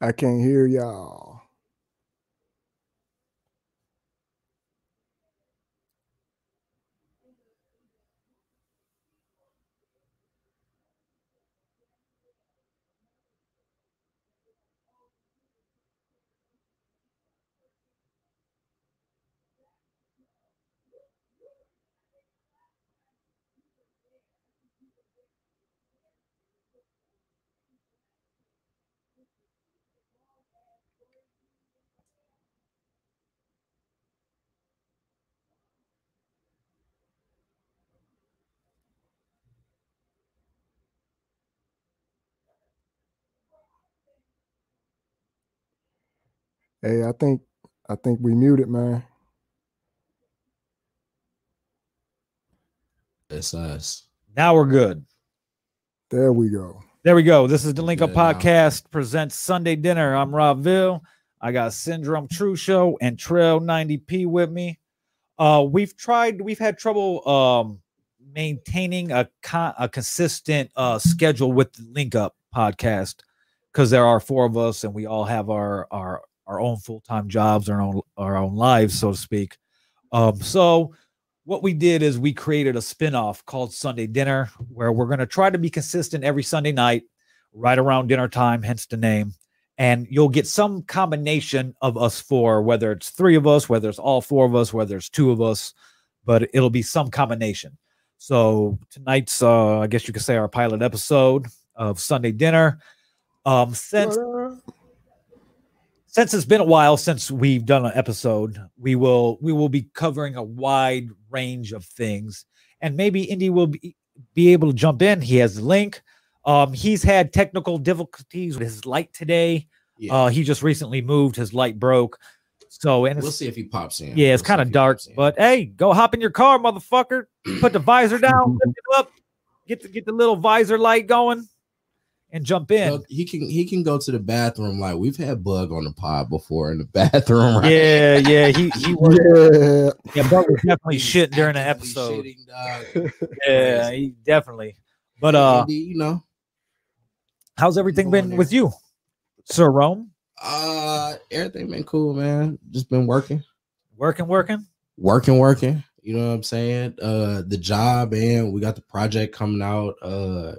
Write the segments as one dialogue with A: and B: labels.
A: I can't hear y'all. Hey, I think I think we muted, man.
B: It's us.
C: Now we're good.
A: There we go.
C: There we go. This is the Link Up
B: Good now.
C: Podcast presents Sunday Dinner. I'm Rob Ville. I got Syndrome True Show and Trail 90P with me. Uh, we've tried, we've had trouble um, maintaining a, con- a consistent uh, schedule with the Link Up Podcast because there are four of us and we all have our our our own full time jobs, our own our own lives, so to speak. Um, so what we did is we created a spin-off called Sunday Dinner where we're going to try to be consistent every Sunday night right around dinner time hence the name and you'll get some combination of us four whether it's three of us whether it's all four of us whether it's two of us but it'll be some combination so tonight's uh i guess you could say our pilot episode of sunday dinner um since since it's been a while since we've done an episode, we will we will be covering a wide range of things, and maybe Indy will be, be able to jump in. He has the link. Um, he's had technical difficulties with his light today.
B: Yeah.
C: Uh, he just recently moved; his light broke. So and
B: we'll
C: it's,
B: see if he pops in.
C: yeah, it's
B: We'll see
C: kind
B: if
C: of
B: he
C: dark.
B: pops in.
C: But hey, go hop in your car, motherfucker. Put the visor down, lift it up, get the get the little visor light going, and jump in.
B: Look, he can he can go to the bathroom. Like we've had Bug on the pod before in the bathroom. Right?
C: Yeah, yeah, he he was
A: Yeah.
C: yeah, Bart was definitely
B: He's
C: shit during the
B: actively
C: episode.
B: shitting, dog.
C: Yeah,
B: Crazy.
C: he definitely. But uh,
B: Andy, you know,
C: how's everything
B: going
C: been
B: there.
C: with you, Sir Rome?
B: uh, everything been cool, man. Just been working,
C: Working, working.
B: working, working. You know what I'm saying? Uh, the job and we got the project coming out. Uh,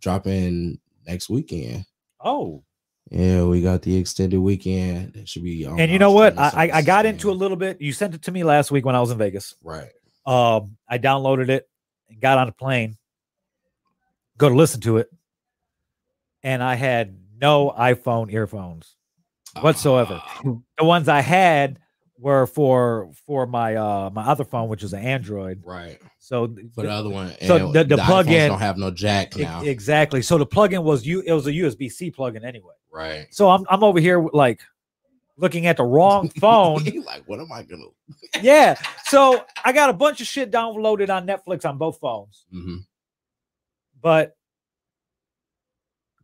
B: dropping next weekend.
C: Oh,
B: Yeah, we got the extended weekend. It should be. on
C: and you
B: our
C: know what?
B: streaming
C: I I, I got
B: services,
C: into a
B: man.
C: little bit. You sent it to me last week when I was in Vegas.
B: right.
C: Um, I downloaded it and got on a plane, go to listen to it, and I had no iPhone earphones. whatsoever.
B: Ah,
C: The ones I had were for for my uh my other phone, which is an Android.
B: Right.
C: So th-
B: For the other one.
C: So
B: and
C: the- the plug
B: iPhones
C: in-
B: don't have no jack
C: e-
B: now.
C: exactly. So the plugin was you. It was a USB C plugin anyway.
B: right.
C: So I'm I'm over here like looking at the wrong phone.
B: like, what am I gonna?
C: yeah. So I got a bunch of shit downloaded on Netflix on both phones,
B: Mhm.
C: but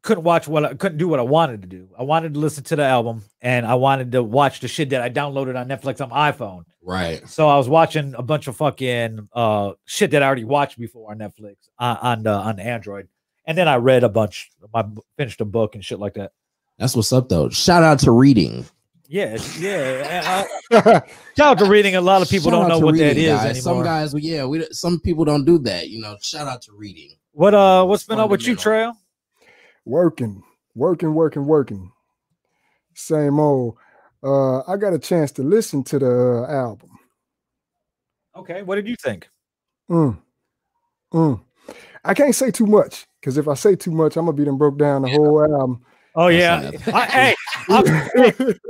C: couldn't watch what I couldn't do what I wanted to do. I wanted to listen to the album and I wanted to watch the shit that I downloaded on Netflix on my iPhone.
B: Right.
C: So I was watching a bunch of fucking uh shit that I already watched before on Netflix on on, the on Android. And then I read a bunch. I finished a book and shit like that.
B: That's what's up though. Shout out to reading.
C: Yeah, yeah. I- Shout out to reading. A lot of people
B: Shout
C: don't
B: out
C: know
B: to
C: what that
B: reading,
C: is
B: guys. Some
C: anymore.
B: guys, well, yeah, we some people don't do that. You know, shout out to reading.
C: what uh, what's been up with you,
B: Fundamental.
C: Trail?
A: working, working, working, working. Same old. Uh, I got a chance to listen to the uh, album.
C: Okay, what did you think?
A: Mm, mm. I can't say too much because if I say too much, I'm gonna be them broke down the whole album.
C: Oh
B: That's
C: yeah,
B: not-
C: I, hey, I'm-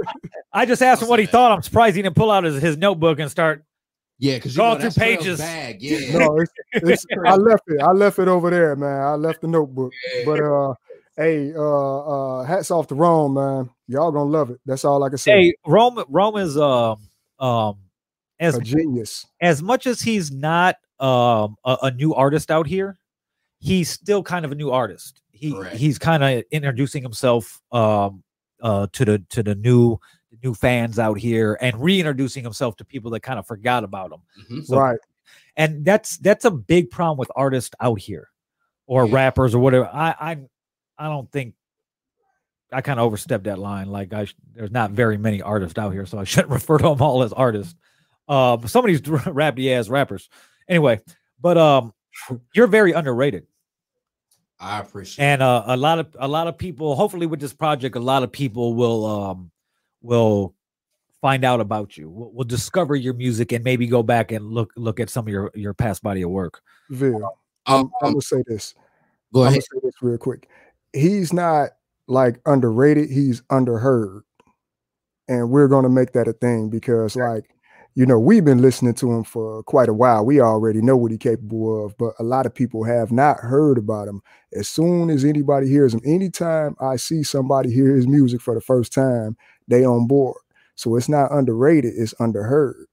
C: I just asked him
B: That's
C: what he
B: not-
C: thought. I'm surprised he didn't pull out his, his notebook and start.
B: Yeah, because
C: Going through pages.
B: Bag. Yeah.
A: No, it's, it's, I left it. I left it over there, man. I left the notebook. But uh, hey, uh, uh, hats off to Rome, man. Y'all gonna love it. That's all I can say.
C: Hey, Rome, Rome is um um as
A: a genius.
C: as much as he's not um a, a new artist out here, he's still kind of a new artist. He
B: Correct.
C: he's kind of introducing himself um uh to the to the new new fans out here and reintroducing himself to people that kind of forgot about him.
B: Mhm.
C: So-
A: right.
C: And that's that's a big problem with artists out here or
B: Yeah.
C: rappers or whatever. I I I don't think I kind of overstepped that line. Like I, sh- there's not very many artists out here, so I shouldn't refer to them all as artists. Um, some of these rabbity ass rappers. Anyway, but um, you're very underrated,
B: I appreciate
C: and uh, a lot of a lot of people. Hopefully, with this project, a lot of people will um will find out about you. Will, will discover your music and maybe go back and look look at some of your your past body of work.
A: Ville,
B: it. Um,
A: I'm
B: um,
A: gonna say this.
B: go
A: I'm
B: ahead.
A: gonna say this real quick. He's not like underrated. He's underheard, and we're gonna make that a thing because, like, you know, we've been listening to him for quite a while. We already know what he's capable of, but a lot of people have not heard about him. As soon as anybody hears him, anytime I see somebody hear his music for the first time, they on board. So it's not underrated. It's underheard.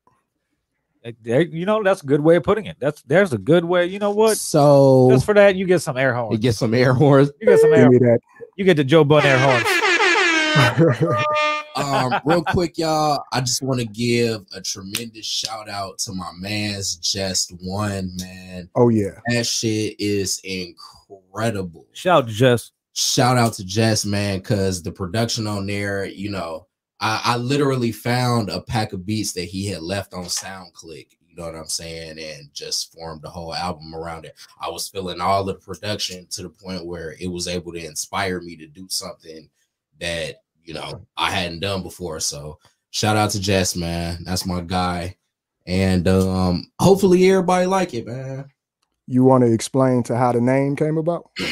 C: Uh, There, you know, that's a good way of putting it. That's there's a good way. You know what?
B: So
C: Just for that, you get some air
B: you
C: horns.
B: get some air horns.
C: You get some air.
A: Give me that.
C: You get the Joe Bun air horns.
B: um, real quick, y'all. I just want to give a tremendous shout out to my man's just one man.
A: oh yeah.
B: That shit is incredible.
C: Shout out to Jess.
B: shout out to Jess, man, because the production on there, you know, I, I literally found a pack of beats that he had left on SoundClick. You know what I'm saying? And just formed the whole album around it. I was feeling all of the production to the point where it was able to inspire me to do something that you know I hadn't done before. So shout out to Jess, man. That's my guy. And um hopefully everybody like it, man.
A: You want to explain to how the name came about?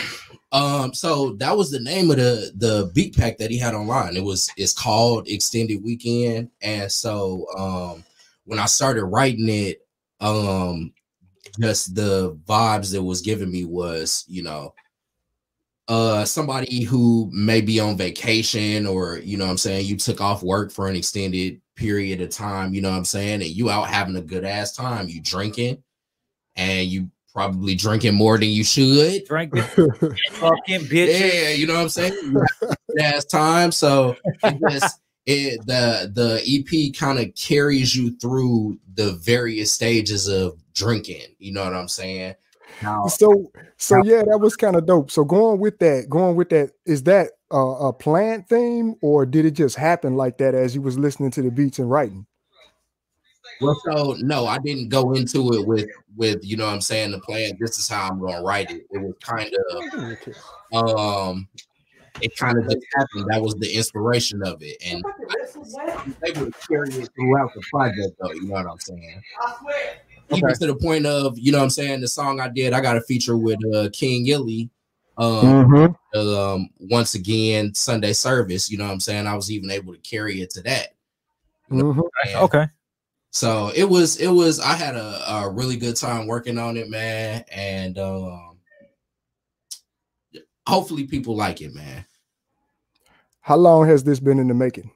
B: Um, so that was the name of the the beat pack that he had online. It was it's called Extended Weekend, and so um, when I started writing it, um, just the vibes that was giving me was you know, uh, somebody who may be on vacation or you know what I'm saying you took off work for an extended period of time, you know what I'm saying, and you out having a good ass time, you drinking, and you probably drinking more than you should
C: Drink this fucking bitch.
B: yeah, you know what I'm saying. Last time, so it just it the the EP kind of carries you through the various stages of drinking. You know what I'm saying? Now,
A: so so yeah, that was kind of dope. So going with that, going with that, is that a, a planned theme or did it just happen like that as you was listening to the beats and writing?
B: well, so no, I didn't go into it with with you know what I'm saying the plan. This is how I'm gonna write it. It was kind of um it kind of just happened. That was the inspiration of it, and I was able to carry it throughout the project, though. You know what I'm saying? Even to the point of, you know what I'm saying, the song I did, I got a feature with uh King Illy. Um,
A: Mhm.
B: um, once again, Sunday service, you know what I'm saying? I was even able to carry it to that.
A: Mhm.
B: And
C: Okay.
B: So it was, it was, I had a, a really good time working on it, man. And um, hopefully people like it, man.
A: How long has this been in the making?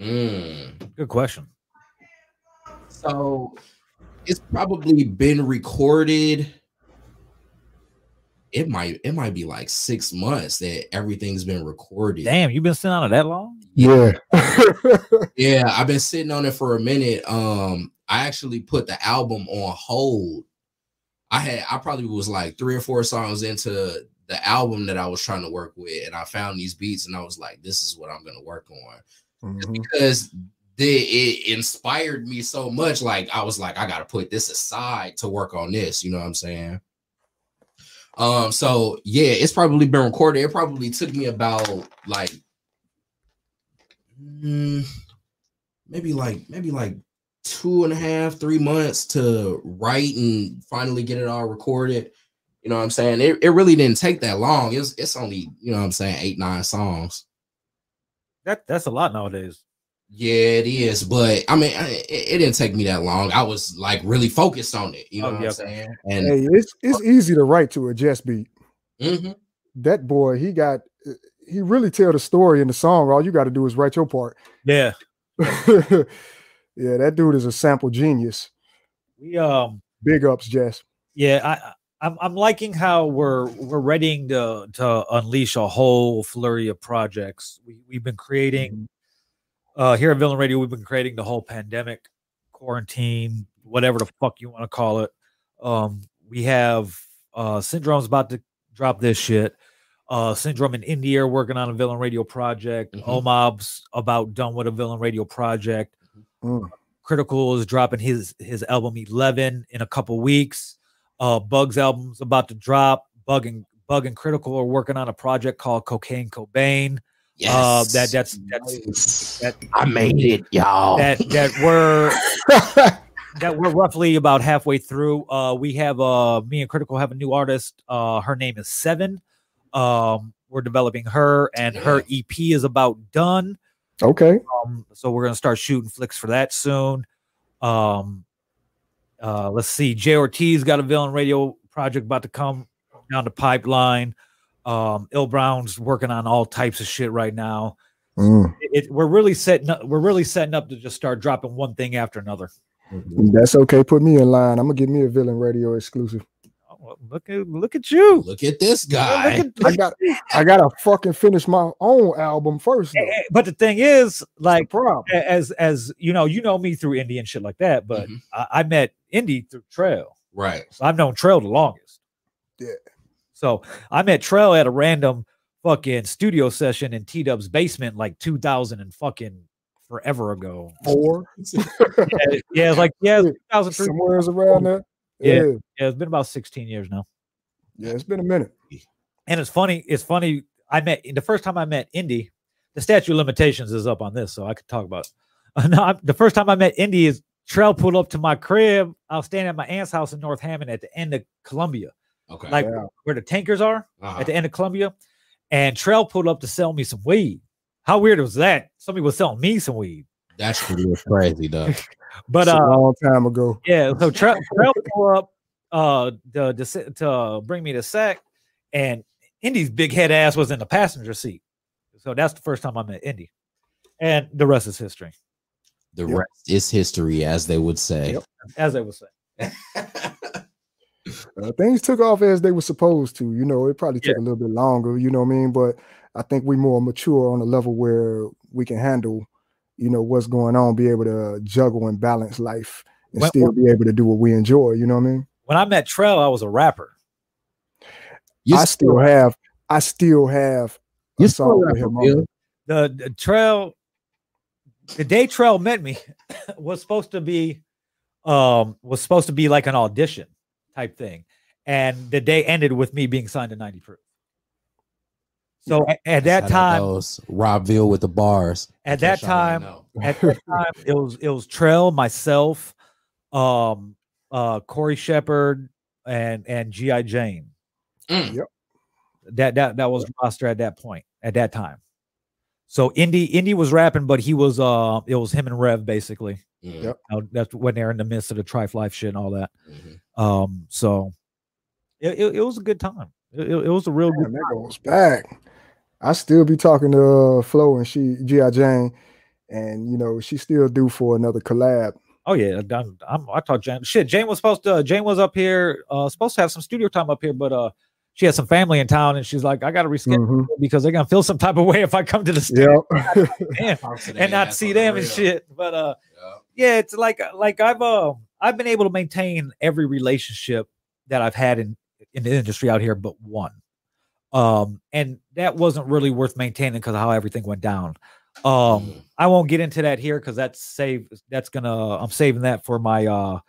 B: Mm.
C: Good question.
B: So it's probably been recorded. It might it might be like six months that everything's been recorded.
C: Damn, you've been sitting on it that long?
A: Yeah. Mm-hmm.
B: Yeah, I've been sitting on it for a minute. Um, I actually put the album on hold. I had I probably was like three or four songs into the album that I was trying to work with, and I found these beats, and I was like, "This is what I'm gonna work on."
A: Mhm.
B: because the, it inspired me so much. Like I was like, I gotta put this aside to work on this. You know what I'm saying? Um. So yeah, it's probably been recorded. It probably took me about like, mm, maybe like maybe like two and a half, three months to write and finally get it all recorded. You know what I'm saying? It, it really didn't take that long. It's it's only you know what I'm saying eight nine songs.
C: That that's a lot nowadays.
B: Yeah, it is, but I mean, I, it, it didn't take me that long. I was like really focused on it, you know
C: Oh,
B: what
C: yeah.
B: I'm saying? And
A: Hey, it's it's easy to write to a jest beat.
B: mhm.
A: That boy, he got he really tell the story in the song. All you got to do is write your part.
C: Yeah.
A: yeah, that dude is a sample genius.
C: We um
A: Big ups, Jess.
C: yeah, I I- I'm I'm liking how we're we're readying to to unleash a whole flurry of projects. We we've been creating uh here at Villain Radio, we've been creating the whole pandemic, quarantine, whatever the fuck you want to call it. Um we have uh Syndrome's about to drop this shit. Uh, Syndrome and India are working on a villain radio project.
B: Mhm.
C: Omob's about done with a villain radio project.
A: Mm.
C: Critical is dropping his his album Eleven in a couple weeks. Uh, Bug's album's about to drop. Bug and Bug and Critical are working on a project called Cocaine Cobain.
B: Yes.
C: Uh, that that's that's
B: Nice.
C: that-
B: I made it, y'all.
C: that that we're that we're roughly about halfway through. Uh, we have uh, me and Critical have a new artist. Uh, her name is Seven. Um, we're developing her, and her EP is about done.
A: Okay.
C: Um, so we're gonna start shooting flicks for that soon. Um, uh, let's see. Jay Ortiz got a villain radio project about to come down the pipeline. Um, Il Brown's working on all types of shit right now.
A: Mm.
C: It, it- we're really setting up. We're really setting up to just start dropping one thing after another.
B: Mhm.
A: That's okay. Put me in line. I'm gonna give me a villain radio exclusive.
C: Oh, well, Look at look at you.
B: Look at this
C: Yeah,
B: guy.
C: look at-
A: I got I gotta fucking finish my own album first. though.
C: Eh, but the thing is, like,
A: problem.
C: a- as as you know, you know me through Indy and shit like that. But
B: Mhm.
C: I, I met Indy through Trail.
B: Right.
C: So I've known Trail the longest.
A: Yeah.
C: So I met Trail at a random fucking studio session in T Dub's basement, like two thousand and fucking forever ago.
A: Four
C: yeah, yeah, it's like yeah, two thousand three.
A: somewhere's around there.
C: Yeah.
A: yeah.
C: Yeah, it's been about sixteen years now.
A: Yeah, it's been a minute.
C: And it's funny. It's funny. I met the first time I met Indy. The statute of limitations is up on this, so I could talk about. It. no, I- the first time I met Indy is Trell pulled up to my crib. I was standing at my aunt's house in North Hammond at the end of Columbia,
B: Okay.
C: like
A: Yeah.
C: where the tankers are
B: Uh-huh.
C: at the end of Columbia. And Trell pulled up to sell me some weed. How weird was that? Somebody was selling me some weed.
B: That's pretty crazy, though.
A: It's
C: But uh,
A: a long time ago.
C: Yeah, so Trell Trell pull up uh the, the si- to bring me to sack, and Indy's big head ass was in the passenger seat. So that's the first time I met Indy, and the rest is history,
B: The
A: Yep.
B: rest is history, as they would say.
C: Yep. as they would say.
A: Uh, things took off as they were supposed to. You know, it probably took
C: Yeah.
A: a little bit longer. You know what I mean? But I think we more mature on a level where we can handle, you know, what's going on, be able to juggle and balance life, and
C: Well-
A: still be able to do what we enjoy. You know what I mean?
C: When I met Trell, I was a rapper.
B: You
A: I still have, I still have. a
B: you
A: song
B: still
A: with
B: rapper,
A: him on
B: Bill.
A: it.
C: The, the Trell, the day Trell met me was supposed to be, um, was supposed to be like an audition type thing, and the day ended with me being signed to ninety proof. So at, at that
B: Shout out
C: time,
B: those Robville with the bars.
C: At
B: Guess
C: that
B: y'all already
C: time-
B: know.
C: at that time it was it was Trell, myself, um, uh, Corey Shepard, and and GI Jane.
B: Mm.
A: Yep.
C: That that that was the roster at that point at that time. So Indy Indy was rapping, but he was uh it was him and Rev basically.
B: Mm,
A: Yep.
C: Uh, That's when they're in the midst of the Trife Life shit and all that.
B: mhm.
C: Um, so it it, it was a good time. It, it, it was a real
A: Damn,
C: good.
A: that goes back. I still be talking to uh, Flo and she GI Jane, and you know she still due for another collab.
C: Oh yeah, I'm, I'm, I talked Jane. Shit, Jane was supposed to. uh, Jane was up here, uh, supposed to have some studio time up here, but uh, she had some family in town, and she's like, I got to reschedule
A: Mhm.
C: because they're gonna feel some type of way if I come to the studio
A: Yeah,
C: and not see them and shit. But uh, yeah, it's like like I've uh, I've been able to maintain every relationship that I've had in in the industry out here, but one. Um, and that wasn't really worth maintaining because of how everything went down. Um, I won't get into that here because that's save that's gonna I'm saving that for my uh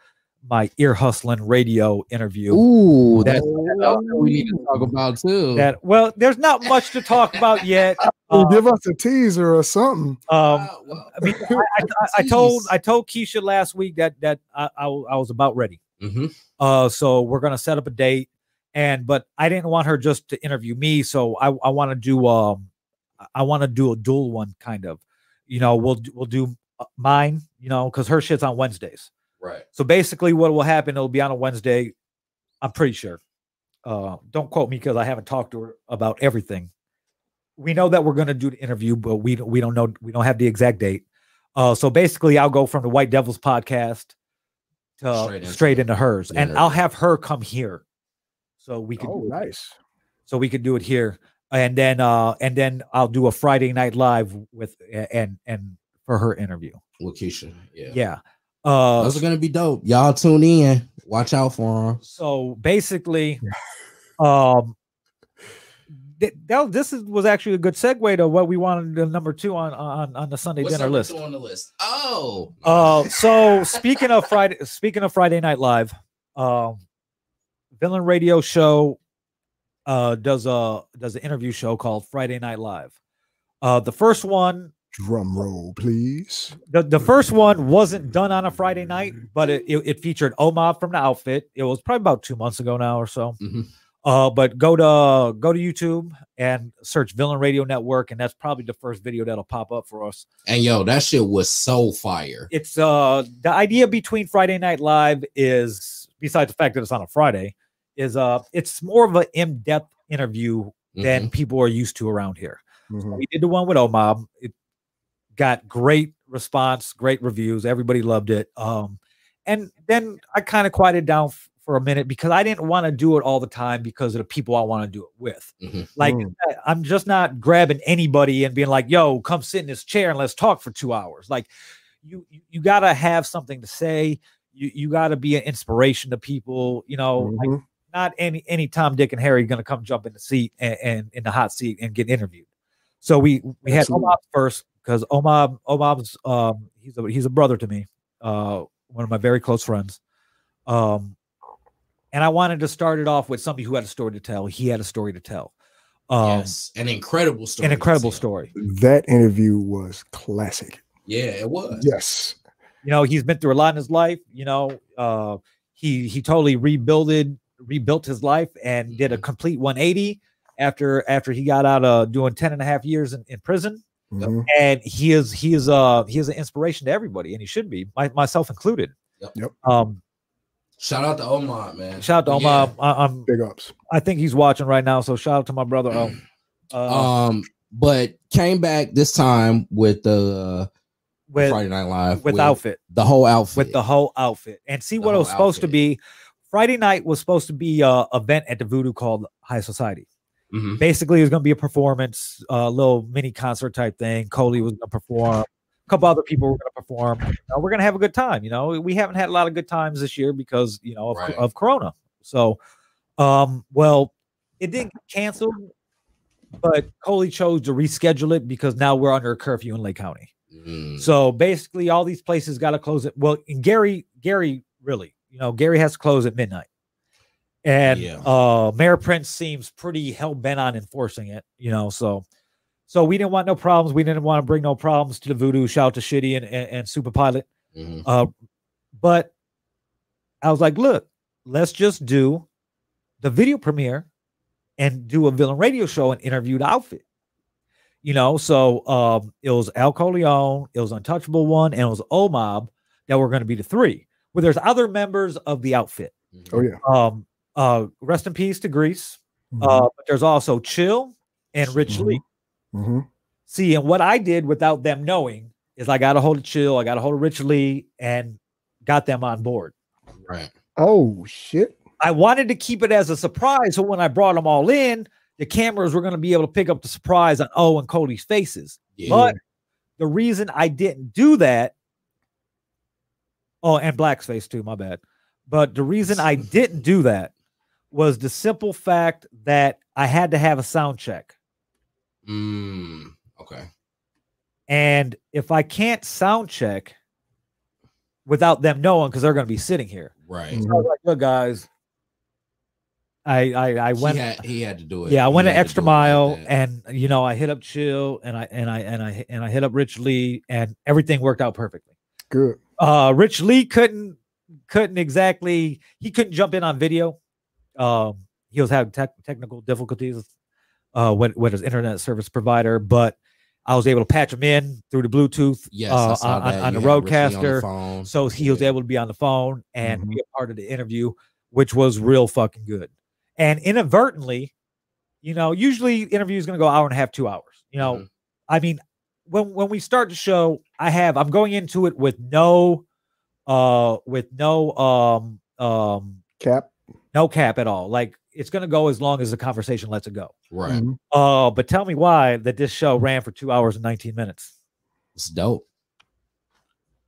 C: my ear hustling radio interview.
B: Ooh,
C: that's-
B: that's what we need to talk about too.
C: That well, there's not much to talk about yet.
A: Well,
C: Uh,
A: give us a teaser or something.
C: um,
B: Wow, wow.
C: I mean, I, I, I, I told I told Keisha last week that that I, I I was about ready.
B: Mhm.
C: Uh, so we're gonna set up a date, and but I didn't want her just to interview me, so I I want to do um I- I want to do a dual one kind of, you know we'll do- we'll do uh, mine you know because her shit's on Wednesdays.
B: right.
C: So basically, what will happen? It'll be on a Wednesday. I'm pretty sure. Uh, don't quote me because I haven't talked to her about everything. We know that we're going to do the interview, but we don't- we don't know we don't have the exact date. Uh, so basically, I'll go from the White Devils podcast to
B: Straight
C: straight,
B: into the-
C: into hers,
B: the
C: and I'll have her come here, so we can
A: Oh, nice.
C: so we could do it here and then uh and then i'll do a friday night live with a- and and for her interview
B: With Keisha. Yeah.
C: yeah, uh
B: Those are gonna be dope. Y'all tune in. Watch out for them.
C: So basically, um, th- that, this is, was actually a good segue to what we wanted to number two on on, on the Sunday
B: What's
C: dinner
B: number
C: list.
B: two on the list? Oh,
C: Uh, so speaking of Friday, speaking of Friday Night Live, um, Villain Radio Show uh, does a does an interview show called Friday Night Live. Uh, the first one,
A: Drum roll, please.
C: the, the first one wasn't done on a Friday night, but it, it, it featured Omar from the outfit. It was probably about two months ago now or so.
B: Mhm.
C: Uh, but go to go to YouTube and search Villain Radio Network, and that's probably the first video that'll pop up for us.
B: and yo, that shit was so fire.
C: it's uh the idea between Friday Night Live is besides the fact that it's on a Friday is uh it's more of an in-depth interview
B: Mhm.
C: than people are used to around here.
A: Mhm.
C: We did the one with Omar. It got great response, great reviews. Everybody loved it. Um and then I kind of quieted down f- for a minute because I didn't want to do it all the time because of the people I want to do it with.
B: Mhm.
C: Like
A: Mm.
C: I- I'm just not grabbing anybody and being like, "Yo, come sit in this chair and let's talk for two hours." Like, you you, you gotta have something to say. You you gotta be an inspiration to people. You know, oh, like
A: Mhm.
C: not any any Tom, Dick, and Harry gonna come jump in the seat and, and in the hot seat and get interviewed. So we we had
A: Absolutely.
C: Omab first because Omab Omab's um he's a he's a brother to me, uh one of my very close friends, um, and I wanted to start it off with somebody who had a story to tell. He had a story to tell. Um,
B: yes, Mm-hmm. an incredible story.
C: an incredible
B: Sam.
C: story.
A: That interview was classic.
B: Yeah, it was.
A: Yes.
C: You know, he's been through a lot in his life. You know, uh, he he totally rebuilded, rebuilt his life, and did a
B: Mhm.
C: complete 180 after after he got out of doing 10 and a half years in, in prison.
A: Mhm.
C: And he is he is uh he is an inspiration to everybody, and he should be, my, myself included.
B: Yep.
A: Yep.
C: Um,
B: Shout out to Omar, man.
C: shout out to
B: Yeah.
C: Omar. I, I'm
A: Big ups.
C: I think he's watching right now, so shout out to my brother. Um, uh,
B: Um, but came back this time with the uh,
C: with
B: Friday Night Live
C: with outfit.
B: the whole outfit.
C: with the whole outfit and see
B: The
C: what it
B: whole
C: was supposed to
B: outfit.
C: be. Friday night was supposed to be a event at the Voodoo called High Society.
B: Mhm.
C: Basically, it was going to be a performance, a little mini concert type thing. Coley was going to perform. A couple other people were going to perform. You know, we're going to have a good time. You know, we haven't had a lot of good times this year because you know of,
B: Right.
C: of Corona. So, um, well, it didn't get canceled, but Coley chose to reschedule it because now we're under a curfew in Lake County.
B: Mm.
C: So basically, all these places got to close it. Well, and Gary, Gary, really, you know, Gary has to close at midnight. And
B: Yeah.
C: uh, Mayor Prince seems pretty hell bent on enforcing it, you know. So, so we didn't want no problems. We didn't want to bring no problems to the voodoo. Shout to Shitty and, and, and Super Pilot.
B: Mhm.
C: Uh, but I was like, look, let's just do the video premiere and do a villain radio show and interview the outfit. You know, so um, it was Al Coleon, it was Untouchable One, and it was Omob that were going to be the three. Well, there's other members of the outfit.
B: Mhm.
A: Oh yeah. Mm-hmm.
C: Um, uh, rest in peace to Greece. Uh, but there's also Chill and Rich
A: Mhm.
C: Lee.
A: Mhm.
C: See, and what I did without them knowing is I got a hold of Chill, I got a hold of Rich Lee, and got them on board.
B: Right.
A: Oh shit.
C: I wanted to keep it as a surprise. So when I brought them all in, the cameras were going to be able to pick up the surprise on O and Cody's faces.
B: Yeah.
C: But the reason I didn't do that, oh, and Black's face too, my bad. But the reason I didn't do that was the simple fact that I had to have a sound check.
B: Mm. Okay.
C: And if I can't sound check without them knowing, because they're going to be sitting here,
B: Right.
A: Mhm.
C: So I was like, look, guys, I I, I went.
B: he, had, he had to do it.
C: Yeah, I
B: He
C: went an
B: had to
C: extra
B: do it like
C: mile,
B: that.
C: and you know, I hit up Chill, and I and I and I and I hit up Rich Lee, and everything worked out perfectly.
A: Good.
C: Uh, Rich Lee couldn't couldn't exactly he couldn't jump in on video. Um, he was having tech, technical difficulties uh, with with his internet service provider, but I was able to patch him in through the Bluetooth
B: yes,
C: uh,
B: I saw
C: on, on-
B: that.
C: on the
B: You had Ricky on the
C: roadcaster.
B: phone.
C: So he was
B: Yeah.
C: able to be on the phone and be a part of the interview, which was real fucking good. And inadvertently, you know, usually interviews gonna go hour and a half, two hours. You know,
B: Mhm.
C: I mean, when when we start the show, I have I'm going into it with no, uh, with no um um
A: Cap.
C: no cap at all. Like it's gonna go as long as the conversation lets it go.
B: right.
A: Mhm.
C: Uh, but tell me why that this show ran for two hours and 19 minutes.
B: It's dope.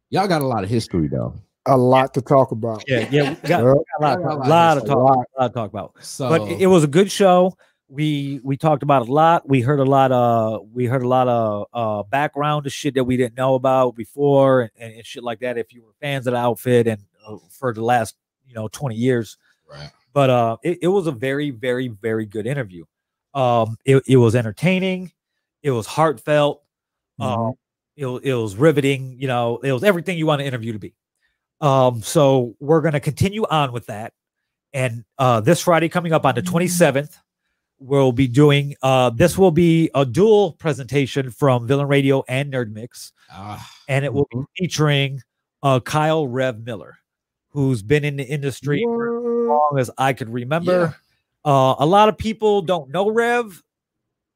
B: Y'all got a lot of history though.
A: A lot to talk about.
C: Yeah, yeah, we
A: Yep.
C: got, got a lot,
B: Yeah, I like
C: lot
B: this
C: of
A: a
C: talk,
A: lot.
C: a lot to talk about.
B: So
C: but it- it was a good show. we we talked about a lot. We heard a lot of we heard a lot of uh, background of shit that we didn't know about before and, and, and shit like that. If you were fans of the outfit and uh, for the last you know twenty years,
B: Right.
C: but uh, it, it was a very very very good interview. Um, it, it was entertaining. It was heartfelt. Um, it, wa- it was riveting. You know, it was everything you want an interview to be. Um, so we're going to continue on with that. And uh, this Friday coming up on the 27th, we'll be doing uh, this will be a dual presentation from Villain Radio and Nerd Mix,
B: Ah,
A: Mm-hmm.
C: and it will be featuring uh, Kyle Rev Miller, who's been in the industry for as
A: Mm-hmm.
C: long as I could remember.
B: yeah.
C: Uh, a lot of people don't know Rev,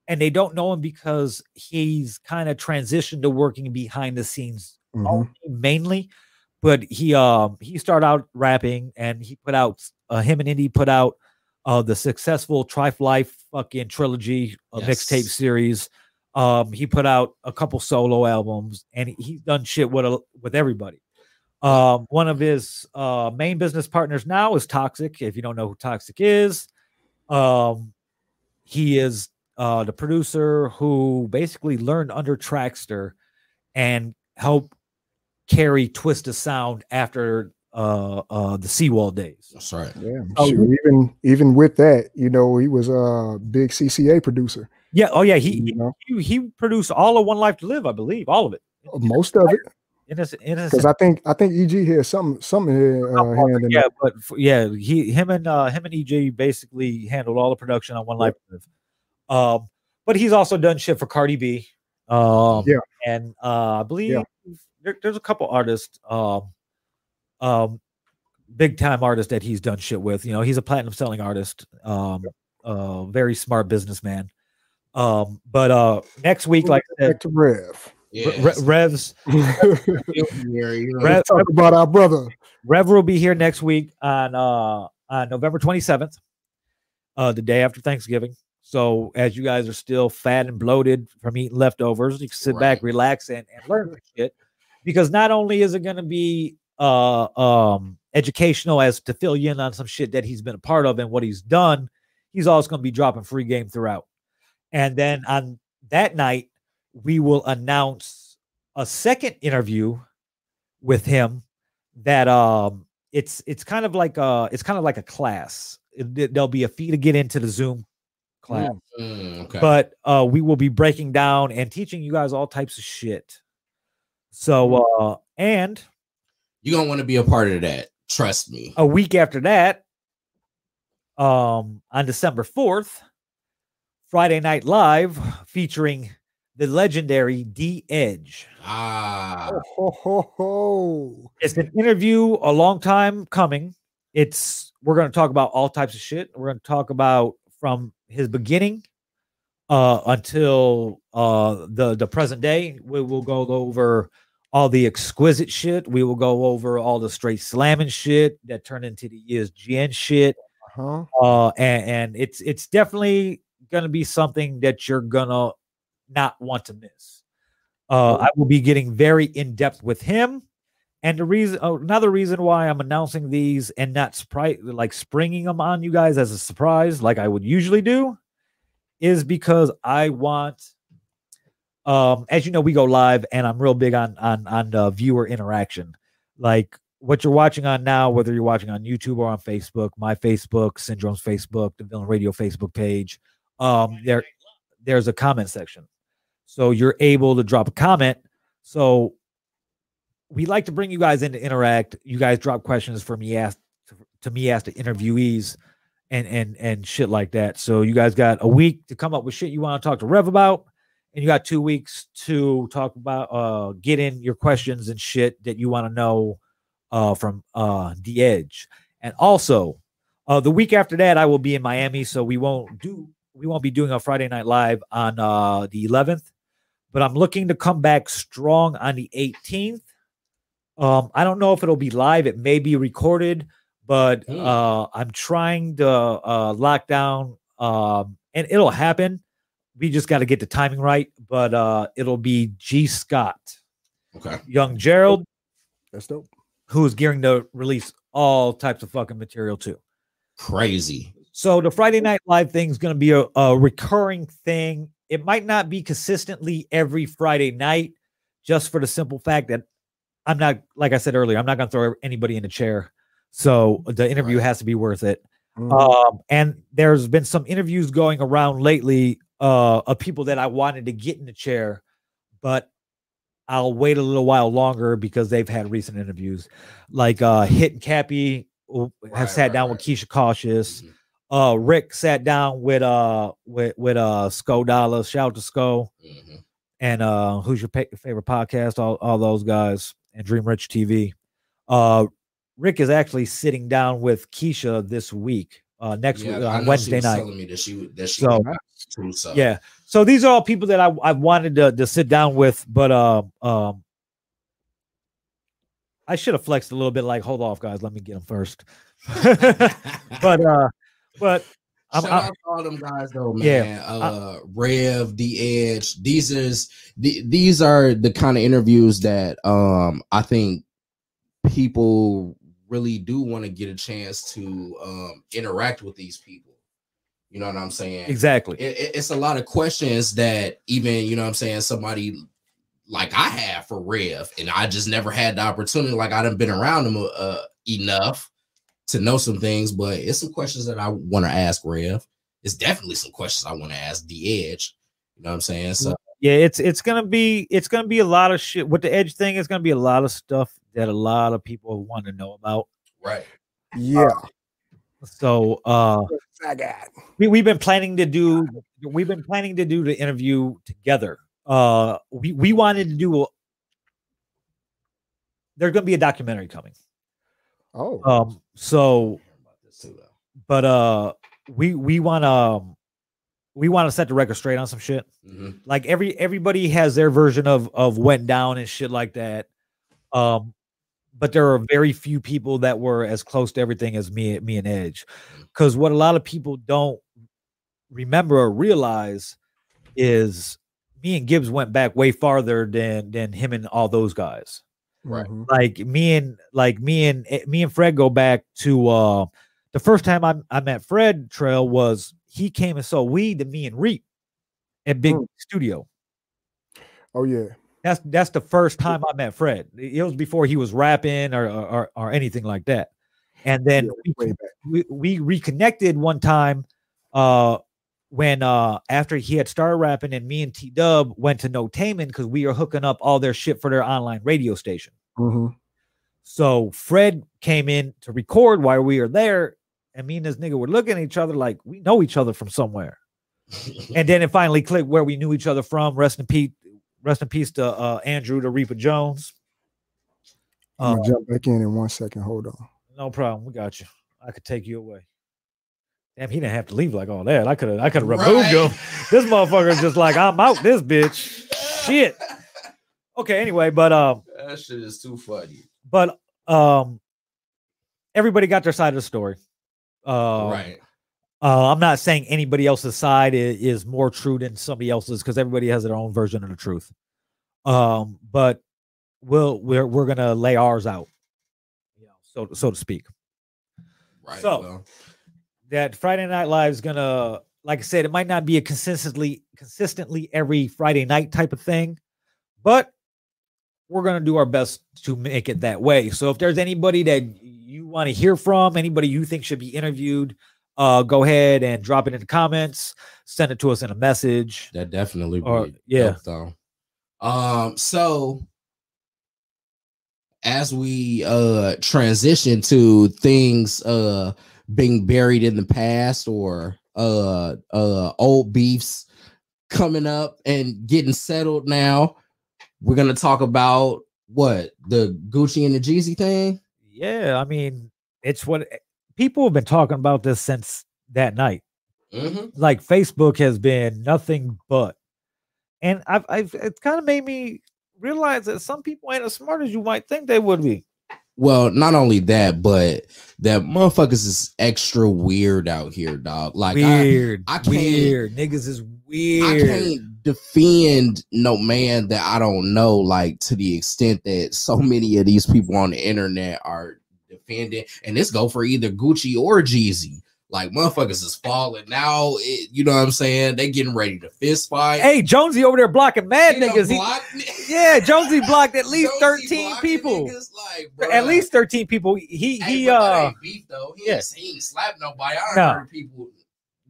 C: and they don't know him because he's kind of transitioned to working behind the scenes
A: Mhm.
C: only- mainly. But he um he started out rapping, and he put out uh, him and Indy put out uh the successful Trife Life fucking trilogy uh, mixtape
B: Yes.
C: series. Um, he put out a couple solo albums, and he- he's done shit with a, with everybody. Um, one of his uh, main business partners now is Toxic. If you don't know who Toxic is, um, he is uh, the producer who basically learned under Trackster and helped carry Twist of Sound after uh, uh, the Seawall days.
B: That's right.
A: Yeah,
C: Oh,
A: shoot, even even with that, you know, he was a big CCA producer.
C: Yeah. Oh, yeah. He
A: You know,
C: he, he produced all of One Life to Live, I believe, all of it.
A: most of it,
C: Innocent, innocent.
A: because I think I think EG had some some uh, hand in
C: yeah,
A: it.
C: but f- yeah, he him and uh him and EJ basically handled all the production on One Life. to Live. Um, but he's also done shit for Cardi B. Um,
A: Yeah.
C: and uh, I believe there, there's a couple artists, um, um, big time artists that he's done shit with. You know, he's a platinum selling artist. Um, uh, very smart businessman. Um, but uh, next week, like I said,
A: Back to Rev.
B: Yeah.
C: Re- Re- Rev's Rev,
A: Let's talk about our brother.
C: Rev will be here next week on uh on November 27th, uh the day after Thanksgiving. So as you guys are still fat and bloated from eating leftovers, you can sit back,
B: Right.
C: relax, and, and learn some shit. Because not only is it gonna be uh um educational as to fill you in on some shit that he's been a part of and what he's done, he's also gonna be dropping free game throughout. And then on that night, we will announce a second interview with him that um it's it's kind of like uh it's kind of like a class It- there- there'll be a fee to get into the zoom class
B: Mm, okay.
C: but uh we will be breaking down and teaching you guys all types of shit so uh and
B: You're gonna want to be a part of that. Trust me.
C: a week after that um on december 4th friday night live featuring the legendary d edge
B: Ah,
A: Ho, ho, ho.
C: it's an interview a long time coming it's we're going to talk about all types of shit we're going to talk about from his beginning uh until uh the the present day we will go over all the exquisite shit we will go over all the straight slamming shit that turned into the E esgn shit
A: Huh?
C: uh and, and it's it's definitely gonna be something that you're gonna not want to miss uh i will be getting very in-depth with him and the reason another reason why i'm announcing these and not surprise like springing them on you guys as a surprise like i would usually do is because i want um as you know we go live and i'm real big on on on uh, viewer interaction like what you're watching on now, whether you're watching on YouTube or on Facebook, my Facebook, Syndrome's Facebook, the Villain Radio Facebook page, um, there there's a comment section. So you're able to drop a comment. So we like to bring you guys in to interact. You guys drop questions for me ask to, to me ask the interviewees and and and shit like that. So you guys got a week to come up with shit you want to talk to Rev about, and you got two weeks to talk about uh get in your questions and shit that you want to know uh from uh the edge. And also uh the week after that I will be in Miami, so we won't do we won't be doing a Friday night live on uh the 11th, but I'm looking to come back strong on the 18th. Um, I don't know if it'll be live. It may be recorded, but
B: Hmm.
C: uh, I'm trying to uh, lock down, um, and it'll happen. We just got to get the timing right, but uh, it'll be G. Scott,
B: okay.
C: Young Gerald,
A: That's dope.
C: who is gearing to release all types of fucking material too.
B: Crazy.
C: So the Friday Night Live thing is going to be a, a recurring thing. It might not be consistently every Friday night, just for the simple fact that I'm not, like I said earlier, I'm not going to throw anybody in the chair. So the interview has to be worth it.
A: Mhm.
B: Mm-hmm.
C: Um, and there's been some interviews going around lately uh, of people that I wanted to get in the chair, but I'll wait a little while longer because they've had recent interviews. Like uh, Hit and Cappy w-
B: Right,
C: have sat
B: right,
C: down
B: right.
C: with Keisha Cautious.
B: Mhm.
C: Uh, Rick sat down with uh with with uh Sko Dollar. Shout out to Sko
B: Mhm.
C: and uh who's your pa- favorite podcast all, all those guys and dream rich tv uh rick is actually sitting down with keisha this week uh next
B: Yeah,
C: week
B: I know
C: on
B: she
C: wednesday
B: was
C: night
B: Telling me that she that she
C: So-
B: was true. So
C: yeah so these are all people that i i wanted to, to sit down with but um um i should have flexed a little bit like hold off guys let me get them first but uh but I'm,
B: Shout
C: I'm-
B: out to all them guys though,
C: Yeah,
B: man. uh, Rev, The Edge. These is the, these are the kind of interviews that um I think people really do want to get a chance to um interact with these people. You know what I'm saying?
C: exactly
B: It, it- it's a lot of questions that even you know what I'm saying somebody like I have for Rev, and I just never had the opportunity. Like I done been around him uh, enough to know some things, but it's some questions that I want to ask Rev. It's definitely some questions I want to ask the Edge. You know what I'm saying? So
C: yeah it's it's gonna be it's gonna be a lot of shit with the edge thing it's gonna be a lot of stuff that a lot of people want to know about
B: right,
A: Yeah.
C: so uh
A: I got.
C: we, we've been planning to do we've been planning to do the interview together uh we we wanted to do a, there's gonna be a documentary coming
A: Oh.
C: um so
B: about this too though.
C: but uh we we want to um, we want to set the record straight on some shit
B: Mhm.
C: like every everybody has their version of of went down and shit like that um but there are very few people that were as close to everything as me me and edge because what a lot of people don't remember or realize is me and gibbs went back way farther than than him and all those guys
B: Right.
A: Mhm.
C: like me and like me and eh, me and Fred go back to uh the first time I I met Fred Trail was he came and sold weed to me and Reap at Big
A: Hmm.
C: Studio.
A: Oh yeah.
C: That's that's the first time I met Fred. It it was before he was rapping or or, or- or anything like that. And then
A: Yeah,
C: we
A: way back.
C: we, we reconnected one time uh when uh after he had started rapping and me and T Dub went to No Taman because we are hooking up all their shit for their online radio station.
A: Mhm.
C: So Fred came in to record while we were there, and me and this nigga were looking at each other like we know each other from somewhere. And then it finally clicked where we knew each other from. Rest in peace, rest in peace to uh, Andrew the Reaper Jones.
A: I'm
C: Uh,
A: gonna jump back in in one second. Hold on.
C: no problem, we got you. I could take you away. Damn, he didn't have to leave like all that. I could have, I could have removed
B: Right.
C: him. This motherfucker is just like I'm out this bitch. Shit. Okay, anyway, but um,
B: That shit is too funny.
C: but um, everybody got their side of the story. Uh,
B: right.
C: Uh, I'm not saying anybody else's side i- is, more true than somebody else's because everybody has their own version of the truth. Um, but we'll we're we're gonna lay ours out, you know, so so to speak.
B: Right.
C: so-
B: well,
C: That Friday Night Live is gonna, like I said, it might not be a consistently consistently every Friday night type of thing, but we're gonna do our best to make it that way. So if there's anybody that you want to hear from, anybody you think should be interviewed, uh, go ahead and drop it in the comments. Send it to us in a message.
B: that definitely.
C: Or-
B: would be
C: yeah.
B: dope, though. Um. So as we uh transition to things uh being buried in the past or uh uh old beefs coming up and getting settled now we're gonna talk about what the gucci and the jeezy thing
C: Yeah, I mean, it's what people have been talking about this since that night.
B: mm-hmm.
C: Like Facebook has been nothing but, and I've, I've it's kind of made me realize that some people ain't as smart as you might think they would be.
B: well not only that but that motherfuckers is extra weird out here dog like I-
C: weird,
B: I can't-
C: weird niggas is
B: I
C: weird.
B: can't defend no man that I don't know, like to the extent that so many of these people on the internet are defending, and this go for either Gucci or Jeezy. Like motherfuckers is falling now. It, you know what I'm saying? They getting ready to fist fight.
C: Hey, Jonesy over there blocking mad
B: You know,
C: niggas. He-
B: block-
C: yeah, Jonesy blocked at least
B: Jonesy
C: 13
B: blocking
C: people.
B: niggas, like,
C: At
B: bruh.
C: least 13 people. He
B: Hey,
C: he
B: but that
C: uh
B: ain't beef though. He,
C: yeah.
B: ain't, he ain't slapped nobody. I
C: No.
B: no. heard people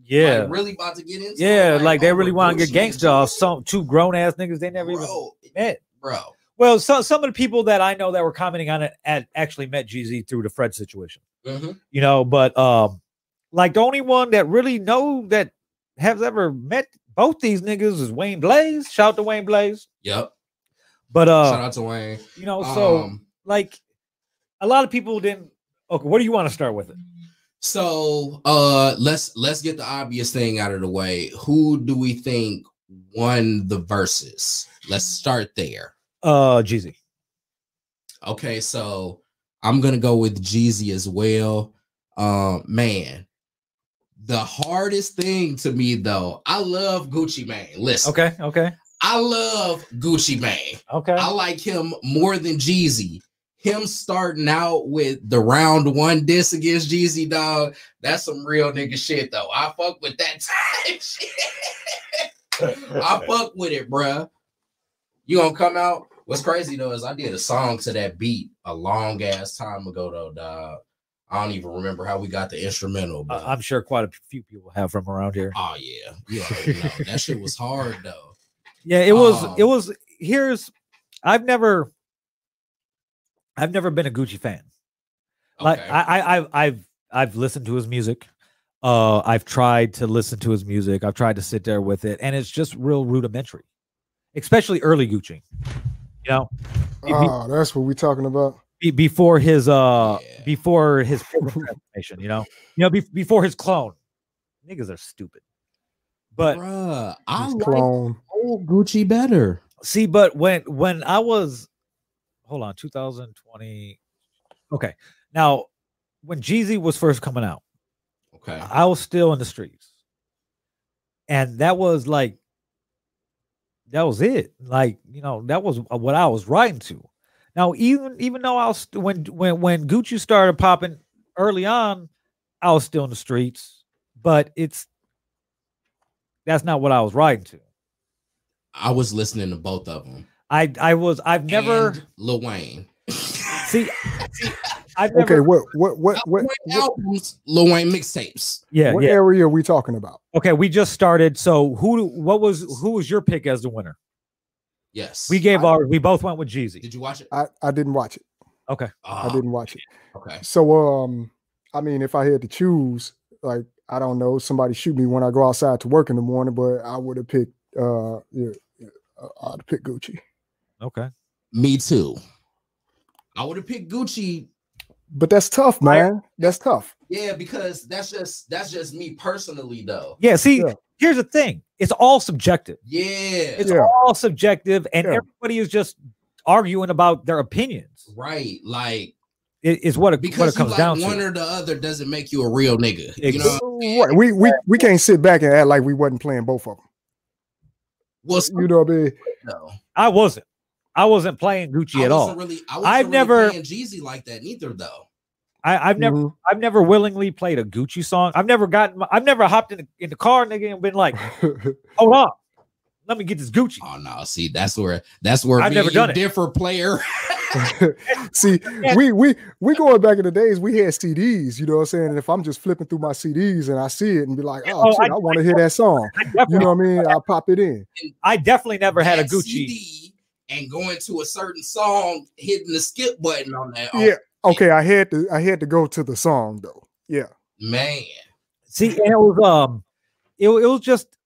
C: yeah.
B: like, really about to get into it,
C: yeah, like they
B: over
C: really want to get
B: bullshit.
C: gangsta off some two grown ass niggas they never even
B: Bro,
C: met.
B: bro,
C: Well, so, some of the people that I know that were commenting on it had actually met GZ through the Fred situation,
B: Mhm.
C: you know. But um, like the only one that really know that has ever met both these niggas is Wayne Blaze. Shout to Wayne Blaze.
B: yep.
C: But
B: Shout
C: uh,
B: out to Wayne.
C: you know, Oh, so
B: Um,
C: like a lot of people didn't. Okay, what do you want to start with it?
B: so uh, let's let's get the obvious thing out of the way. Who do we think won the verses? Let's start there.
C: Uh, GZ.
B: Okay, so I'm gonna go with Jeezy as well. Um, man, the hardest thing to me though, I love Gucci Mane. Listen,
C: Okay, okay,
B: I love Gucci Mane.
C: okay.
B: I like him more than Jeezy. Him starting out with the round one diss against Jeezy, dog. That's some real nigga shit, though. I fuck with that type shit. I fuck with it, bruh. You gonna come out? What's crazy though is I did a song to that beat a long ass time ago, though, dog. I don't even remember how we got the instrumental, but
C: I- I'm sure quite a few people have from around here.
B: oh yeah, you already know. that shit was hard though.
C: Yeah, it was. it
B: Um,
C: was. Here's. I've never. I've never been a Gucci fan. Like
B: Okay.
C: I, I, I've, I've, I've listened to his music. Uh, I've tried to listen to his music. I've tried to sit there with it, and it's just real rudimentary, especially early Gucci. You know, Be- be-
A: Oh, that's what we're talking about.
C: be- before his uh,
B: Yeah.
C: before his transformation. You know, you know, be- before his clone. Niggas are stupid. But
B: bruh, I
A: His
B: like
A: clone.
B: old Gucci better.
C: See, but when when I was hold on, 2020. Okay. Now, when Jeezy was first coming out,
B: Okay.
C: I was still in the streets. And that was like that was it. Like, you know, that was uh, what I was writing to. Now, even even though I was st- when when when Gucci started popping early on, I was still in the streets, but it's that's not what I was writing to.
B: I was listening to both of them.
C: I I was I've never
B: and Lil Wayne.
C: See, I've never,
A: Okay, what what what what
B: Lil Wayne
A: what,
B: albums, Lil Wayne mixtapes.
C: yeah,
A: what
C: yeah.
A: area are we talking about?
C: Okay, we just started. So who? do- What was who was your pick as the winner?
B: Yes.
C: We gave our. We both went with Jeezy.
B: Did you watch it?
A: I, I didn't watch it. I
C: Oh,
B: Ah,
A: didn't watch it.
B: Okay.
A: So um, I mean, if I had to choose, like I don't know, somebody shoot me when I go outside to work in the morning, but I would have picked uh, yeah, yeah, uh, I'd pick Gucci.
C: Okay,
B: Me too. I would have picked Gucci.
A: But that's tough, man. That's tough.
B: Yeah, because that's just that's just me personally though.
C: yeah. See,
A: Yeah.
C: here's the thing. It's all subjective.
B: Yeah.
C: It's
A: Yeah.
C: all subjective, and
A: Yeah.
C: everybody is just arguing about their opinions.
B: right. Like
C: It is what it, what
B: because
C: it comes
B: you
C: down
B: like one
C: to.
B: or the other doesn't make you a real nigga. You know?
C: Exactly.
A: Right. We we we can't sit back and act like we wasn't playing both of them.
B: What's
A: You know what I mean?
B: though?
C: I wasn't. I wasn't playing Gucci
B: I
C: at all.
B: wasn't really I wasn't
C: I've
B: really
C: never-
B: playing Jeezy like that neither though.
C: I, I've never.
A: Mhm.
C: I've never willingly played a Gucci song. I've never gotten. I've never hopped in the, in the car, nigga, and been like, "Hold on, let me get this Gucci."
B: Oh no, see that's where that's where
C: I've
B: me
C: never
B: and you
C: done it.
B: differ player.
A: Mm-hmm. See, we we we going back in the days we had CDs, you know what I'm saying? And if I'm just flipping through my CDs and I see it and be like, oh,
C: Oh,
A: shit,
C: I-
A: I, want to hear that song.
C: I definitely,
A: You know what I mean? I'll pop it in.
C: I definitely never had a
B: that
C: Gucci.
B: CD and going to a certain song, hitting the skip button on that. Oh,
A: Yeah. Okay, I had to I had to go to the song though. Yeah.
B: man.
C: See, and it was um, it, wa- it was just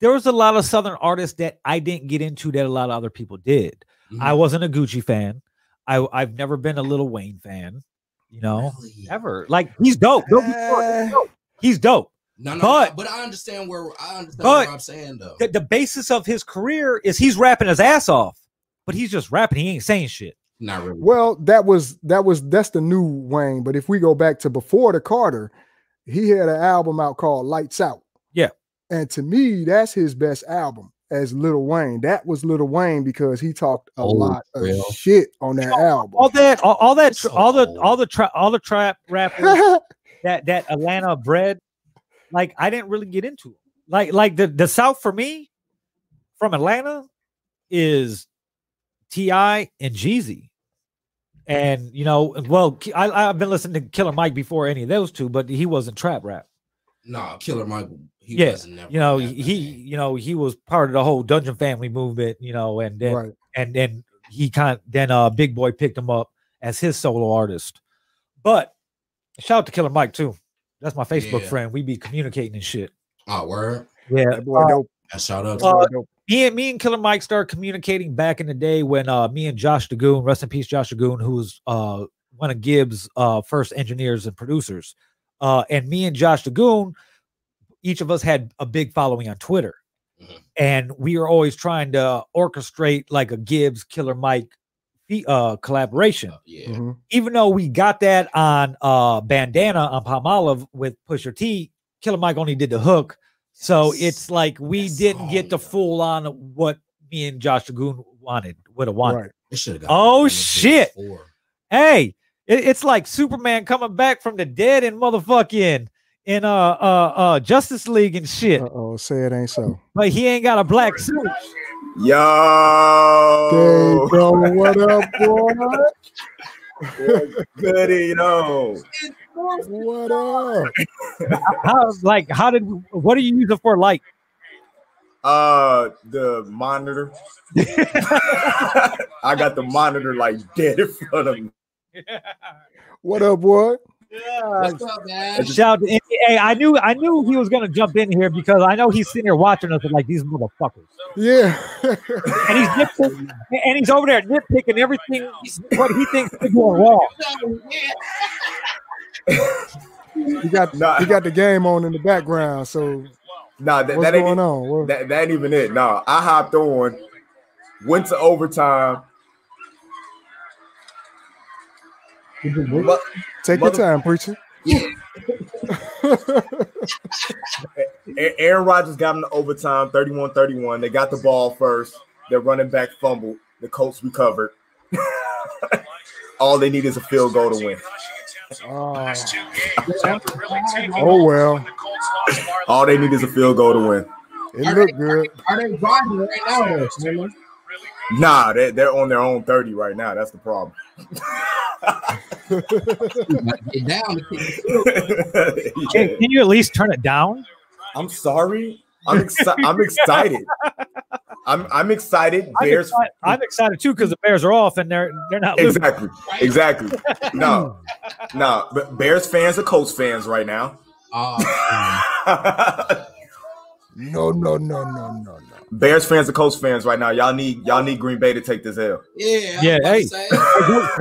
C: there was a lot of Southern artists that I didn't get into that a lot of other people did.
B: Mm-hmm.
C: I wasn't a Gucci fan. I I've never been a Little Wayne fan. You know,
B: Really? Uh,
C: ever like he's dope. Don't be short. He's dope. He's dope.
B: No, no,
C: But-
B: no, but I understand where I understand
C: but-
B: what I'm saying though.
C: The, the basis of his career is he's rapping his ass off, but he's just rapping. He ain't saying shit.
B: Not really.
A: Well, that was that was that's the new Wayne. But if we go back to before the Carter, he had an album out called Lights Out.
C: Yeah.
A: And to me, that's his best album as Little Wayne. That was Little Wayne because he talked a
B: Oh,
A: lot of
B: real?
A: shit on that album.
C: All that, all, all that,
B: So
C: all the,
B: old.
C: all the, tra- all the trap rappers that that Atlanta bred like I didn't really get into them. Like like the the South for me from Atlanta is Ti and Jeezy, and you know well I I've been listening to Killer Mike before any of those two, but he wasn't trap rap.
B: Nah, Killer Mike. He
C: Yeah,
B: wasn't never
C: You know
B: that
C: he
B: bad.
C: you know he was part of the whole Dungeon Family movement. You know and then
A: right.
C: and then he kind then uh Big Boy picked him up as his solo artist. But shout out to Killer Mike too. That's my Facebook
B: Yeah.
C: friend. We be communicating and shit.
B: Oh, word.
C: Yeah,
A: That boy
C: uh,
A: dope.
B: That shout out.
A: That
B: to-
A: boy
C: uh,
A: dope.
C: me and me and Killer Mike started communicating back in the day when uh me and Josh Dagoon, rest in peace, Josh Dagoon, who's uh one of Gibbs' uh first engineers and producers. Uh and me and Josh Dagoon, each of us had a big following on Twitter.
B: Mhm.
C: And we were always trying to orchestrate like a Gibbs Killer Mike fe- uh collaboration.
B: yeah.
A: Mhm.
C: Even though we got that on uh Bandana on Palm Olive with Pusher T, Killer Mike only did the hook. So
B: Yes. Oh,
C: it's like we
B: That
C: didn't get
B: song,
C: the
B: though.
C: full on what me and Josh Dragoon wanted, would have wanted.
A: Right.
B: They should have
C: Oh, shit. Hey, it- it's like Superman coming back from the dead and motherfucking in uh uh uh Justice League and shit,
B: Uh-huh.
A: Uh oh, say it ain't so.
C: but he ain't got a black suit.
A: Hey,
C: Oh.
D: Yo,
A: bro, what up, boy?
D: goody, yo.
A: What up?
C: How like how did what do you use it for? Like
D: Uh, the monitor. I got the monitor like dead in front of me.
A: What up, boy?
B: What's up, man?
C: shout out to NBA. I knew I knew he was gonna jump in here because I know he's sitting here watching us and like these motherfuckers.
A: Yeah.
C: and he's nitpicking, and he's over there nitpicking everything what he thinks is going wrong.
A: you got
D: Nah,
A: you got the game on in the background. So
D: nah, that,
A: what's
D: that ain't e,
A: going on? What-
D: That, that ain't even it. No, I hopped on, went to overtime. But
A: Take
D: mother-
A: your time, preacher.
D: A- Aaron Rodgers got him to overtime 31 31. They got the ball first. Their running back fumbled. The Colts recovered. All they need is a field goal to win.
A: Oh, oh well,
D: All they need is a field goal to win.
A: it looked good.
B: Are they driving right now? Taylor?
D: Nah, they, they're on their own 30 right now. That's the problem.
B: Get down.
C: Hey,
D: Yeah.
C: Can you at least turn it down?
D: I'm sorry. I'm, exci- I'm excited. I'm, I'm excited.
C: I'm
D: Bears.
C: excited, I'm excited too because the Bears are off and they're they're not losing.
D: Exactly. Exactly. No, no. But Bears fans are Colts fans right now.
B: Oh,
A: No, no, no, no, no, no.
D: Bears fans are Colts fans right now. Y'all need y'all need Green Bay to take this L.
B: yeah.
C: Yeah,
B: I
C: hey.
B: was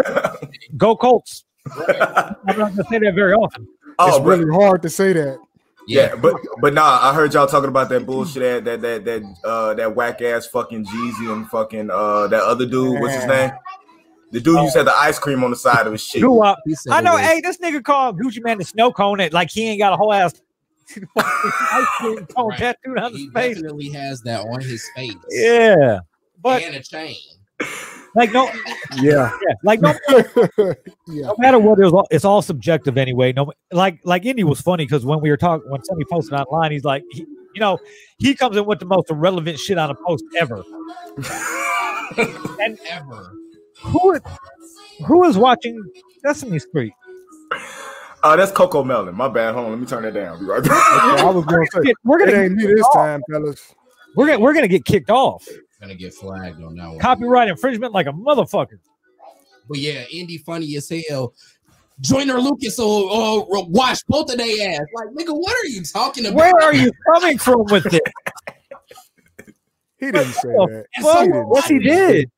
B: about to say.
C: Go Colts!
D: oh,
C: I'm not gonna say that very often.
A: it's
D: but,
A: really hard to say that.
D: yeah, but but nah, I heard y'all talking about that bullshit that that that that uh that whack ass fucking Jeezy and fucking uh that other dude, what's his name? The dude who used to have the ice cream on the side of his shit.
C: Grew up.
B: He said
C: uh, I
B: it
C: know.
B: was-
C: Hey, this nigga called Gucci Man the snow cone. It like he ain't got a whole ass ice cream cone
B: Right.
C: tattooed on
B: he
C: his face.
B: definitely has that on his face.
C: Yeah, but
B: and a chain.
C: like no,
A: Yeah,
C: yeah, like no
A: yeah.
C: no matter what it was, it's all subjective anyway. No, like like Indy was funny because when we were talking, when somebody posted online, he's like, he, you know, he comes in with the most irrelevant shit on a post ever.
B: Ever.
C: Who is who is watching Sesame Street?
D: Uh that's Coco Melon. My bad. Hold on, let me turn that down. Be right back.
A: I was gonna say
C: Shit, we're
A: it
C: gonna
A: ain't me this time, fellas.
C: we're gonna we're gonna get kicked off,
B: Gonna get flagged on that one.
C: copyright infringement like a motherfucker.
B: But yeah, Indy funny as hell. Joyner Lucas or, or wash both of their ass. Like, nigga, what are you talking about?
C: Where are you coming from with this?
A: He didn't say that.
C: Fuck, what he did?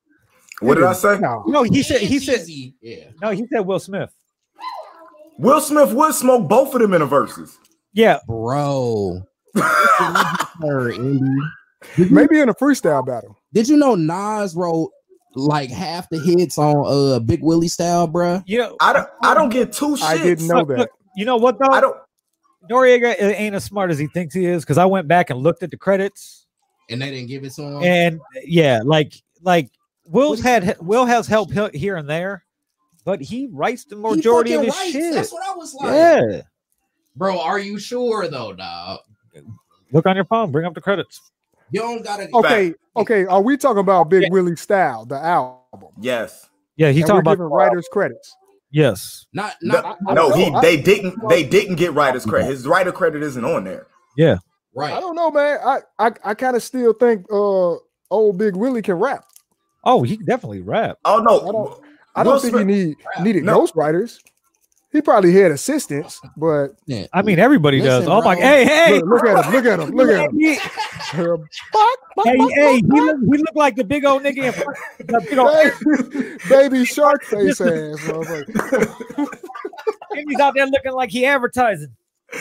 D: What did I say?
A: No,
C: No, he said he said
B: yeah.
C: no. He said Will Smith.
D: Will Smith would smoke both of them in the verses.
C: Yeah,
B: Bro. Her, Indy.
A: maybe in a freestyle battle.
B: Did you know Nas wrote like half the hits on uh Big Willie style, bruh?
C: you know.
D: I don't I don't get two shits.
A: I didn't know
C: Look,
A: that.
C: look, you know what though?
D: I don't
C: Noriega a- ain't as smart as he thinks he is because I went back and looked at the credits,
B: And they didn't give it to him.
C: and yeah, like like Will's had Will has help he- here and there, but he writes the
B: He
C: majority of
B: fucking
C: his
B: writes.
C: shit.
B: That's what I was like.
C: Yeah,
B: Bro, are you sure though, dog?
C: Look on your phone. Bring up the credits.
B: You don't gotta.
A: Okay, okay. Are we talking about Big Willie Style, the album?
D: Yes.
C: Yeah,
A: And
C: he's
A: we're
C: talking about
A: giving writers credits.
C: yes.
B: Not
D: No,
B: not
A: I
D: no,
A: don't
D: he
A: know. I-
D: they didn't they didn't get writer's credit. His writer credit isn't on there.
A: I
B: right.
A: don't know, man. I I, I kind of still think uh old Big Willie can rap.
C: Oh, he definitely rap.
D: Oh
A: I
D: no.
A: don't- I don't
D: Will
A: think
D: Smith-
A: he need
B: Rap.
A: needed
D: No.
A: ghostwriters. He probably had assistants, but
B: Yeah.
C: I mean, everybody
B: Listen,
C: does. Oh my!
B: bro.
C: Hey, hey,
A: look, look at him, look at him, look at him.
C: hey,
A: Uh, fuck, fuck,
C: hey,
A: fuck,
C: hey, he
A: fuck, fuck.
C: look, he look like the big old nigga. In front, the big old,
A: Baby, baby shark face ass, motherfucker.
C: and he's out there looking like he advertising.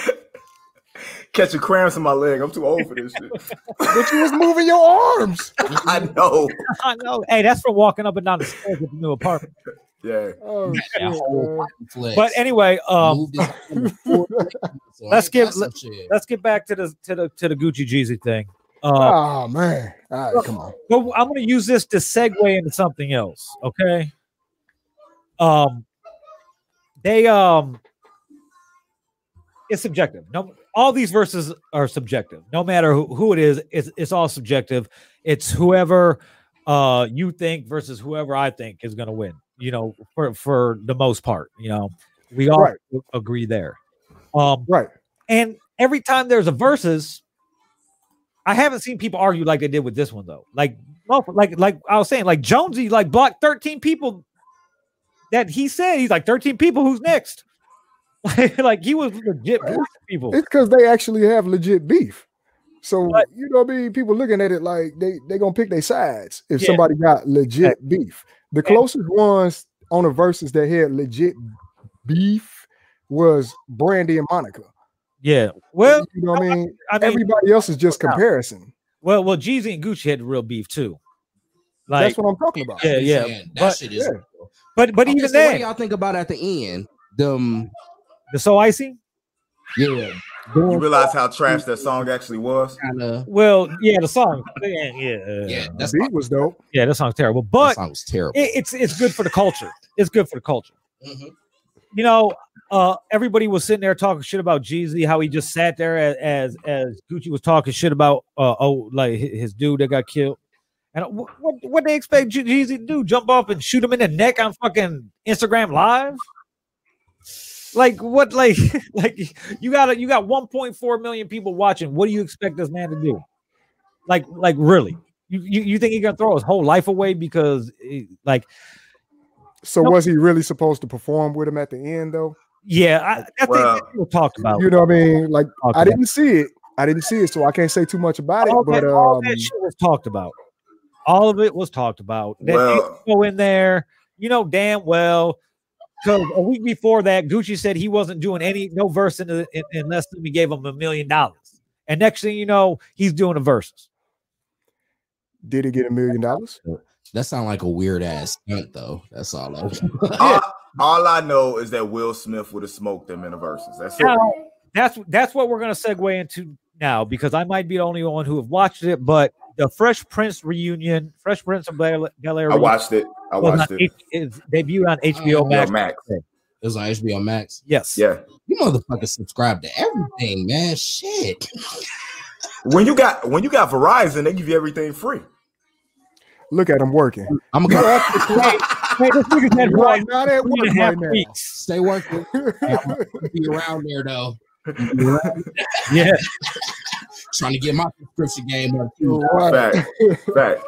D: Catching cramps in my leg. I'm too old for this shit.
A: But you was moving your arms.
D: I know.
C: I know. Hey, that's from walking up and down the stairs of the new apartment.
D: Yeah.
A: Oh, shit,
C: Yeah.
A: man.
B: Flex.
C: But anyway, um,
B: Moved his hand forward. So
C: Let's
B: ain't
C: give-
B: that some shit?
C: let's get back to the to the to the Gucci Jeezy thing. Uh,
A: oh man. All right, come on.
C: but I'm going to use this to segue into something else. Okay. Um, they um, it's subjective. No, all these verses are subjective. No matter who, who it is, it's it's all subjective. It's whoever uh you think versus whoever I think is going to win. You know, for for the most part, you know, we all
A: Right.
C: agree there. Um,
A: Right.
C: and every time there's a versus, I haven't seen people argue like they did with this one though. Like, motherf- like, like I was saying, like Jonesy like blocked 13 people that he said he's like 13 people. Who's next? like he was legit
A: Right.
C: blocking people.
A: It's because they actually have legit beef. So
C: But-
A: you know, what I mean, people looking at it like they they gonna pick their sides if
C: Yeah.
A: somebody got legit beef. The
C: Yeah.
A: closest ones on the verses that had legit beef was Brandy and Monica.
C: Yeah. Well,
A: you know what I mean.
C: I mean,
A: Everybody else is just
C: Look out.
A: comparison.
C: well, well, Jeezy and Gucci had real beef too. Like,
A: That's what I'm talking about.
C: Yeah, yeah,
B: Man, that
C: but-
B: shit is.
A: Yeah.
C: but but
B: Okay,
C: even
B: so what do
C: then,
B: y'all think about at the end? Them,
C: the so icy.
B: yeah,
D: You realize how trash that song actually was?
B: kind of.
C: Well, yeah, the song. Yeah, yeah,
B: Yeah,
C: yeah.
A: The
B: that's
A: beat was dope.
C: yeah that song's terrible.
B: that
C: But
B: song was terrible.
C: it, it's it's good for the culture. It's good for the culture.
B: Mhm.
C: You know, uh, everybody was sitting there talking shit about Jeezy, how he just sat there as as, as Gucci was talking shit about uh, oh like hi- his dude that got killed. And uh, wh- what what they expect Je- Jeezy to do? Jump up and shoot him in the neck on fucking Instagram Live? Like what? Like like you got you got 1.4 million people watching. What do you expect this man to do? Like like really? You you, you think he gonna throw his whole life away because eh, like
A: So
C: Nope.
A: was he really supposed to perform with him at the end though?
C: Yeah, I, I think
D: Well-
C: that people talked about.
A: You know what I mean? Like
C: talked
A: I
C: about.
A: didn't see it. I didn't see it, so I can't say too much about it.
C: all,
A: But
C: that, all
A: um,
C: that shit was talked about. All of it was talked about. That
D: Well-
C: they go in there, you know damn well. Because a week before that, Gucci said he wasn't doing any no verse in, the, in unless we gave him a million dollars. And next thing you know, he's doing the verses.
A: did he get a million dollars?
B: That sound like a weird ass stunt, though. That's all. I
D: All, all I know is that Will Smith would have smoked them in the verses. That's it.
C: Now, that's that's what we're gonna segue into now because I might be the only one who have watched it, but the Fresh Prince reunion, Fresh Prince of Bel Bel Air,
D: I watched it. I
C: was on
D: watched it. Oh,
C: H- is debuted on HBO
B: Uh,
D: Yeah,
C: Max.
D: Max.
B: It was on HBO Max.
C: Yes.
D: Yeah.
B: You motherfuckers subscribe to everything, man. Shit.
D: When you got when you got Verizon, they give you everything free.
A: Look at him working.
B: I'm gonna go
C: Hey, this nigga's had
A: You are
C: Verizon
A: not at
C: for three
A: work
C: and a half
A: right now.
C: weeks.
B: stay working. Be around there though,
C: Yeah.
B: trying to get my subscription game up. Oh,
A: You're
B: too.
A: right.
D: Fact. Fact.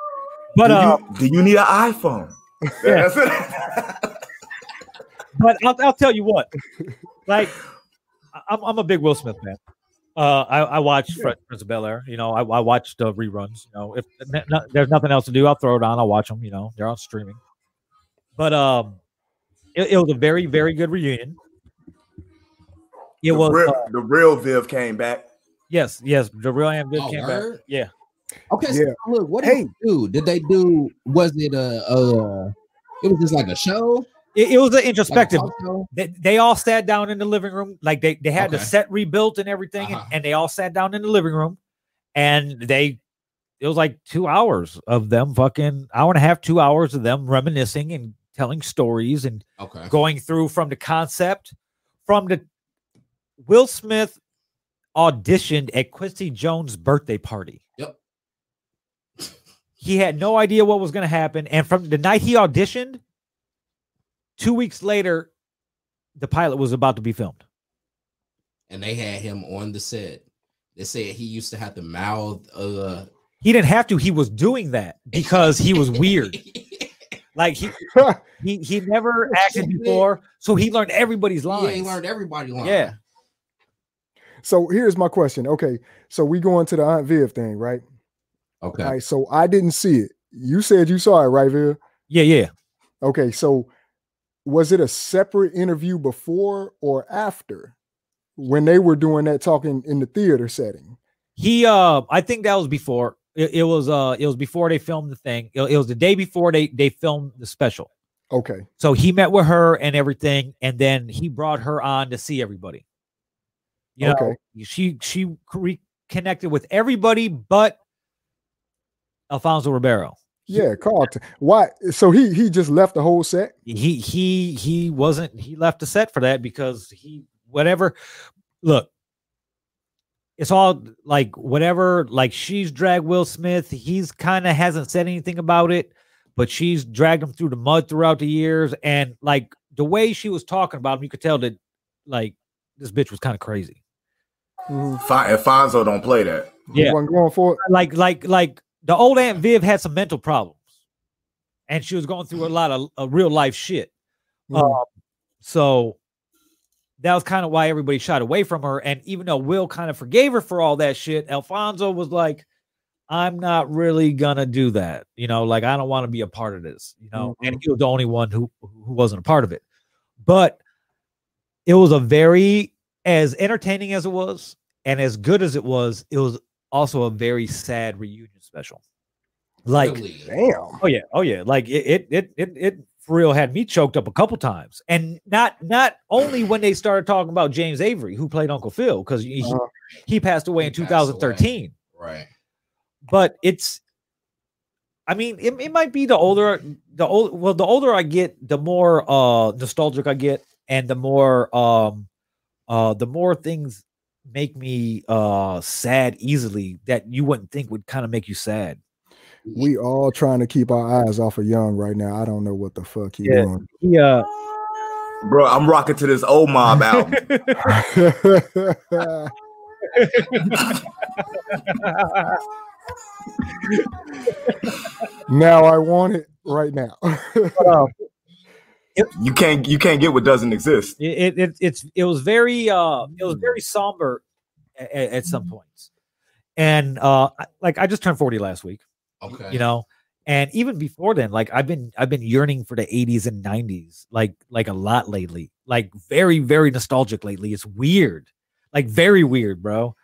C: But
D: do, you,
C: uh,
D: do you need an iPhone?
C: Yeah.
D: That's it.
C: but I'll, I'll tell you what. Like, I- I'm, I'm a big Will Smith fan. Uh, I, I watch Fresh Prince of Bel Air. You know, I, I watch the reruns. You know, if n- n- there's nothing else to do, I'll throw it on. I'll watch them. You know, they're on streaming. But um, it, it was a very, very good reunion. It
D: the,
C: was
D: real,
C: uh,
D: the real Viv came back.
C: yes, yes. The real Am Good
B: Oh,
C: came back.
B: word?
C: Yeah,
B: Okay, so
A: Yeah.
B: look, what
A: Hey.
B: did they do? Did they do? Was it a? Uh, it was just like a show.
C: it, it was an
B: Like a
C: introspective
B: talk show?
C: they, they all sat down in the living room like they, they had the
B: Okay.
C: set rebuilt and everything and,
B: Uh-huh.
C: and they all sat down in the living room and they it was like two hours of them fucking hour and a half two hours of them reminiscing and telling stories and
B: Okay.
C: going through from the concept from the Will Smith auditioned at Quincy Jones' birthday party.
B: Yep.
C: He had no idea what was going to happen. And from the night he auditioned, two weeks later, the pilot was about to be filmed.
B: and they had him on the set. They said he used to have to mouth uh
C: He didn't have to. He was doing that because he was weird. Like he he he never acted before, so he learned everybody's
B: yeah,
C: lines.
B: he learned everybody line.
C: Yeah.
A: So here's my question. Okay, so we going to the Aunt Viv thing, right?
B: Okay.
A: All right. So I didn't see it. You said you saw it, right, Viv?
C: yeah, yeah.
A: Okay. So was it a separate interview before or after when they were doing that talking in the theater setting?
C: He uh I think that was before it, it was uh it was before they filmed the thing. It, it was the day before they they filmed the special.
A: Okay.
C: So he met with her and everything, and then he brought her on to see everybody. You know,
A: Okay.
C: she she reconnected with everybody but Alfonso Ribeiro.
A: Yeah, Carlton. Why? So he he just left the whole set.
C: he he he wasn't he left the set for that because he whatever look it's all like whatever like she's dragged will smith he's kind of hasn't said anything about it but she's dragged him through the mud throughout the years and like the way she was talking about him you could tell that like this bitch was kind of crazy
A: Mhm.
D: Fon- Alfonso don't play that.
A: He
C: Yeah.
A: wasn't going for it.
C: like like like the old aunt viv had some mental problems and she was going through a lot of uh, real life shit Um,
A: Mhm.
C: So that was kind of why everybody shot away from her. And even though Will kind of forgave her for all that shit, Alfonso was like, I'm not really gonna do that. You know, like I don't want to be a part of this, you know. And he was the only one who who wasn't a part of it. But it was a very as entertaining as it was and as good as it was, it was also a very sad reunion special. Like
B: Really.
A: Damn.
C: Oh yeah, oh yeah. Like it, it, it, it, it for real had me choked up a couple times, and not not only when they started talking about James Avery, who played Uncle Phil, because he,
A: Uh-huh.
C: he passed away
B: He
C: in
B: passed away.
C: 2013.
B: right.
C: But it's, I mean, it, it might be the older the old well the older I get, the more uh nostalgic I get, and the more um uh the more things make me uh sad easily that you wouldn't think would kind of make you sad.
A: We all trying to keep our eyes off of Young right now. I don't know what the fuck he
C: Yeah.
A: doing.
C: Yeah.
D: Uh, Bro, I'm rocking to this old mob album.
A: now I want it right now.
D: You can't you can't get what doesn't exist.
C: it, it, it it's it was very uh it was very somber at, at some points and uh I- like i just turned 40 last week
B: Okay.
C: you know and even before then like i've been i've been yearning for the 80s and 90s like like a lot lately like very very nostalgic lately it's weird like very weird bro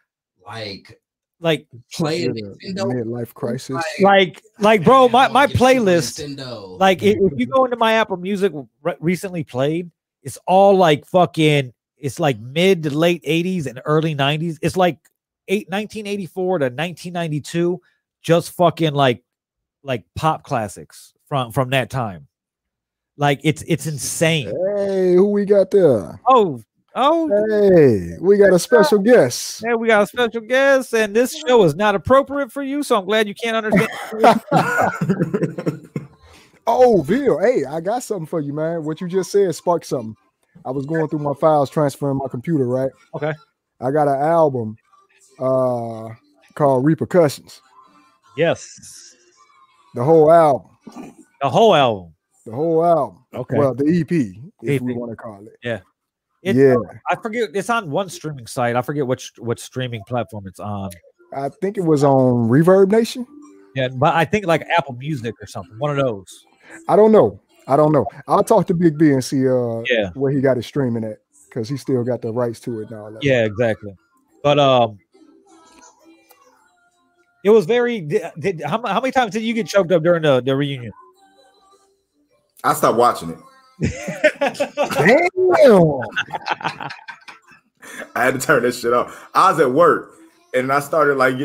B: like
C: like
B: playing
A: Yeah,
B: Nintendo.
A: Midlife crisis.
C: like like bro my my
B: Get you a
C: playlist
B: Nintendo.
C: Like if, if you go into my Apple Music re- recently played, it's all like fucking. It's like mid to late '80s and early '90s. It's like eight, 1984 to 1992, just fucking like like pop classics from from that time. Like it's it's insane.
A: Hey, who we got there?
C: Oh oh,
A: Hey, we got a special guest.
C: man, we got a special guest, and this show is not appropriate for you. So I'm glad you can't understand.
A: Oh, Bill. Hey, I got something for you, man. What you just said sparked something. I was going through my files, transferring my computer, right?
C: Okay.
A: I got an album uh called Repercussions.
C: yes,
A: The whole album.
C: the whole album.
A: The whole album.
C: Okay, E
A: Well, the EP, if we
C: EP.
A: want to call it.
C: It's-
A: yeah.
C: I forget it's on one streaming site. I forget which what streaming platform it's on.
A: I think it was on Reverb Nation.
C: Yeah, but I think like Apple Music or something. One of those.
A: I don't know. I don't know. I'll talk to Big B and see uh
C: Yeah,
A: where he got it streaming at because he still got the rights to it and all that.
C: yeah, exactly. But um, it was very. Did, did, how, mu- how many times did you get choked up during the, the reunion?
D: I stopped watching it.
A: Damn.
D: I had to turn this shit off. I was at work and I started like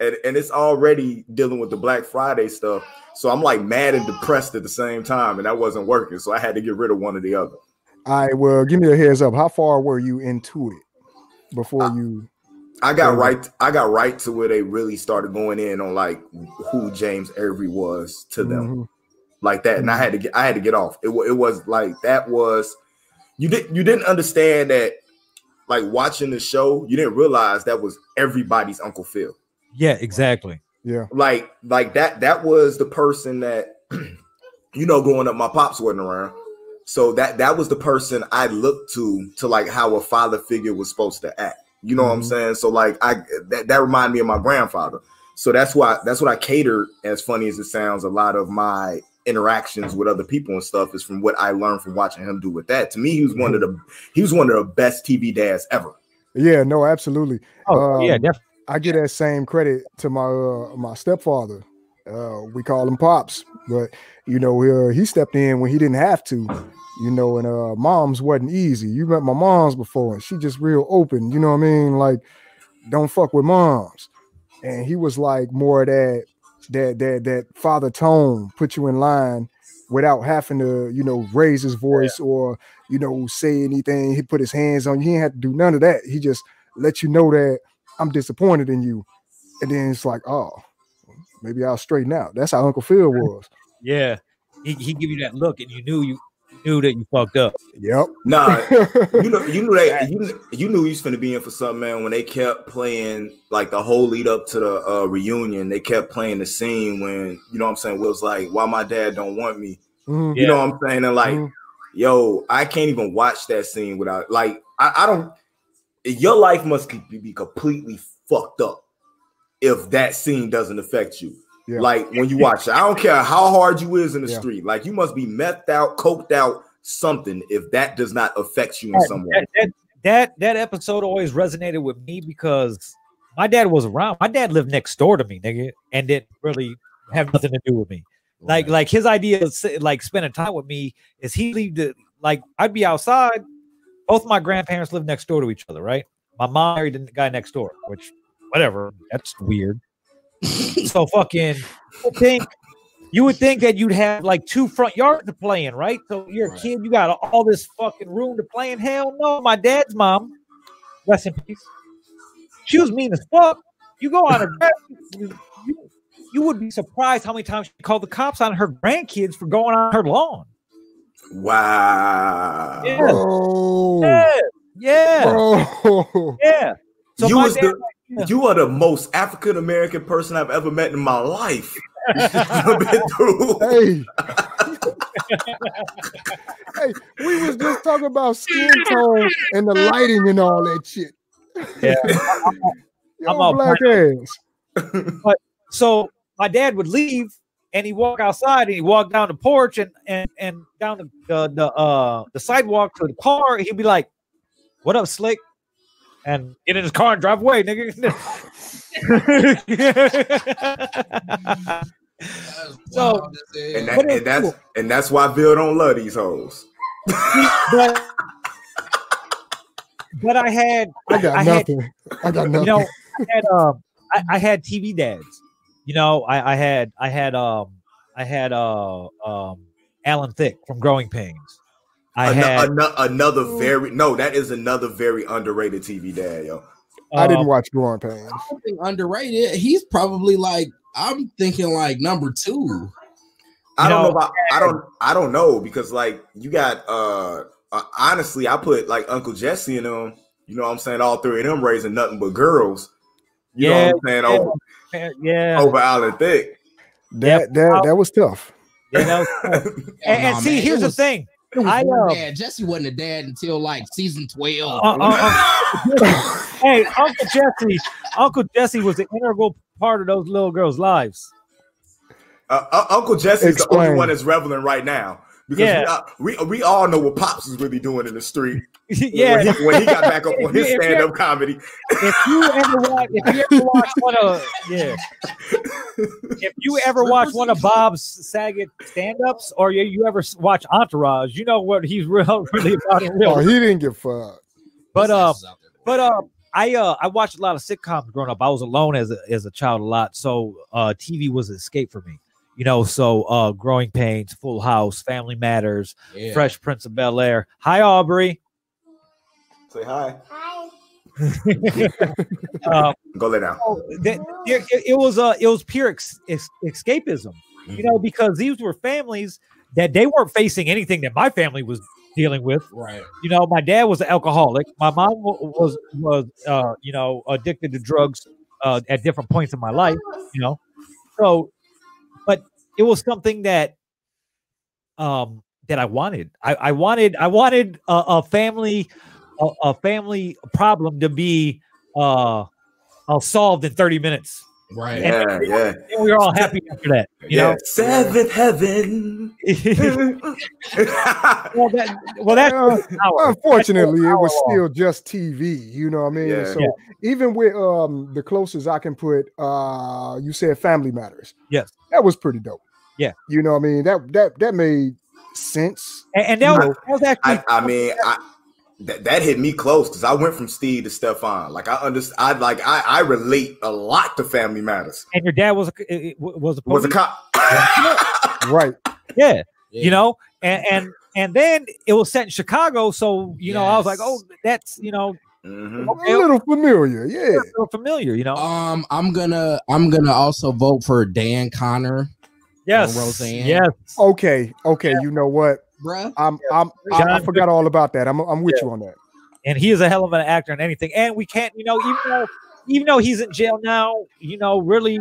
D: and, and it's already dealing with the Black Friday stuff. So I'm like mad and depressed at the same time, and that wasn't working. So I had to get rid of one or the other.
A: All right, well, give me a heads up. How far were you into it? before
D: Ah,
A: you.
D: I got right. I got right to where they really started going in on like who James Avery was to them,
A: Mhm.
D: like that. And I had to get. I had to get off. It, wa- it was like that was. You didn't. You didn't understand that. Like watching the show, you didn't realize that was everybody's Uncle Phil.
C: Yeah, exactly.
A: Yeah.
D: Like, like that. That was the person that, you know, growing up, my pops wasn't around. So that that was the person I looked to to like how a father figure was supposed to act. You know what I'm
A: Mhm.
D: saying? So like I that, that reminded me of my grandfather. So that's why that's what I catered, as funny as it sounds, a lot of my interactions with other people and stuff is from what I learned from watching him do with that. To me, he was one of the he was one of the best TV dads ever.
A: Yeah. No, absolutely.
C: Oh yeah,
A: Um,
C: definitely.
A: I get that same credit to my uh, my stepfather. Uh, we call him pops, but you know uh, he stepped in when he didn't have to. You know, and uh, mom's wasn't easy. You met my mom's before, and she just real open. You know what I mean? Like, don't fuck with moms. And he was like more of that that that that father tone, put you in line without having to you know raise his voice or you know say anything. He put his hands on you. He didn't have to do none of that. He just let you know that I'm disappointed in you. And then it's like, oh, maybe I'll straighten out. That's how Uncle Phil was.
C: Yeah, he he give you that look, and you knew you you knew that you fucked up.
A: Yep.
D: Nah, you know, you knew that you, kn- you knew you was finna be in for something, man. When they kept playing like the whole lead up to the uh, reunion, they kept playing the scene when you know what I'm saying Will's like, "Why my dad don't want me?"
A: Mhm,
D: You know
C: Yeah.
D: what I'm saying? And like,
A: mhm.
D: yo, I can't even watch that scene without like, I, I don't. Your life must be- be completely fucked up if that scene doesn't affect you.
A: Yeah.
D: Like when you watch it, I don't care how hard you is in the
A: Yeah.
D: street. Like you must be methed out, coked out, something. If that does not affect you in some way.
C: That, that that that episode always resonated with me because my dad was around. My dad lived next door to me, nigga, and didn't really have nothing to do with me. Like like his idea of sit- like spending time with me is he leave the like I'd be outside. Both my grandparents lived next door to each other, right? My mom married the guy next door, which whatever, that's weird. so fucking you would think you would think that you'd have like two front yards to play in, right? So you're
B: Right.
C: a kid, you got all this fucking room to play in. Hell no, my dad's mom, rest in peace. She was mean as fuck. You go on a you, you- you would be surprised how many times she called the cops on her grandkids for going on her lawn.
D: Wow.
C: Yeah.
A: Bro.
C: Yeah, yeah,
A: Bro.
C: yeah. So
D: you
C: my
D: was
C: dad,
D: the, you are the most African American person I've ever met in my life. You've been through.
A: Hey. hey, we was just talking about skin tone and the lighting and all that shit.
C: Yeah.
A: Yo,
C: I'm all
A: black ass.
C: so my dad would leave and he walk outside and he walked down the porch and and and down the the, the uh the sidewalk to the car. He'd be like, "What up, slick?" And get in his car and drive away, nigga. So-
D: And,
B: so
D: that, and that's and that's why Bill don't love these hoes.
C: but, but I had
A: I got
C: I had-
A: nothing. I got nothing.
C: you know, I had um, I, I had TV dads. You know, I, I had I had um, I had uh, um, Alan Thick from Growing Pains. I
D: Ano-
C: had
D: ano- another
C: Mm.
D: very no, that is another very underrated TV dad, yo.
A: I didn't
C: um,
A: watch Growing Pains.
B: something underrated. He's probably like I'm thinking like number two.
D: I don't know
C: know,
D: about I don't I don't know because like you got uh, uh honestly I put like Uncle Jesse and them, you know what I'm saying, all three of them raising nothing but girls. You know what I'm saying? Over,
A: Oh,
C: yeah,
D: over Alan Thick.
A: That that that was tough.
C: you know. and, and
B: Nah,
C: see,
B: Oh, man, it
C: here's
B: was-
C: the thing.
B: it was
C: I,
B: one
C: um,
B: dad. Jesse wasn't a dad until like season twelve.
C: Uh, uh, uh, hey, Uncle Jesse, Uncle Jesse was an integral part of those little girls' lives.
D: Uh, uh, Uncle Jesse's the
A: Explain.
D: only one that's reveling right now because
C: Yeah.
D: we, all, we we all know what Pops is really doing in the street.
C: yeah,
D: when he, when he got back up on his
C: Yeah, yeah.
D: stand up comedy,
C: if you ever watch, if you ever watch one of yeah, if you ever watch one of Bob's Saget stand-ups, or you, you ever s- watch Entourage, you know what he's real really about in real.
A: Oh, he didn't give a fuck.
C: But uh,
B: That's out there.
C: but uh, I uh, I watched a lot of sitcoms growing up. I was alone as a, as a child a lot, so uh, TV was an escape for me. You know, so uh, Growing Pains, Full House, Family Matters,
B: Yeah.
C: Fresh Prince of Bel Air, Hi Aubrey,
D: say hi.
C: um,
D: Go lay down.
C: that- it, it- it was uh, it was pure ex- ex- escapism, you know, because these were families that they weren't facing anything that my family was dealing with.
B: Right.
C: You know, my dad was an alcoholic. My mom wa- was was uh, you know addicted to drugs uh, at different points in my life. You know, so but it was something that um that I wanted. I, I wanted I wanted a, a family a, a family problem to be uh, uh solved in thirty minutes.
B: Right.
C: And-
D: Yeah, yeah.
C: And we were all happy after that. You
D: yeah. Seventh heaven.
C: know. well, that well that
A: Well,
C: hour.
A: Unfortunately, it was
C: Hour
A: still
C: long.
A: just TV. You know what I mean?
D: Yeah.
A: So even with um the closest I can put, uh, you said Family Matters.
C: Yes.
A: that was pretty dope.
C: Yeah.
A: you know what I mean. That that that made sense.
C: and, and that, was, that was actually
D: I, I mean, I that, that hit me close because I went from Steve to Stefan. Like I understand. I like I, I relate a lot to Family Matters.
C: and your dad was a, it- it was a
D: Was a
C: police-
D: cop.
A: Right.
C: yeah.
B: Yeah.
C: you know and and and then it was set in chicago so you know i was like
B: Yes.
C: oh that's you know
D: Mhm.
C: Okay.
A: A little familiar. Yeah.
C: so familiar you know
B: Um, I'm gonna I'm gonna also vote for Dan Connor,
C: yes
B: Roseanne.
C: yes
A: Okay. Okay. You know what?
B: bruh.
A: I'm I'm I, I
C: John-
A: forgot all about that. I'm I'm with you on that.
C: and he is a hell of an actor and anything and we can't you know even though even though he's in jail now you know really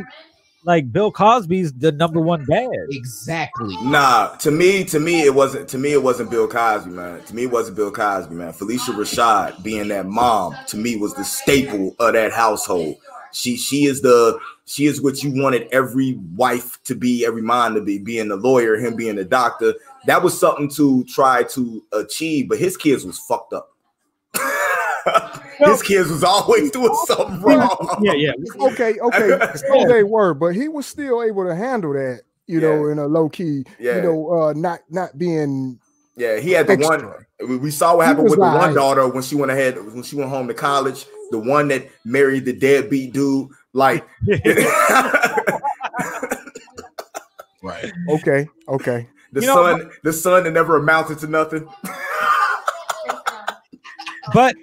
C: like bill cosby's the number one dad
B: Exactly.
D: Nah, to me, to me, it wasn't. To me, it wasn't Bill Cosby, man. To me, it wasn't Bill Cosby, man. Felicia Rashad being that mom to me was the staple of that household. She, she is the, she is what you wanted every wife to be, every mom to be, being the lawyer, him being the doctor. That was something to try to achieve, but his kids was fucked up. his kids was always doing something wrong.
C: yeah yeah
A: Okay. Okay. So they were, but he was still able to handle that. You know, in a low key.
D: Yeah.
A: You know, uh, not not being
D: Yeah, he had the one.
A: Extra.
D: We, we saw what
A: He
D: happened
A: was
D: with the one
A: lying.
D: daughter when she went ahead when she went home to college. The one that married the deadbeat dude. Like,
C: yeah
D: the
B: Right.
A: okay. Okay.
C: You know,
D: son, the son that never amounted to nothing.
C: but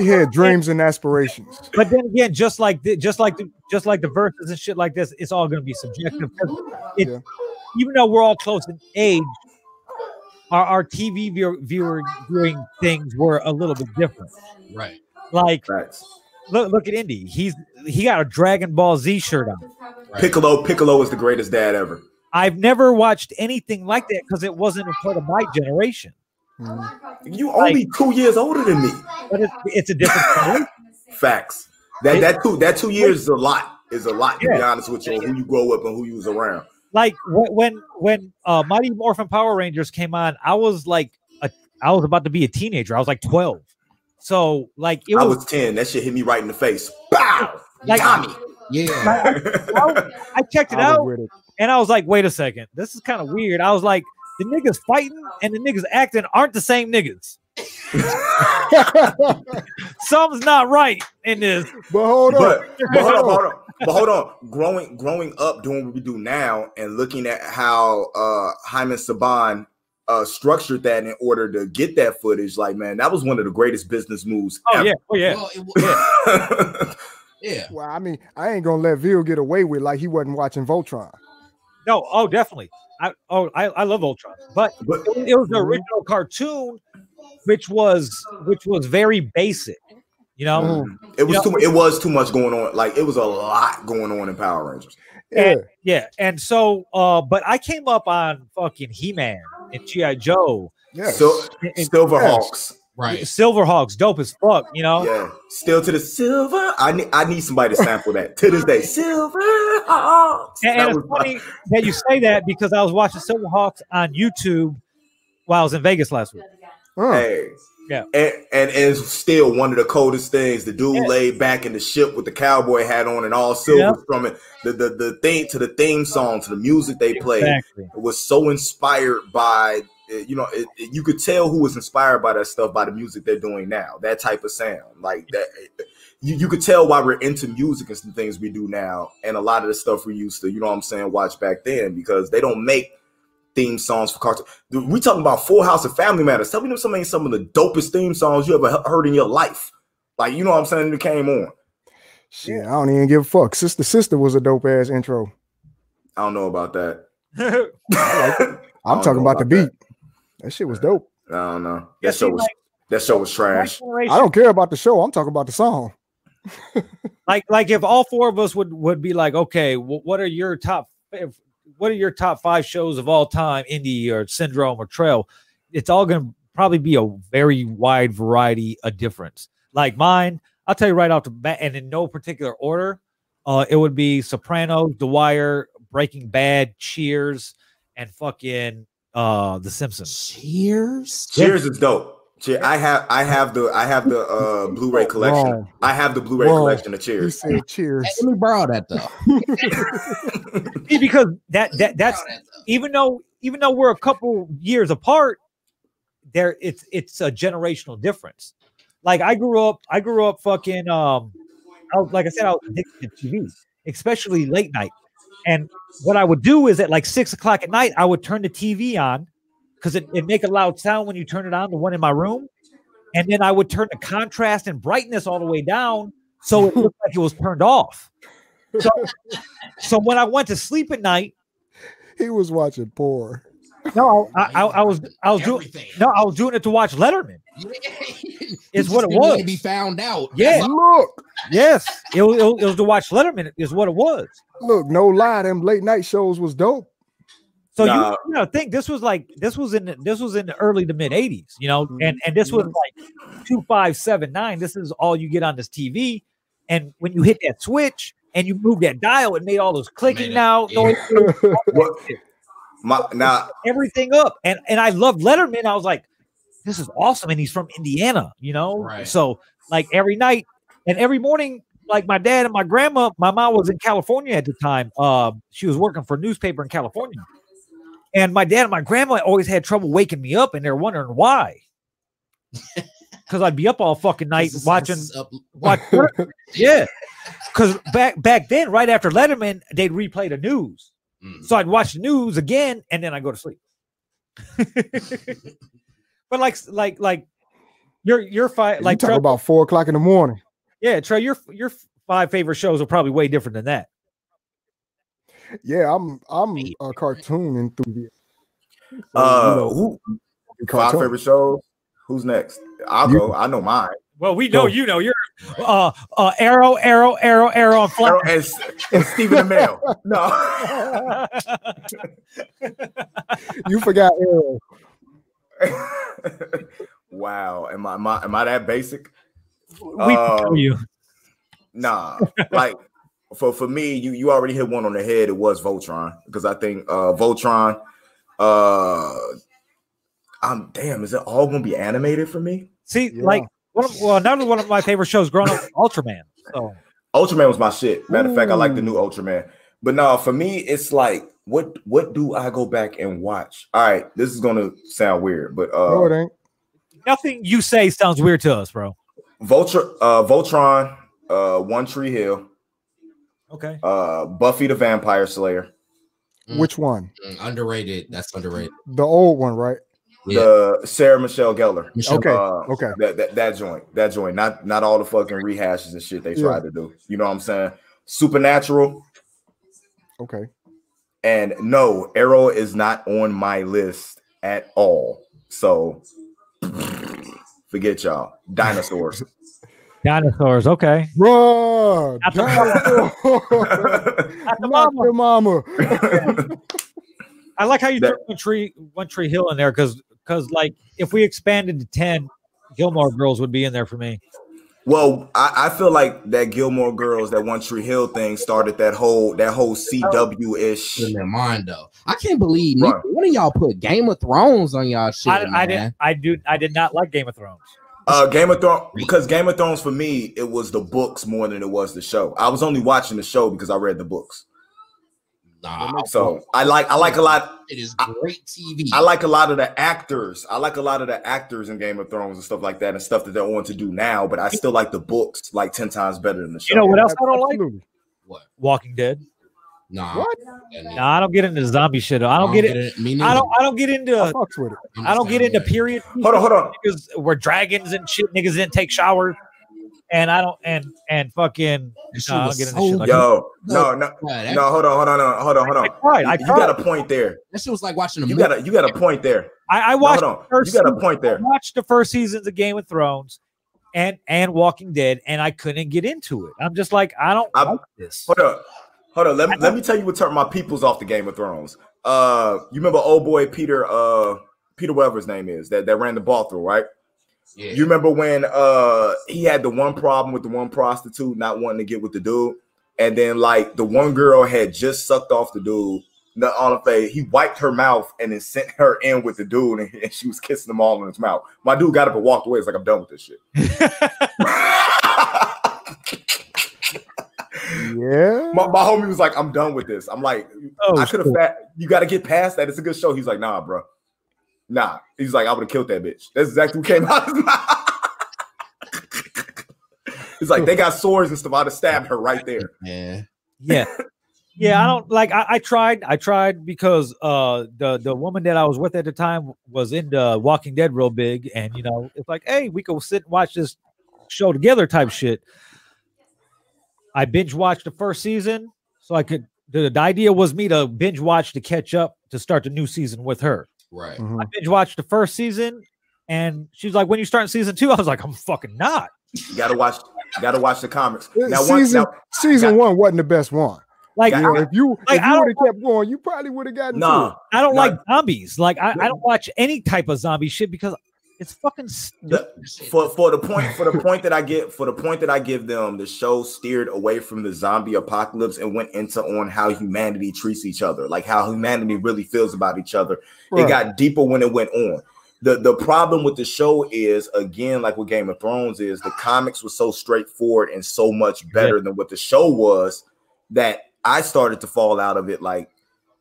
A: He had dreams and aspirations.
C: but then again just like the, just like the, just like the verses and shit like this it's all going to be subjective 'cause it,
A: Yeah.
C: even though we're all close in age, our, our TV view, viewer viewing things were a little bit different.
B: Right.
C: Like
D: Right.
C: look look at Indy. He's he got a Dragon Ball Z shirt on.
B: Right.
D: Piccolo, Piccolo is the greatest dad ever.
C: I've never watched anything like that because it wasn't a part of my generation.
A: Mm.
D: You only two years older than me.
C: But it's it's a different generation.
D: Facts. That that two that two years is a lot. Is a lot to be
C: Yeah.
D: honest with you. on Who you grow up and who you was around.
C: like wh- when when uh, Mighty Morphin Power Rangers came on, I was like a, I was about to be a teenager. I was like twelve. So like it
D: I
C: was
D: was ten. That shit hit me right in the face. Bow.
C: Like-
D: Tommy.
B: Yeah.
C: I checked it
A: I was
C: out.
A: with it.
C: And I was like, wait a second, this is kind of weird. I was like, the niggas fighting and the niggas acting aren't the same niggas. Something's not right in this.
A: but hold on.
D: but, but hold on, hold on. But hold on. Growing growing up doing what we do now and looking at how uh Hyman Saban uh structured that in order to get that footage, like man, that was one of the greatest business moves
C: Oh
D: ever.
C: yeah, oh yeah.
B: Well, it, wa- yeah.
A: Well, I mean, I ain't gonna let Ville get away with like he wasn't watching Voltron.
C: No, oh definitely. I oh I, I love Ultron, but
D: but
C: it was- it was the
D: Mm-hmm.
C: original cartoon, which was which was very basic. You know,
D: it was
C: Yeah.
D: too it was too much going on. Like it was a lot going on in Power Rangers.
A: Yeah.
C: yeah. And so, uh, but I came up on fucking He Man and GI Joe,
A: Yeah.
D: So
C: and, and
D: Silverhawks.
B: Right.
C: Silverhawks, dope as fuck. You know,
D: Yeah. Still to the silver. I need I need somebody to sample that to this day. Silverhawks.
C: And,
D: That
C: and
D: was
C: it's
D: my-
C: funny that you say that because I was watching Silverhawks on YouTube while I was in Vegas last week.
A: Huh.
D: Hey.
C: Yeah.
D: And, and and it's still one of the coldest things. The dude
C: Yeah.
D: laid back in the ship with the cowboy hat on and all silver from it. The, the the thing to the theme song to the music they played
C: Exactly.
D: was so inspired by uh, you know it, it- you could tell who was inspired by that stuff by the music they're doing now. That type of sound like that. You, you could tell why we're into music and some things we do now, and a lot of the stuff we used to, you know what I'm saying, watch back then because they don't make theme songs for cartoons. Dude, We talking about Full House and Family Matters. Tell me them some ain't some of the dopest theme songs you ever he- heard in your life. Like, you know what I'm saying? It came on.
A: Shit, I don't even give a fuck. Sister, sister was a dope ass intro.
D: I don't know about that. I
A: I'm
D: don't
A: talking
D: know
A: about the beat.
D: about
A: That. shit was dope.
D: I don't know.
C: Yeah,
D: That
C: she
D: show was
C: like-
D: that show was trash.
A: I don't care about the show. I'm talking about the song.
C: like like if all four of us would would be like okay wh- what are your top if, what are your top five shows of all time indie or syndrome or trail it's all gonna probably be a very wide variety of difference like mine i'll tell you right off the bat and in no particular order uh it would be sopranos the wire breaking bad cheers and fucking uh the simpsons
B: Cheers.
D: Cheers is dope. Cheer, I have I have the I have the uh Blu-ray collection.
A: Wrong.
D: I have the Blu-ray
A: Wrong.
D: collection of
A: He
D: Cheers.
A: said cheers.
B: Hey, let me borrow that though.
C: See, because that that that's
B: Borrow that, though.
C: even though even though we're a couple years apart, there it's it's a generational difference. Like I grew up, I grew up fucking um, I was, like I said, I was addicted to TV, especially late night. And what I would do is at like six o'clock at night, I would turn the TV on because it it make a loud sound when you turn it on. The one in my room, and then I would turn the contrast and brightness all the way down so it looked like it was turned off. So, so when I went to sleep at night,
A: He was watching porn.
C: no, I, I, I was I was doing
B: Everything.
C: Oh, no, I was doing it to watch Letterman.
B: It's
C: what it was.
B: To be found out.
C: Yeah.
A: Look,
C: Yes, it was, it was- it was to watch Letterman is what it was.
A: look, no lie, them late night shows was dope.
C: So
D: Nah.
C: you, you know, think this was like this was in the, this was in the early to mid '80s, you know, and and this was like two five seven nine. This is all you get on this TV, and when you hit that switch and you move that dial, it made all those clicking
B: Made it-
C: now,
B: yeah.
C: noise,
D: What- my now
C: everything up, and and I loved Letterman. I was like, this is awesome, and he's from Indiana, you know,
B: Right.
C: so like every night and every morning. Like my dad and my grandma, my mom was in California at the time. Uh, she was working for a newspaper in California. And my dad and my grandma always had trouble waking me up, and they're wondering why. Because I'd be up all fucking night
B: This is-
C: watching.
B: this is up-
C: Watch, yeah, because back back then, right after Letterman, they'd replay the news.
B: Mm.
C: So I'd watch the news again, and then I go to sleep. but like like like your your five
A: Like you
C: like
A: talk
C: Trey-
A: about four o'clock in the morning.
C: yeah Trey your your five favorite shows are probably way different than that.
A: Yeah, I'm I'm a cartoon enthusiast.
D: uh who five
A: Cartoon.
D: favorite shows? Who's next? I'll
A: You-
D: go. I know mine.
C: Well, we
A: know
C: you know you're uh uh arrow arrow arrow arrow and
D: Harold and, and Stephen Amell. No.
A: You forgot Arrow.
D: wow. Am I, am I am I that basic?
C: we know
A: Oh.
D: Um,
C: you.
D: Nah. Like for for me, you you already hit one on the head. It was Voltron because I think uh Voltron. Uh, I'm damn. Is it all gonna be animated for me?
C: See,
A: Yeah.
C: like one of, well, another one of my favorite shows growing up, was Ultraman. So
D: Ultraman was my shit. Matter of fact, I like the new Ultraman. But no, for me, it's like, what what do I go back and watch? All right, this is gonna sound weird, but uh,
A: No, it ain't.
C: nothing you say sounds weird to us, bro.
D: Voltr- uh, Voltron, uh, One Tree Hill,
C: Okay.
D: uh, Buffy the Vampire Slayer,
B: Mm.
A: Which one?
B: Mm, underrated. That's underrated.
A: The old one, right?
B: Yeah.
D: the Sarah Michelle Gellar.
B: Michelle-
A: Okay.
D: Uh,
A: Okay.
D: That, that that joint, that joint. Not not all the fucking rehashes and shit they
A: Yeah.
D: tried to do. You know what I'm saying? Supernatural
A: Okay.
D: and no, Arrow is not on my list at all. So forget y'all. Dinosaurs.
C: Dinosaurs. Okay.
A: Bruh.
C: Not the
A: damn.
C: Not the
A: Not
C: mama.
A: the mama.
C: I like how you
D: That-
C: threw one tree one tree hill in there because because like if we expanded to ten, Gilmore Girls would be in there for me.
D: Well, I, I feel like that Gilmore Girls, that One Tree Hill thing, started that whole that whole CW ish.
B: in their mind though. I can't believe
D: Right.
B: neither one of y'all put Game of Thrones on y'all shit.
C: I, I
B: man.
C: didn't I do I did not like Game of Thrones.
D: Uh, Game of Thrones because Game of Thrones for me it was the books more than it was the show. I was only watching the show because I read the books.
B: Nah,
D: So I like I like a lot
B: it is
D: I-
B: great TV.
C: Mm-hmm.
D: I like a lot of the actors. I like a lot of the actors in Game of Thrones and stuff like that and stuff that they're on to do now. But I still like the books like ten times better than the show.
C: You know what else I don't like?
A: Absolutely.
B: what?
C: Walking Dead.
B: Nah,
A: What?
C: No, I don't get into the zombie shit. I don't get it.
B: Me neither.
C: I don't I don't get
A: I
C: into
A: fucks with it.
B: I'm the
C: I don't get
B: same
C: into
B: way.
C: period
D: Hold on, hold on.
C: niggas were dragons and shit. Niggas didn't take showers. and I don't and and fucking
B: That shit
C: nah, I
B: was
C: don't get into
B: so
C: shit like that.
D: Yo, no, no,
B: God, that,
D: no, hold on, hold on, hold on, hold on, hold
C: I
D: on.
C: cried. I
D: You got
C: cried.
D: a point there.
B: that shit was like watching a
D: You
B: movie.
D: got a you got a point there.
C: I, I
D: No,
C: watched
D: hold on. You
C: first
D: got a
C: season.
D: point there.
C: I watched the first seasons of Game of Thrones and and Walking Dead, and I couldn't get into it. I'm just like, I don't
D: I'm-
C: like this.
D: Hold up. Hold up. Let me let me tell you what turned my peoples off the Game of Thrones. Uh you remember old boy Peter uh Peter whatever his name is that, that ran the ball through, right?
B: yeah.
D: You remember when uh he had the one problem with the one prostitute not wanting to get with the dude, and then like the one girl had just sucked off the dude. Not on the face, he wiped her mouth and then sent her in with the dude, and, and she was kissing him all in his mouth. My dude got up and walked away. It's like I'm done with this shit. my,
A: Yeah.
D: my homie was like, I'm done with this. I'm like,
C: Oh,
D: I could have. Fa- you got to get past that. It's a good show. He's like, nah, bro, nah. He's like, I would have killed that bitch. That's exactly what came out. of his mouth. It's like they got swords and stuff. I'd have stabbed her right there.
B: yeah.
C: yeah yeah i don't like I, I tried i tried because uh the the woman that i was with at the time was in the walking dead real big and you know it's like hey we could sit and watch this show together type shit i binge watched the first season so i could the, the idea was me to binge watch to catch up to start the new season with her
B: Right.
A: Mhm.
C: i binge watched the first season and she's like when you starting season two i was like i'm fucking not
D: You gotta watch. You gotta watch the comics. Now, once
A: season
D: now,
A: season
D: got-
A: one wasn't the best one.
C: like
A: You
D: Got-
A: know,
C: I,
A: if you
C: Like,
A: if
C: I
A: you
C: don't
A: would have kept going, you probably would have gotten
D: nah,
C: I don't
D: no.
C: like zombies like I, I
D: No.
C: don't watch any type of zombie shit because it's fucking stupid.
D: the- for for the point for the point that I get for the point that I give them, the show steered away from the zombie apocalypse and went into on how humanity treats each other, like how humanity really feels about each other.
A: through.
D: It got deeper when it went on. The the problem with the show is again, like with Game of Thrones, is the comics were so straightforward and so much better than what the show was that I started to fall out of it. Like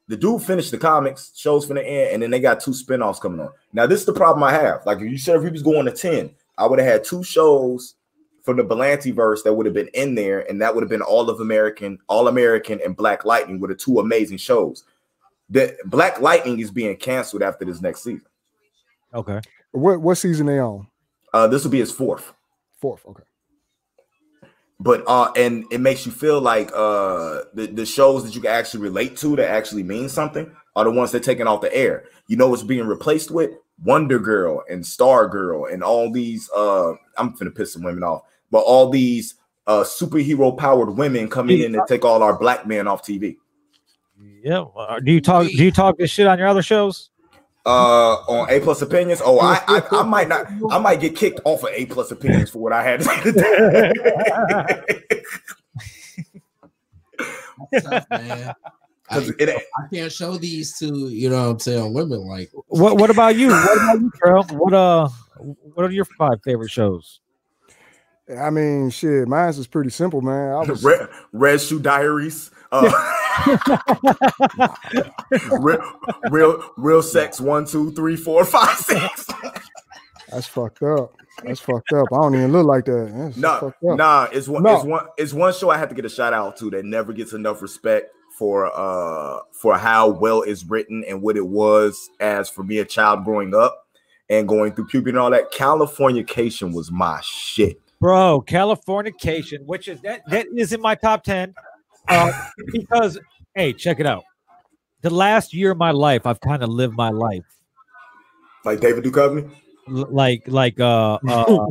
D: the dude finished the comics, shows finna end, and then they got two spin-offs coming on. Now, this is the problem I have. Like if you said if we was going to 10, I would have had two shows from the Belanti verse that would have been in there, and that would have been all of American, All American, and Black Lightning were the two amazing shows. The Black Lightning is being canceled after this next season.
C: Okay.
A: What what season they on?
D: Uh, this will be his fourth.
A: Fourth. Okay.
D: but uh and it makes you feel like uh the, the shows that you can actually relate to that actually mean something are the ones they're taking off the air you know what's being replaced with wonder girl and star girl and all these uh i'm gonna piss some women off but all these uh superhero powered women coming in and take all our black men off tv
C: Yeah. uh, Do you talk? Do you talk this shit on your other shows?
D: uh on a plus opinions oh I, I i might not i might get kicked off of a plus opinions for what i had to say today.
C: I
B: Tough, man. I,
D: 'Cause it ain't-
B: I can't show these to you know what I'm saying women like
C: What What about you? What about you, Carol? What uh? What are your five favorite shows?
A: I mean, shit, mine's is pretty simple, man. I was
D: Red, Red Shoe Diaries. Uh, real, real, real sex. One, two, three, four, five, six.
A: that's fucked up. That's fucked up. I don't even look like that. That's
D: No,
A: fucked up.
D: nah. It's one.
A: No.
D: It's one. It's one show I have to get a shout out to that never gets enough respect for uh for how well it's written and what it was as for me a child growing up and going through puberty and all that. Californication was my shit.
C: Bro, Californication, which is that that is in my top ten, uh, because hey, check it out. The last year of my life, I've kind of lived my life
D: Like David Duchovny.
C: l- like like uh, uh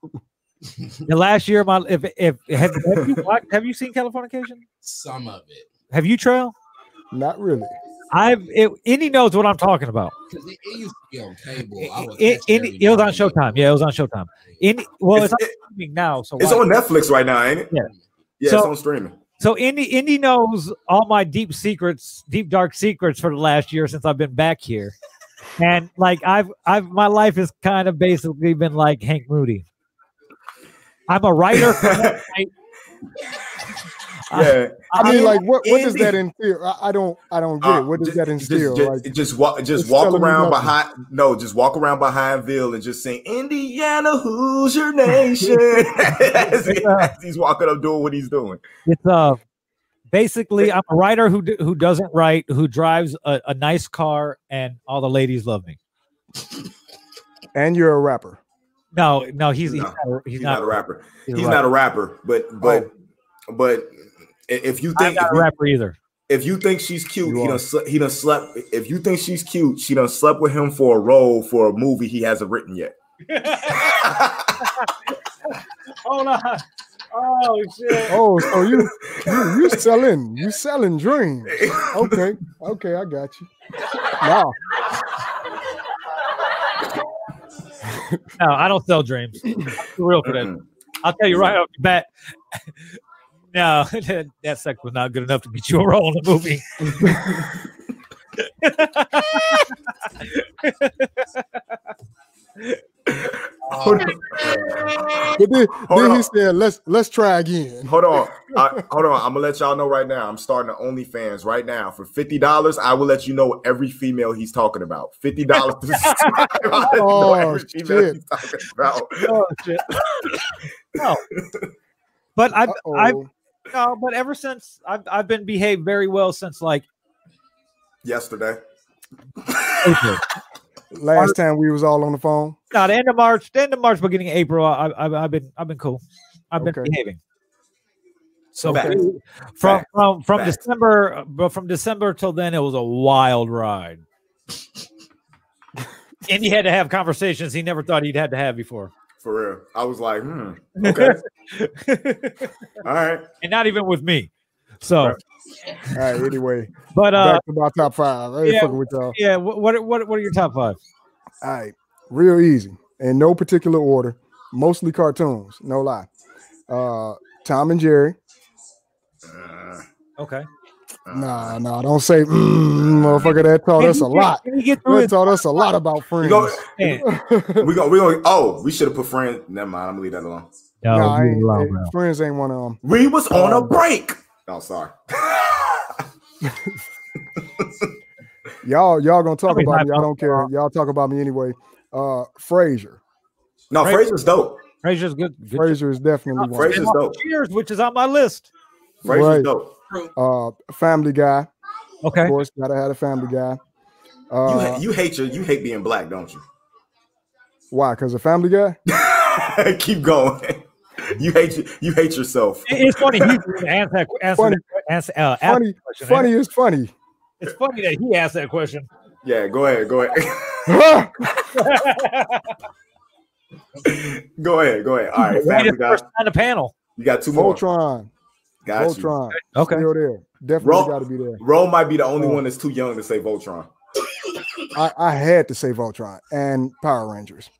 C: the last year of my if if have, have you watched, have you seen Californication?
B: some of it
C: Have you Trail?
A: Not really.
C: I've it, Indy knows what I'm talking about.
B: because it, it used to be on cable. Oh, I would
C: It,
B: catch
C: it,
B: every
C: it, was
B: now
C: on
B: and then.
C: Showtime. Yeah, it was on Showtime. Indy, well, it's,
D: It's-
C: on streaming now. So
D: It's
C: why-
D: on Netflix right now, ain't it?
C: Yeah.
D: Yeah, it's
C: So-
D: on streaming.
C: so Indy, Indy knows all my deep secrets, deep dark secrets for the last year since I've been back here, and like I've I've my life has kind of basically been like Hank Moody. I'm a writer.
D: yeah.
A: I mean, like, what, what does
D: Andy-
A: that instill? I, I don't I don't get
D: Uh,
A: it. What does
D: ju-
A: that
D: ju- ju-
A: instill?
D: Just,
A: like,
D: walk, just
A: it's
D: walk
A: telling me
D: around
A: nothing.
D: behind. No, just walk around behind Bill and just sing "Indiana, who's your nation?" as, he-
C: Yeah.
D: as he's walking up doing what he's doing.
C: It's uh basically I'm a writer who d- who doesn't write, who drives a, a nice car, and all the ladies love me.
A: and you're a rapper.
C: No, no, he's he's
D: No,
C: not, a- he's
D: He's
C: not,
D: not a rapper.
C: he's
D: He's not a rapper,
A: Oh.
D: but but but i- if you think
C: not
D: if
C: a
D: you,
C: rapper either.
D: if you think she's cute,
A: You
D: he
A: are.
D: done sl- he done slept. If you think she's cute, she done slept with him for a role for a movie he hasn't written yet.
C: Hold on. Oh shit.
A: Oh, so you you you selling you selling dreams? Okay, okay, I got you. Wow,
C: No, I don't sell dreams. I'm too real for that.
D: Mm-mm.
C: I'll tell you right off the bat. No, that, that sex was not good enough to get you a role in the movie.
D: Hold on,
A: but then,
D: Hold
A: then
D: on.
A: he said, "Let's let's try again."
D: hold on, I, hold on. I'm gonna let y'all know right now. I'm starting an OnlyFans right now for fifty dollars. I will let you know every female he's talking about. Fifty dollars.
A: Oh, shit.
D: he's talking about.
C: Oh shit. No. But I've I've
A: Uh-oh.
C: no, but ever since I've I've been behaved very well since like
D: Yesterday.
C: April.
A: Last time we was all on the phone.
C: No, the end of March, the end of March, beginning of April. I, I, I've been, I've been cool. I've been
A: Okay.
C: behaving. So
D: Facts.
C: from from
D: Facts.
C: from, from
D: Facts.
C: December, but from December till then, it was a wild ride. and he had to have conversations he never thought he'd had to have before,
D: For real. I was like, hmm. Okay.
C: and
D: All right.
C: not even with me. So,
D: Right.
A: All right. Anyway,
C: but uh,
A: back to my top five. I ain't
C: yeah.
A: fucking with y'all.
C: yeah. wh- What are- what are- what are your top five?
A: All right, real easy in no particular order. Mostly cartoons, no lie. Uh, Tom and Jerry.
D: Uh,
C: Okay,
D: uh,
A: Nah, nah, don't say mm, motherfucker. That taught
C: Can
A: us
C: you
A: a
C: get-
A: lot.
C: Can you get through
A: That
C: it?
A: taught us a lot about
D: You
A: friends.
D: go,
C: Man,
D: we go, we go. Oh, we should have put friends. Never mind. I'm gonna leave that alone.
C: No,
A: Nah, I
C: you
A: ain't-
C: allow
A: eh,
C: that.
A: friends ain't one of them.
D: We was on
A: Um,
D: a break. Oh, sorry.
A: Y'all, y'all gonna talk
C: mean,
A: about me.
C: my
A: Y'all don't care. Y'all talk about me anyway. Uh, Frasier.
D: no,
C: Right.
D: Fraser's dope.
C: Frasier's good. good
A: Frasier is definitely one.
D: Frasier's dope.
C: Cheers, which is on my list.
D: Fraser's
A: Right.
D: dope.
A: Uh, Family Guy.
C: Okay.
A: Of course, gotta have a Family Guy.
D: You,
A: Uh,
D: ha- you hate your, you hate being black, don't you?
A: why? Cause a Family Guy.
D: Keep going. You hate you, you hate yourself.
C: It- It's funny. He asked that, answer
A: Funny.
C: that, answer, uh, asked
A: Funny,
C: that question.
A: funny is funny.
C: It's funny that he asked that question.
D: Yeah, go ahead, go ahead, go ahead, go ahead. All right, Family
C: Greatest
D: Guy.
C: person on the panel.
D: You got two more.
A: Voltron,
D: Got you.
A: Voltron,
C: Okay.
A: still there. Definitely
D: Ro-
A: gotta be there.
D: Ro might be the only
A: Oh.
D: one that's too young to say Voltron.
A: I, I had to say Voltron and Power Rangers.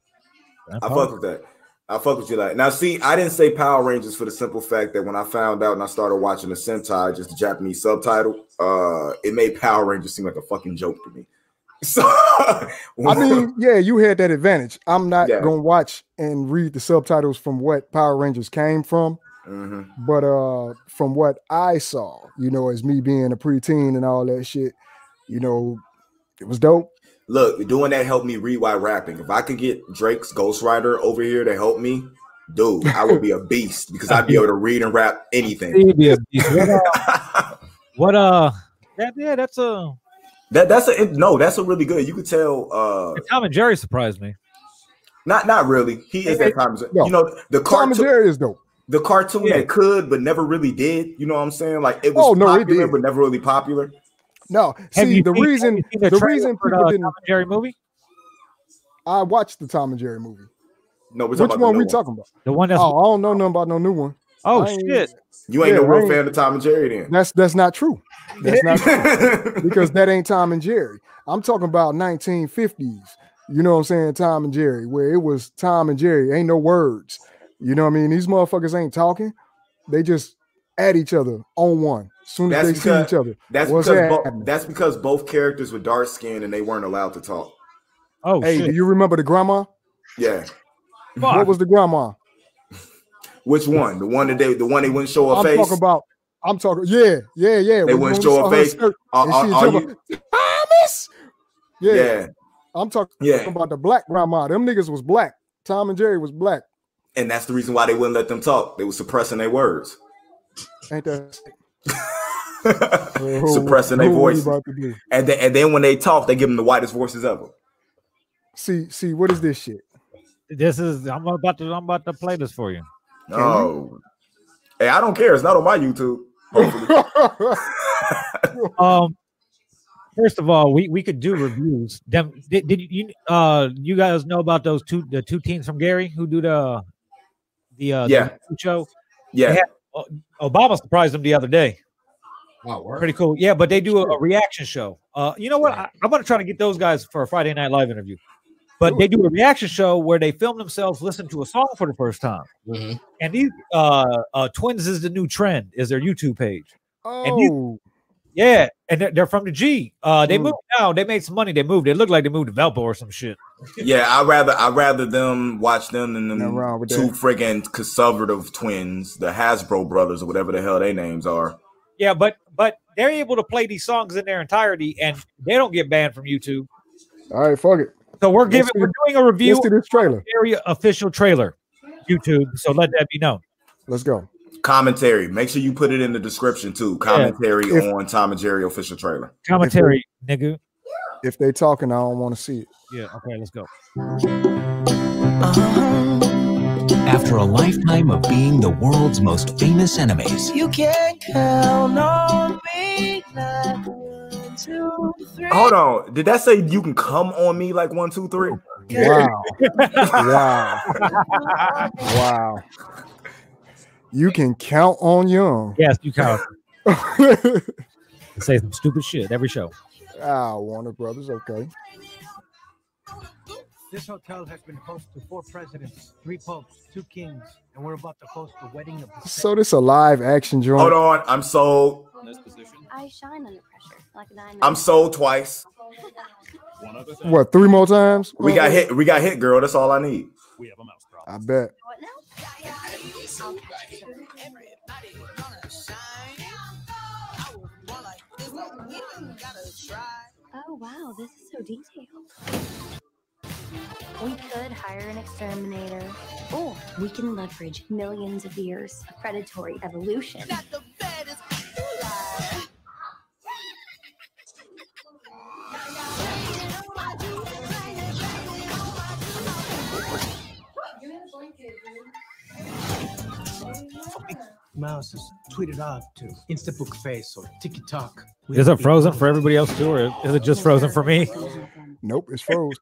D: I fuck with that. I fuck with you like now. See, I didn't say Power Rangers for the simple fact that when I found out and I started watching the Sentai, just the Japanese subtitle, uh, it made Power Rangers seem like a fucking joke to me. So
A: I mean, yeah, you had that advantage. I'm not
D: Yeah.
A: gonna watch and read the subtitles from what Power Rangers came from.
D: Mhm.
A: But uh from what I saw, you know, as me being a preteen and all that shit, you know, it was dope.
D: look, doing that helped me rewire rapping. If I could get Drake's Ghost Rider over here to help me, dude, I would be a beast because I'd be able to read and rap anything.
C: What, uh,
D: that
C: what, uh, that, yeah, that's uh, a
D: that's a no, that's a really good. You could tell uh
C: Tom and Jerry surprised me.
D: not not really. He is that time.
A: No.
D: You know, the
A: Tom and
D: cartoon
A: Jerry is dope.
D: the cartoon
C: Yeah.
D: that could but never really did. You know what I'm saying? Like it was
A: Oh, no, it
D: popular
A: did.
D: but never really popular.
A: No,
C: Have
A: see
C: you
A: the
C: seen- have
A: reason
C: you seen the
A: the
C: trailer
A: reason
C: for the
A: people
C: Tom
A: didn't
C: and Jerry movie,
A: I watched the Tom and Jerry movie.
D: No, we're
A: Which one
D: talking about the
A: we
D: new one.
A: talking about?
C: the one that's
A: Oh, I don't know nothing about no new one.
C: oh
A: I ain't-
C: shit,
D: You ain't
A: Yeah,
D: no real
A: right.
D: fan of Tom and Jerry then.
A: That's that's not true. That's not true
D: because
A: because that ain't Tom and Jerry. I'm talking about 1950s. You know what I'm saying? Tom and Jerry, where it was Tom and Jerry. Ain't no words. You know what I mean? These motherfuckers ain't talking. They just at each other on one. Soon as
D: That's
A: they see
D: because-
A: each other.
D: that's
A: What's
D: because
A: happening?
D: bo- that's because both characters were dark skinned and they weren't allowed to talk.
C: oh
A: Hey, do
C: shit, Ah.
A: you remember the grandma?
D: Yeah.
C: fuck.
A: What was the grandma?
D: Which one? The one that they the one they wouldn't show a
A: I'm
D: face?
A: talking about. I'm talking. Yeah, yeah, yeah.
D: They
A: When-
D: wouldn't
A: when we
D: show
A: saw
D: a
A: her
D: face.
A: skirt
D: Are-
A: and she
D: are-
A: in
D: are
A: trouble,
D: you-
A: Thomas. Yeah,
D: yeah.
A: I'm talking
D: Yeah.
A: about the black grandma. Them niggas was black. Tom and Jerry was black.
D: And that's the reason why they wouldn't let them talk. They were suppressing their words.
A: Ain't that
D: suppressing their
A: who we
D: voice.
A: about to do?
D: And, then and then when they talk, they give them the whitest voices ever.
A: See, see, what is this shit?
C: This is I'm about to I'm about to play this for you.
D: No. Hey, I don't care. It's not on my YouTube. Hopefully.
C: Um, first of all, we, we could do reviews. Them did, did you uh you guys know about those two the two teams from Gary who do the the uh the
D: Yeah.
C: show? Oh,
D: yeah.
C: Obama surprised them the other day.
B: Wow, Oh, word.
C: Pretty cool. Yeah, but they do a, a reaction show. Uh, you know what? I, I'm gonna try to get those guys for a Friday night live interview. But they do a reaction show where they film themselves listen to a song for the first time.
B: Mhm.
C: And these uh, uh, twins is the new trend is their YouTube page. And
A: oh,
C: Yeah, and they're, they're from the G. Uh, they
A: Mm.
C: moved now. They made some money. They moved. It looked like they moved to Valpo or some shit.
D: Yeah, I rather I rather them watch them than them
A: Nothing wrong with
D: two
A: that.
D: friggin' conservative twins, the Hasbro brothers or whatever the hell their names are.
C: Yeah, but but they're able to play these songs in their entirety, and they don't get banned from YouTube.
A: all right, fuck it.
C: So we're
A: Let's
C: giving
A: see-
C: we're doing a review
A: Let's do this trailer.
C: area official trailer, YouTube. So let that be known.
A: Let's go.
D: Commentary. Make sure you put it in the description too. Commentary
A: If-
D: on Tom and Jerry official trailer.
C: Commentary, nigga.
A: If they talking, I don't want to see it.
C: Yeah. Okay. Let's go.
E: After a lifetime of being the world's most famous enemies,
F: You can count on me like one, two, three.
D: Hold on. Did that say you can come on me like one, two, three?
A: Wow. wow. Wow. You can count on Young.
C: Yes, you count.
A: I
C: Say some stupid shit every show.
A: Ah, Warner Brothers. Okay.
G: This hotel has been host to four presidents, three popes, two kings, and we're about to host the wedding of the
A: So this a live action joint.
D: Hold on. I'm sold.
H: I shine under pressure, like a diamond.
D: I'm sold twice.
A: What? Three more times?
D: We got hit. We got hit, girl. That's all I need.
A: I bet.
H: What now? I'll catch you soon. Oh wow, this is so detailed. We could hire an exterminator, or we can leverage millions of years of predatory evolution.
G: mouse is tweeted off to Instabook Face or TikTok.
C: Is it frozen for everybody else too, or is it just frozen for me?
A: Nope. It's froze.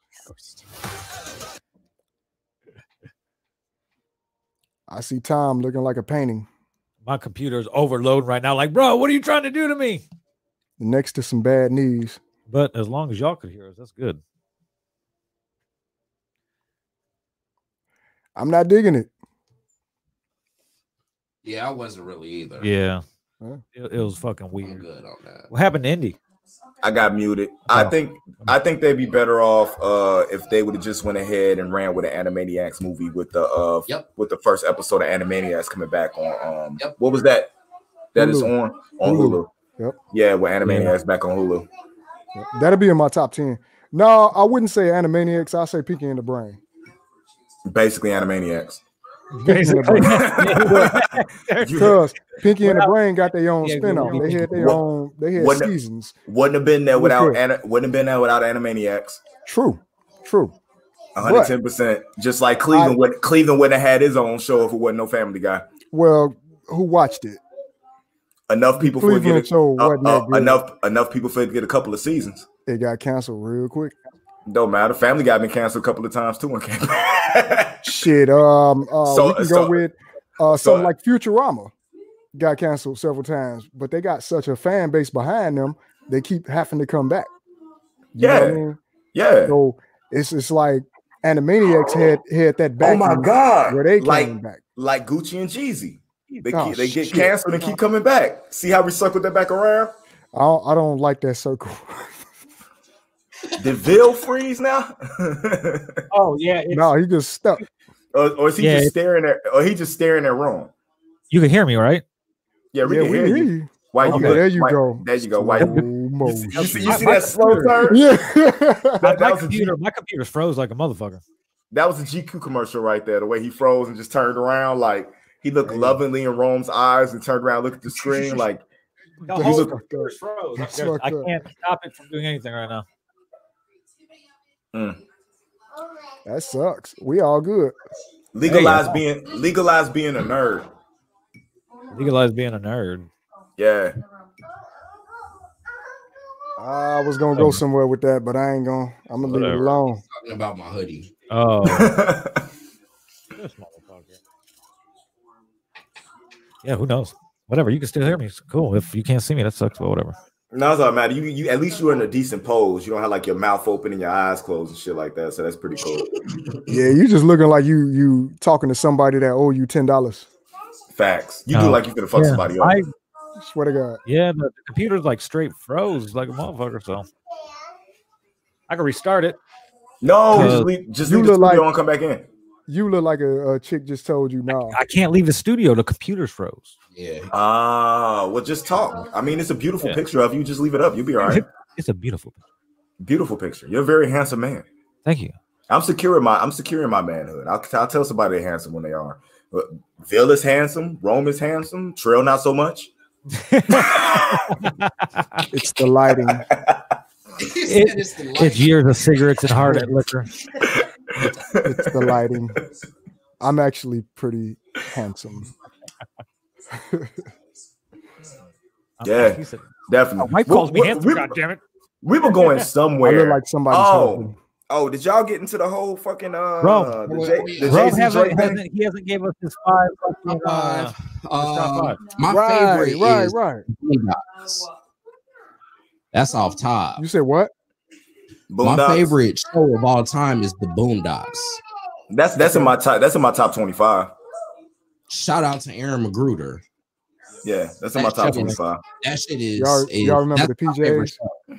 A: I see Tom looking like a painting
C: My computer's overloading right now. Like, bro, what are you trying to do to me?
A: next to some bad news.
C: But as long as y'all could hear us, that's good.
A: I'm not digging it.
B: Yeah, I wasn't really either.
C: Yeah.
A: Huh?
C: It, it was fucking
B: I'm
C: weird.
B: good on that.
C: What happened to Indy?
D: I got muted. I think I think they'd be better off uh, if they would have just went ahead and ran with an Animaniacs movie with the uh,
B: Yep.
D: with the first episode of Animaniacs coming back on um
B: Yep.
D: what was that? That is
A: Hulu.
D: on on Hulu.
A: Hulu. Yep.
D: Yeah, with Animaniacs back on Hulu.
A: That'll be in my top ten. No, I wouldn't say Animaniacs. I say Peeking in the Brain.
D: Basically Animaniacs.
C: Basically.
D: You-
A: Because Pinky and the
C: Without-
A: Brain got their own
C: Yeah,
A: spin-off.
C: yeah.
A: They had their
D: What-
A: own, they had
D: what-
A: seasons.
D: wouldn't have been
A: It
D: there
A: was
D: without
A: good.
D: Ana- wouldn't have been there without Animaniacs.
A: True. True.
D: 110 percent Just like Cleveland would Cleveland wouldn't have had his own show if it wasn't no family guy.
A: Well, who watched it?
D: Enough people for it to get
A: Cleveland
D: a-
A: show
D: uh,
A: wasn't
D: uh,
A: that good.
D: enough enough people for it to get a couple of seasons.
A: It got canceled real quick.
D: Don't matter. Family Guy been canceled a couple of times too. and came back.
A: Shit. Um uh,
D: So-
A: we can
D: so-
A: go with uh something
D: so-
A: like Futurama got canceled several times, but they got such a fan base behind them, they keep having to come back. You know what I
D: Yeah.
A: mean?
D: yeah.
A: So it's it's like Animaniacs had had that back
D: Oh my
A: end
D: God.
A: where they came
D: Like
A: back.
D: like Gucci and Jeezy. They,
A: Oh,
D: keep, they get
A: shit.
D: canceled and keep coming back. See how we circled that back around?
A: I don't, I don't like that circle.
D: Did Ville freeze now?
C: oh yeah, it's-
A: no, he just stuck.
D: or, or is he
C: Yeah.
D: just staring at or he just staring at Rome?
C: you can hear me, right?
D: Yeah, we can hear you. Why
A: Okay,
D: you look-
A: there you
D: why-
A: go.
D: There you go. Why
A: Slow
D: you, you see,
A: motion.
D: you see- you
C: My-
D: see
C: my
D: that slow
C: computer.
D: turn?
A: Yeah.
D: That,
C: my
D: that was a G,
C: computer, my computer's froze like a motherfucker.
D: that was a GQ commercial right there. The way he froze and just turned around, like he looked lovingly in Rome's eyes and turned around, looked at the screen, like
C: The
A: That's
C: whole
A: fucked up.
C: computer's froze.
A: That's
C: There's- I
A: fucked up.
C: can't stop it from doing anything right now.
A: That sucks. We all good.
D: Legalize being legalize being a nerd.
C: Legalize being a nerd.
D: Yeah.
A: I was gonna go somewhere with that, but I ain't gonna. I'm gonna leave
C: Whatever.
A: it alone.
B: Talking about my hoodie.
C: Oh, this motherfucker. Yeah, who knows? Whatever. You can still hear me. It's cool. If you can't see me, that sucks. But whatever.
D: no, it's all matter. You you at least you're in a decent pose. You don't have like your mouth open and your eyes closed and shit like that. So that's pretty cool.
A: Yeah, you just looking like you you talking to somebody that owe you ten dollars.
D: Facts. You do
C: No.
D: like you could fuck
C: Yeah,
D: somebody up.
C: I,
A: Swear to God.
C: yeah, but the computer's like straight froze like a motherfucker. So I can restart it.
D: no,
C: Uh,
D: just leave, just
A: you
D: leave the
A: look like-
D: studio and come back in.
A: You look like a, a chick just told you no.
C: I can't leave the studio. The computer's froze.
B: Yeah.
D: Ah, well, just talk. I mean, it's a beautiful
C: Yeah.
D: picture of you. Just leave it up. You'll be all right.
C: It's a beautiful.
D: Beautiful picture. You're a very handsome man.
C: Thank you.
D: I'm securing my I'm securing my manhood. I'll, I'll tell somebody they're handsome when they are. But Ville is handsome. Rome is handsome. Trail not so much.
A: It's the lighting.
C: It-
B: it's, the light.
C: It's years of cigarettes and hard at liquor.
A: It's the lighting. I'm actually pretty handsome.
D: Yeah.
C: Uh, He said,
D: Definitely.
C: "Oh, Mike
D: We-
C: calls me
D: we-
C: handsome.
D: we-
C: God damn it,
D: We were going
A: I
D: somewhere.
A: look like somebody's
D: Oh.
A: husband.
D: oh, did y'all get into the whole fucking uh
C: Bro.
D: the J, the
C: Rob
D: Jay-Z
C: hasn't,
D: Drake thing?
C: hasn't- he hasn't gave us his five. fucking, uh,
B: Top five. Um,
C: five.
B: my
A: Right,
B: favorite
A: right,
B: is
A: right.
B: Boondocks. That's off top.
A: You said what?
B: My
D: Boondocks.
B: favorite show of all time is The Boondocks.
D: That's that's in my top. That's in my top twenty five.
B: Shout out to Aaron Magruder.
D: Yeah, that's in my top twenty five.
B: That shit is.
A: Y'all,
B: is-
A: y'all remember
B: that's
A: the
B: my favorite
A: PJs?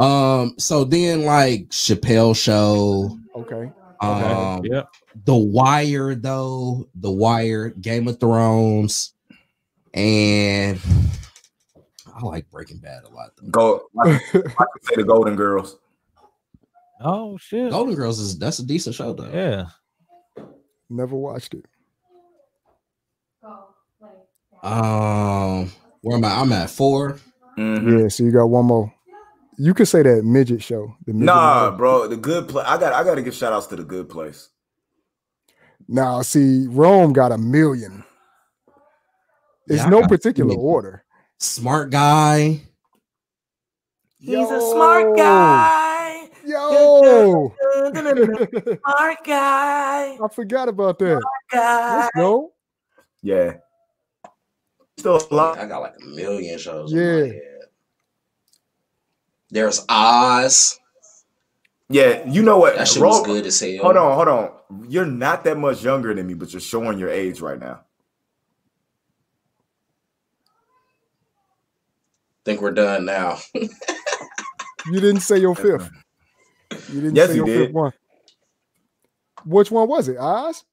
B: show. Um. So then, like Chappelle Show.
A: Okay.
C: Okay.
B: Um,
C: yeah.
B: The Wire, though. The Wire, Game of Thrones, and I like Breaking Bad a lot. Though.
D: Go. I could say the Golden Girls.
C: Oh shit.
B: Golden Girls is that's a decent show though.
C: Yeah.
A: Never watched it.
B: Um, where am I? I'm at four.
D: Mhm.
A: Yeah, so you got one more. You could say that midget show. The midget
D: Nah,
A: show.
D: bro. The good place. I got. I got to give shout outs to the good place.
A: Now, see, Rome got a million. It's
B: Yeah, I
A: no
B: got
A: particular
B: million.
A: order.
B: Smart guy.
F: He's a smart guy.
A: Yo,
F: Smart guy.
A: I forgot about that.
F: guy.
A: Let's go.
D: Yeah. Still a lot.
B: I got like a million shows.
A: in my Yeah.
B: There's Oz.
D: Yeah. You know what?
B: That shit
D: Ro-
B: was good as hell.
D: Hold on. Hold on. You're not that much younger than me, but you're showing your age right now.
B: Think we're done now.
A: You didn't say your fifth. You didn't
D: Yes,
A: say
D: you
A: your
D: did.
A: fifth one. Which one was it? Oz?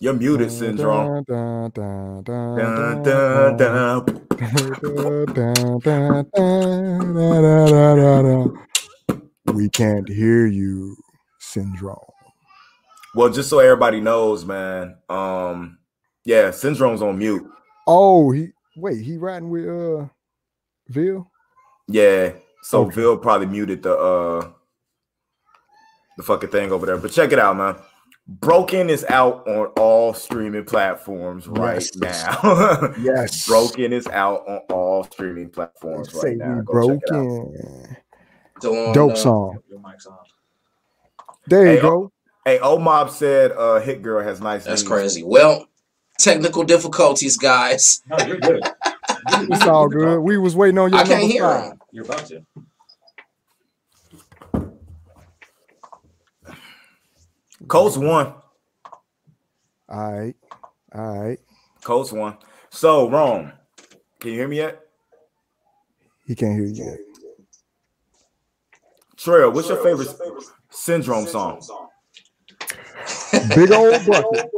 D: You're muted syndrome.
A: Dun, dun, dun,
D: Dun,
A: dun,
D: dun,
A: dun, dun.
D: dun.
A: Dun, dun, dun, da, da, da, da, da. We can't hear you, syndrome.
D: Well, just so everybody knows, man. Um, yeah, syndrome's on mute.
A: Oh, he wait, he riding with uh Ville?
D: Yeah. So
A: Okay.
D: Bill probably muted the uh the fucking thing over there. But check it out, man. Broken is out on all streaming platforms right
A: Yes.
D: now.
A: Yes.
D: Broken is out on all streaming platforms
A: Say
D: right now.
A: we
D: Go check it out.
A: broken.
B: Doing,
A: Dope
B: uh,
A: song.
B: your mic's on.
A: There
D: Hey,
A: you go.
D: Hey, O Mob said uh Hit Girl has nice
B: That's
D: knees.
B: crazy. Well, technical difficulties, guys.
C: No, you're good.
A: It's all good. We was waiting on your
B: oh, I can't
A: number
B: hear
A: five.
B: him.
C: You're about to.
D: Colts won.
A: All right. All right.
D: Colts won. So Rome. Can you hear me yet?
A: He can't hear you. yet.
D: Trail, what's your favorite, syndrome, song?
A: Big old bucket.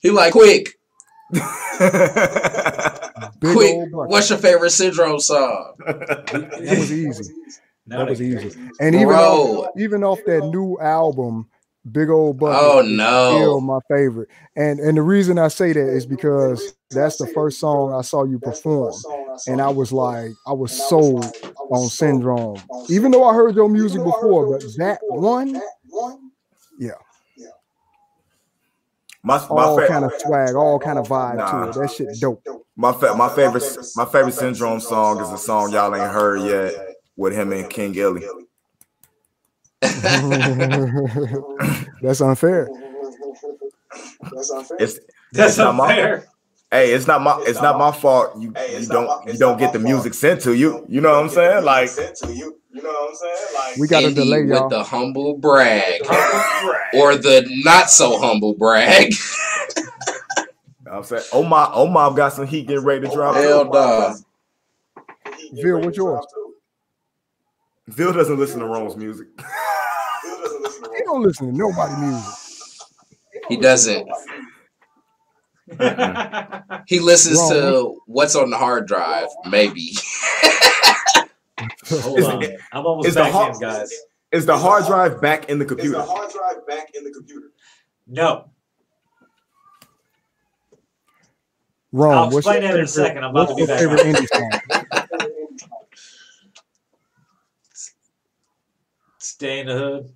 B: He like quick,
A: Big
B: quick.
A: old bucket.
B: What's your favorite syndrome song?
A: That was easy.
C: Now
A: That was easy. And even
B: Bro.
A: off, even off that new album, Big Old Bucket.
B: Oh
A: is
B: no.
A: Still my favorite, and and the reason I say that is because that's the first song I saw you perform, and I was like, I was sold on Syndrome. Even though I heard your music before, but that one, yeah,
D: My my,
A: all
D: fa-
A: kind of swag, all kind of vibe
D: Nah.
A: to it. That shit dope.
D: my, fa- my favorite my favorite syndrome song is a song y'all ain't heard yet with him and King Ellie.
A: That's unfair.
D: It's
I: That's
D: It's not my-
I: unfair.
D: hey, it's not my it's not my fault you, you don't you don't get the music sent to you. You know what I'm saying? Like
A: We got a
B: Indy
A: delay, y'all.
B: with the humble brag or the not so humble brag.
D: I'm saying, oh my oh my, I've got some heat getting ready to drop.
B: Hell nah.
A: Vil, what's yours?
D: Vil doesn't listen to Rome's music.
A: He don't listen to nobody music.
B: He doesn't. He listens to what's on the hard drive, maybe.
I: Hold on. I'm almost
D: is the
I: back
D: hard-
I: in, guys.
D: Is the hard drive back in the computer?
I: No,
A: Wrong. Oh,
I: I'll
A: What's your
I: explain that in a
A: favorite-
I: second. I'm about
A: what's
I: to be
A: your
I: back.
A: favorite indie song?
I: Stay in the hood.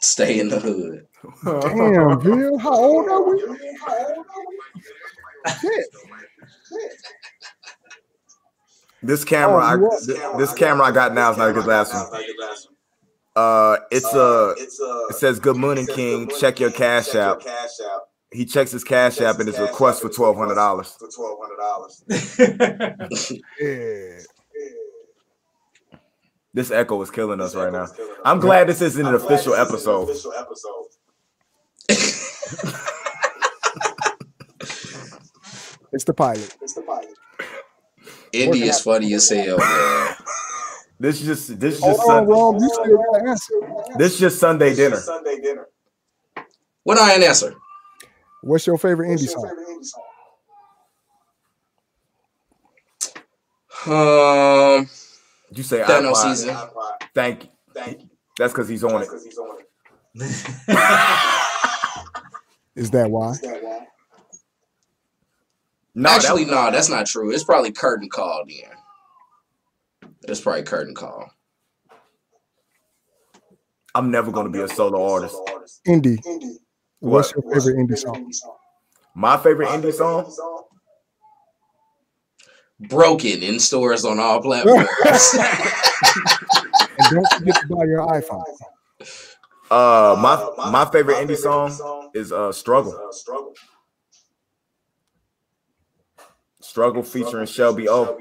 B: Stay in the hood.
A: Damn, Bill, how old are Oh, we? Shit.
D: This camera,
A: Oh,
D: I,
A: you are-
D: th- this camera I got now is not a good last one. Uh, it's a it says Good Morning King. Check your cash app. He checks his cash app and his request for twelve hundred dollars.
A: Yeah.
D: This echo is killing us right now. I'm glad this isn't an official episode.
A: It's the pilot.
B: Indy is funny as hell, man.
D: This is just this is
A: Hold
D: just
A: on,
D: Sun-
A: Rome. You still gotta answer.
D: Oh, this is just Sunday dinner.
B: What I ain't answer?
A: What's your favorite indie song?
B: Um,
D: You say
B: Dino
D: iPod.
B: season.
D: Thank you. Thank you. That's because he's on it.
A: Is that why?
D: No, that-
B: Actually, no, that's not true. It's probably curtain call then. It's probably curtain call.
D: I'm never going to be a solo artist.
A: Indie. What's
D: What?
A: your favorite indie song?
D: My favorite indie song.
B: Broken in stores on all platforms.
A: And don't forget to buy your iPhone.
D: Uh, my my favorite indie song is uh struggle. Struggle featuring Shelby O.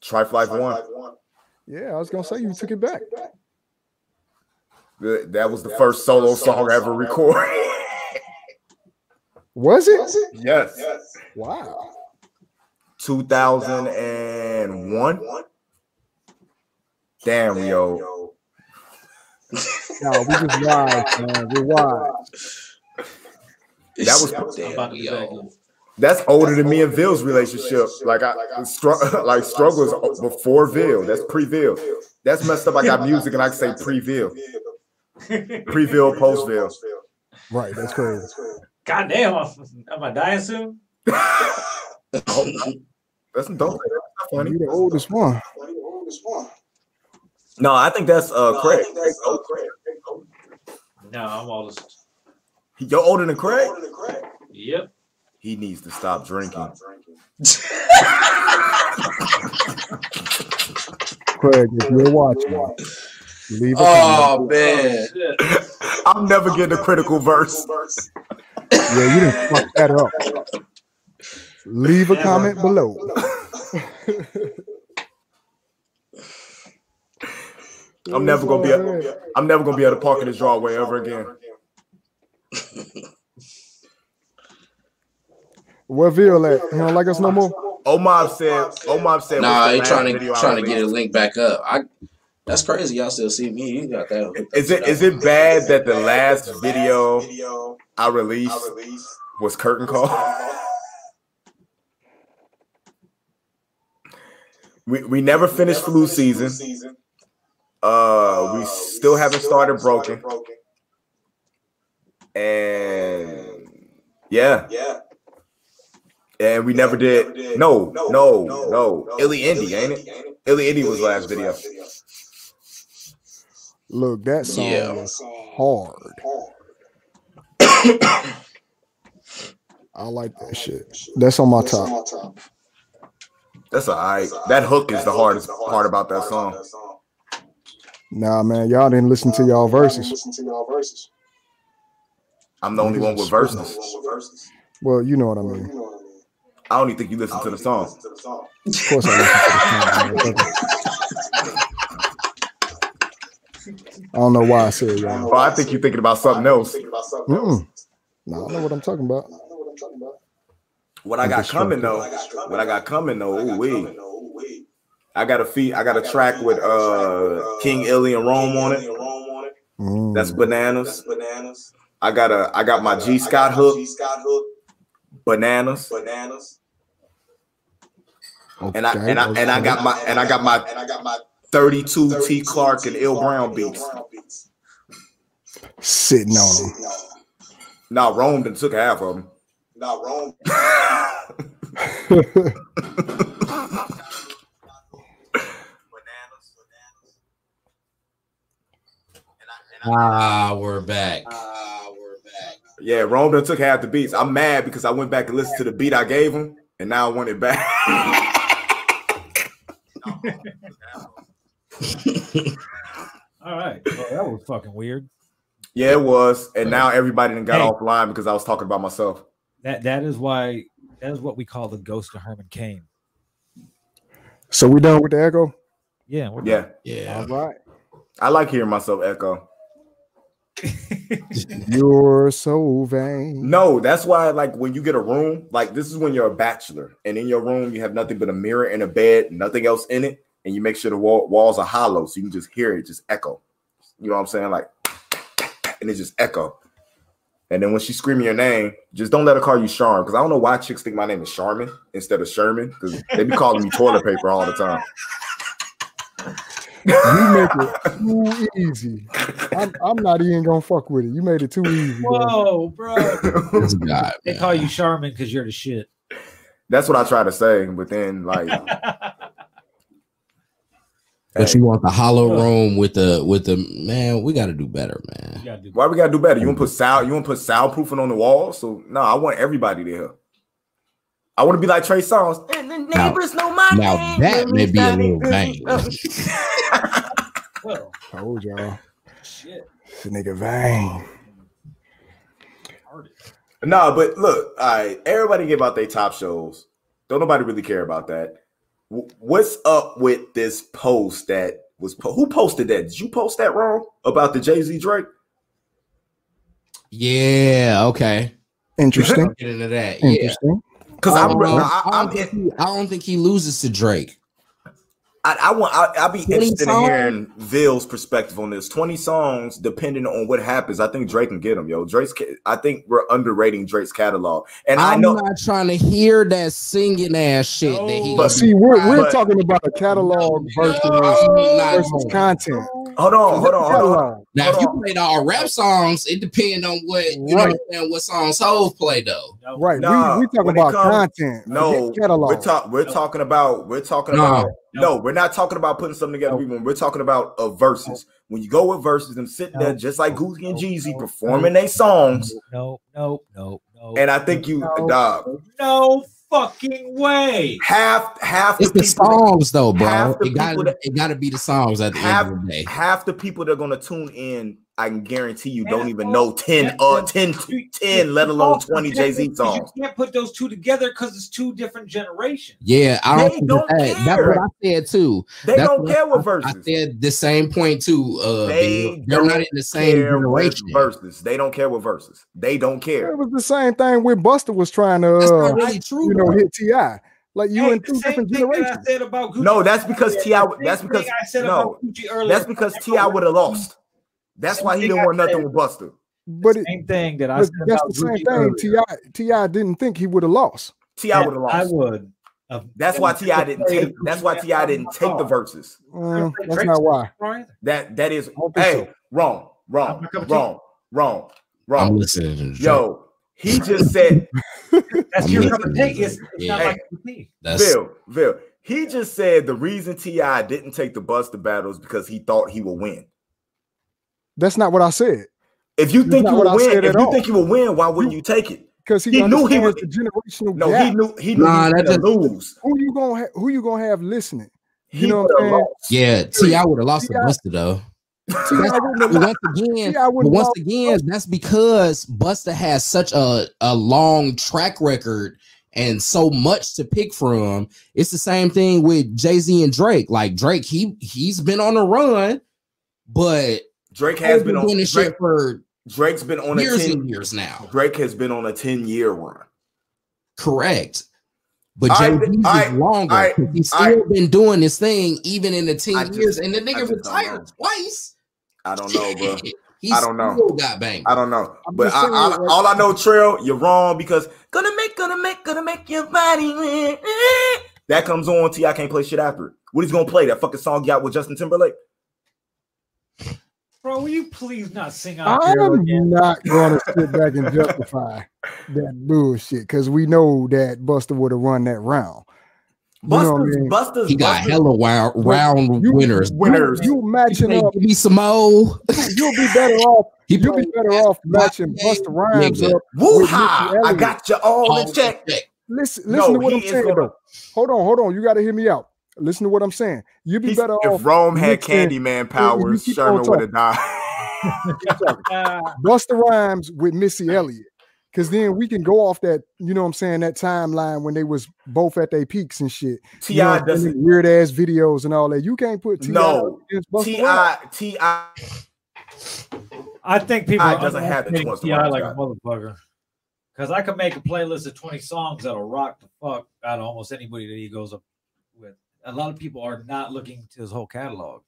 D: Trife Life One.
A: Yeah, I was gonna say you took it back.
D: Th- That was the first solo song I ever recorded.
A: Was it?
D: yes,
A: Wow.
D: 2001. Damn, yo.
A: No, we just wise, man. We're wise.
D: That was-
I: I'm about
B: damn,
I: to be back
B: yo.
I: in.
D: That's older than me and Ville's relationship. Like I struggle, like struggle is o- before Ville. That's pre Ville. That's messed up. I got music and I can say pre Ville, pre Ville, post Ville.
A: Right, that's crazy.
I: God damn, I'm- am I dying soon?
D: That's don't say that. That's not funny.
A: You're the oldest one.
D: No, I think that's uh Craig.
I: No, I'm all just.
D: You're older than Craig.
I: Yep.
D: He needs to stop drinking.
A: Craig, if you're watching, leave a comment.
B: Oh man,
I: Shit.
D: I'm never getting a critical verse.
A: Yeah, you didn't fuck that up. Leave a
I: Yeah,
A: comment below.
D: I'm never gonna be. A, I'm never gonna be able to park in this driveway ever again.
A: Where Ville at? You don't like us no more?
D: Omob said. Omob said.
B: nah,
D: "What's
B: he
D: the last
B: trying to
D: video I
B: trying to get it
D: released?"
B: linked back up. I that's crazy. Y'all still see me? You got that? hooked up
D: Is it
B: to
D: is
B: that.
D: it bad that the last video I released was curtain call? We, we never finished flu season. Uh, we still haven't started broken. And yeah, And we never did. No, no, no, no. Illy Indy, ain't it? Illy Indy was last video.
A: Look, that song
B: Yeah.
A: was hard. I like that shit. That's on my top.
D: That's all right. That hook is the hardest part about that song.
A: Nah, man, y'all didn't listen to y'all verses.
D: I'm the only one with verses.
A: Well, you know what I mean.
D: I don't even think you listen to the song.
A: Of course, I listened to the song. man. I don't know why I said y'all.
D: Oh, I think you're thinking about something else.
A: Mm-mm. Nah, I know what I'm talking about.
D: What I got coming though, what I got coming though, ooh wee. I got a feat. I got a track with uh King Illy and Rome on it.
A: Mm.
D: That's bananas. I got a I got my G Scott hook. Bananas.
A: okay,
D: And I and I and I got my and I got my 32 T Clark and Ill Brown beats.
A: sitting on them.
D: Nah, Rome done took half of them. Nah, Rome.
B: Ah, we're back.
D: Ah, Yeah, Rome done took half the beats. I'm mad because I went back and listened to the beat I gave him, and now I want it back.
C: All right. Well, that was fucking weird.
D: yeah, it was, and now everybody done got
C: Hey.
D: offline because I was talking about myself.
C: That that is why that is what we call the ghost of Herman Cain.
A: So we done with the echo.
C: Yeah. We're
D: Yeah,
B: Yeah.
A: right.
D: I like hearing myself echo.
A: You're so vain.
D: No, that's why. Like when you get a room, like this is when you're a bachelor, and in your room you have nothing but a mirror and a bed, nothing else in it, and you make sure the wall, walls are hollow so you can just hear it just echo. You know what I'm saying? Like, and it just echo. And then when she's screaming your name, just don't let her call you Charm because I don't know why chicks think my name is Charmin instead of Sherman because they be calling me toilet paper all the time.
A: You make it too easy. I'm, I'm not even gonna fuck with it. You made it too easy. bro.
C: Whoa, bro.
B: This guy,
C: They
B: man.
C: call you Charmin because you're the shit.
D: That's what I try to say, but then like,
B: But you want the hollow room with the with the man? We got to do better,
C: You
B: man.
C: gotta do
D: why we gotta do better? You want to put sound? You want to put soundproofing on the wall? So no, I want everybody there. I want to be like Trey Songz.
B: Now, now that may be a little vain.
C: well.
A: Told y'all,
C: Shit.
A: this nigga vain.
D: No, but look, all right, everybody give out their top shows. Don't nobody really care about that. W- What's up with this post that was po- who posted that? Did you post that wrong about the Jay Z Drake?
B: yeah. Okay.
A: Interesting.
B: Get into that. Yeah.
A: Interesting.
D: Because
B: I
D: I'm,
B: don't, know.
D: I,
B: I,
D: I'm,
B: don't think he, I don't think he loses to Drake.
D: I, I want. I, I'll be
B: 20
D: interested in
B: songs?
D: hearing Ville's perspective on this. Twenty songs, depending on what happens, I think Drake can get them. Yo, Drake's. ca- I think we're underrating Drake's catalog, and i
B: I'm
D: know.
B: not trying to hear that singing ass shit that he.
A: But
B: gonna be
D: But
A: see, we're, we're
D: But-
A: talking about a catalog versus,
B: No.
A: versus content.
D: hold on, Oh, hold on, hold on.
A: Catalog.
B: Now, if
D: Hold
B: you
D: on.
B: played all rap songs, it depends on what you know
A: Right.
B: what, I'm saying, what song Soul play though.
A: Right.
D: Nah,
A: we we talking
D: when it
A: about
D: comes-
A: content.
D: No,
A: forget catalog.
D: we're talking. We're talking about. We're talking
B: No.
D: about. No, we're not talking about putting something together.
C: No.
D: People, we're talking about uh, verses. When you go with verses, them sitting there
C: No.
D: just like Gucci and
C: No.
D: Jeezy
C: No.
D: performing their songs,
C: No, no, no, no.
D: and I think you,
C: No.
D: dog,
C: no fucking way.
D: half half
B: It's the songs though, bro.
D: half the
B: It got
D: people that-
B: it got to be the songs at the
D: half,
B: end of the day.
D: half the people that are going to tune in, I can guarantee you, don't
C: And
D: even
C: also-
D: know 10, uh, 10, 10 let alone 20 Jay Z songs.
C: You can't put those two together because it's two different generations.
B: Yeah, I don't.
D: They
B: think
D: don't
B: that, that's
D: care.
B: what I said too.
D: They
B: That's
D: don't
B: what
D: care what
B: I
D: verses.
B: said the same point too. Uh,
D: They
B: they they're not in the same
D: care what
B: generation.
D: verses. They don't care what verses. They don't
A: it
D: care.
A: was the same thing when Buster was trying to,
B: That's not
A: uh,
B: really true.
A: you know,
B: though.
A: hit Ti. Like you
C: Hey,
A: in
C: the
A: two
C: same
A: different
C: thing that
A: generations.
C: I said about Gucci.
D: No, that's because
C: Yeah,
D: T.I.
C: the same
D: That's
C: thing
D: because
C: I said
D: no.
C: about Gucci earlier.
D: That's because T.I. would have lost. That's why he didn't want nothing with Buster.
A: But, it,
C: Same thing that I
A: but
C: said
A: that's
C: about
A: the same
C: Gucci
A: thing.
C: earlier.
A: Ti Ti didn't think he would have lost.
D: T.I. would have
C: I
D: lost.
C: would. Of-
D: That's
C: of-
D: why T.I. didn't take that's why T.I. didn't take
C: Oh,
D: the verses.
A: Mm,
C: Drake-
A: that's
C: Drake-
A: not why.
C: Right?
D: That that is
A: don't think
D: hey, wrong, wrong,
C: I'm not gonna
D: wrong, wrong,
B: I'm
D: wrong.
B: listening. To Drake.
D: Yo, he just said
I: That's
B: I'm
I: your
B: listening,
I: cup of tea. It's, it's not
B: yeah.
I: like me.
B: That's
D: Bill, Bill. He just said the reason Ti didn't take the bus to battles because he thought he would win.
A: That's not what I said.
D: If you
A: That's
D: think
A: not
D: you
A: what
D: will
A: I
D: win,
A: said
D: if
A: at
D: you
A: all.
D: think you will win, why wouldn't you take it?
A: Because he,
D: He knew
A: understands
D: he was-
A: the generational
D: No,
A: gap.
D: he knew he knew
B: Nah,
D: he was
B: that
D: gonna
B: doesn't-
D: lose.
A: who you gonna ha- who you gonna have listening?
D: He
A: You know what
D: would've
A: I'm saying?
D: lost.
B: yeah. Ti would have lost the
A: T.I.
B: Buster though.
A: T.I. wouldn't have
B: But
A: lost.
B: once
A: T.I.
B: again, but
A: wouldn't
B: once
A: lost.
B: again, that's because Buster has such a, a long track record and so much to pick from. It's the same thing with Jay Z and Drake. Like Drake, he he's been on a run, but
D: Drake has
B: he's
D: been
B: been
D: on
B: doing this
D: Drake,
B: shit for
D: Drake's been on a
B: years
D: ten.
B: and years now.
D: Drake has been on a ten year run.
B: Correct. But
D: I-
B: Jay Z's
D: I-
B: is longer.
D: I-
B: 'cause he's still
D: I-
B: been doing this thing even in the 10
D: I just-
B: years. And the
D: I
B: nigga
D: just don't
B: retired twice.
D: I don't know, bro.
B: he
D: I don't know.
B: still got banged.
D: I don't know,
A: I'm
D: but
A: just
D: I,
A: saying,
D: I,
A: like-
D: all I know, Trail, you're wrong because gonna make, gonna make, gonna make your body. win. That comes on. Ti can't play shit after it. What he's gonna play? That fucking song you got with Justin Timberlake.
C: Bro, will you please not sing out here
A: I'm
C: again?
A: not gonna sit back and justify that bullshit because we know that Buster would have won that round. You know what I
D: Buster's,
A: mean?
D: Buster's,
B: He got
D: Buster's-
B: hella round, round
A: You-
B: winners.
D: Winners.
A: You, you matching
B: Hey,
A: up.
B: Give me some old.
A: You'll be better off.
B: He
A: You'll be
B: played
A: better off
B: basketball
A: matching
B: game,
A: Buster Rhymes
B: nigga.
A: up. with
D: Woo-ha!
A: Missy
D: I
A: Elliott.
D: got you all
B: All
D: in check.
B: respect.
A: Listen, listen
D: No,
A: to what
D: he
A: I'm
D: is
A: saying.
D: gonna-
A: though. Hold on, hold on. You got to hear me out. Listen to what I'm saying. You'd be
D: He's-
A: better
D: if
A: off.
D: Rome had
A: mixing-
D: Candyman
A: you
D: powers,
A: keep
D: Sherman
A: on
D: would have died.
C: Uh,
A: Buster Rhymes with Missy Elliott. Cause then we can go off that, you know what I'm saying, that timeline when they was both at their peaks and shit.
D: Ti
A: You know what I'm saying,
D: doesn't.
A: them weird ass videos and all that. You can't put T.I.
D: No.
A: against Busta
D: Ti
A: Rhymes.
D: Ti
C: I think people
D: Ah, it
C: are
D: doesn't happen
C: underestimating
D: towards the
C: T.I.
D: Lions,
C: like a
D: guys.
C: motherfucker. Because I could make a playlist of 20 songs that'll rock the fuck out of almost anybody that he goes up with. A lot of people are not looking to his whole catalog.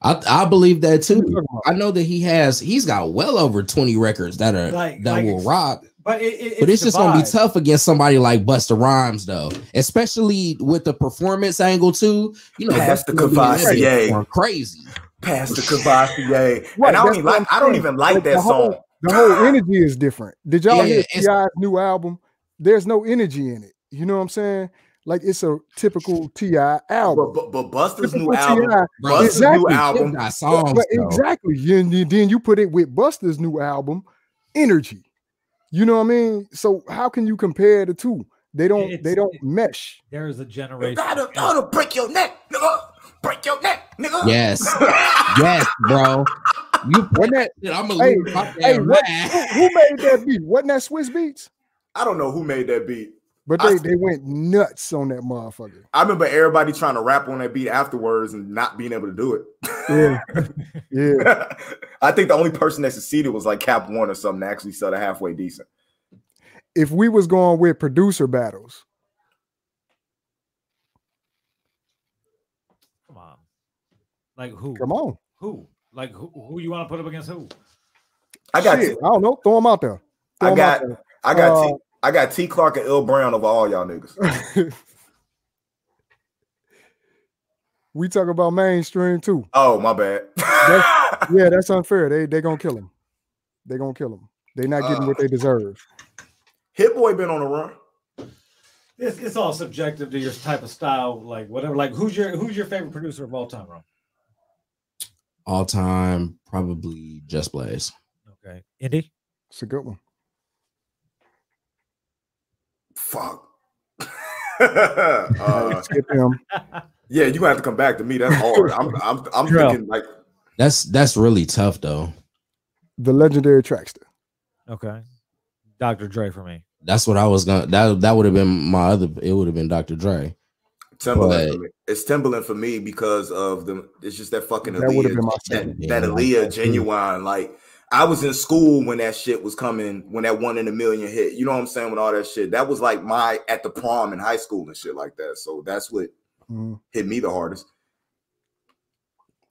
B: I, I believe that
A: What you
B: too.
A: talking about?
B: I know that he has. He's got well over twenty records that are
C: Like-
B: that
C: like
B: will
C: it's-
B: rock.
C: But it, it,
B: But it's just gonna be
C: divide.
B: tough against somebody like Buster Rhymes though, especially with the performance angle too. You know,
D: Pass
B: Busta
D: the
B: gonna be in that
D: Cavassier.
B: bitch going crazy.
D: passed the Cavassier,
A: Right,
D: and I
A: that's
D: don't even
A: what I'm
D: like. I don't
A: saying.
D: even like
A: Like,
D: that
A: the whole-
D: song.
A: The whole energy is different. Did y'all
B: Yeah,
A: hear
B: it's-
A: T.I.'s new album? There's no energy in it. You know what I'm saying? Like it's a typical T.I.
D: But,
A: album.
D: but, but Buster's
A: Typical
D: new album,
A: T.I.
B: Bro,
D: Buster's
A: Exactly.
D: new
A: It's
B: He's
D: album,
B: got songs
A: But, but
B: though.
A: exactly. You- you- then you put it with Buster's new album, Energy. You know what I mean? So how can you compare the two? They don't.
C: It's-
A: they don't
C: it-
A: mesh.
C: There is a
D: that'll,
C: generation.
D: that'll break your neck, nigga. Break your neck, nigga.
B: Yes, yes, bro. You put
A: Wasn't that?
B: I'm gonna
A: Hey,
B: lose my damn
A: hey, what,
B: mind.
A: who, who made that beat? Wasn't that Swiss Beats?
D: I don't know who made that beat.
A: But
D: I
A: they,
D: s-
A: they went nuts on that motherfucker.
D: I remember everybody trying to rap on that beat afterwards and not being able to do it.
A: Yeah, yeah.
D: I think the only person that succeeded was like Cap One or something to actually sell it halfway decent.
A: if we was going with producer battles,
C: Come on. Like who?
A: come on.
C: Who? Like who, who you want to put up against who?
D: I got
A: Shit,
D: T,
A: I don't know. Throw them out there.
D: I
A: Throw 'em out
D: I got T,
A: Uh,
D: I got T Clark and L Brown over all y'all niggas.
A: there. we talk about mainstream too.
D: Oh my bad.
A: Yeah, that's unfair. They they gonna kill him. They gonna kill him. They not getting what they deserve.
D: Hit Boy been on the run.
C: It's, it's all subjective to your type of style, like whatever. Like who's your who's your favorite producer of all time, Ron?
B: All time, probably just Blaze.
C: Okay, Indy.
A: It's a good one.
D: Fuck. Uh,
A: Skip him.
D: yeah, you gonna have to come back to me. That's hard. I'm I'm I'm
C: Bro.
D: thinking like
B: That's that's really tough though.
A: The legendary trackster.
C: Okay, Dr. Dre for me.
B: That's what I was gonna. That that would have been my other. It would have been Dr. Dre.
D: Timberland. for
B: But-
D: me. It's Timberland for me because of the. It's just that fucking
A: That would've
D: Aaliyah,
A: been my
D: that,
A: second.
D: that
B: Yeah,
D: Aaliyah
B: like that, too.
D: genuine. Like I was in school when that shit was coming, when that one in a million hit. You know what I'm saying? With all that shit, that was like my at the prom in high school and shit like that. So that's what
A: Mm.
D: hit me the hardest.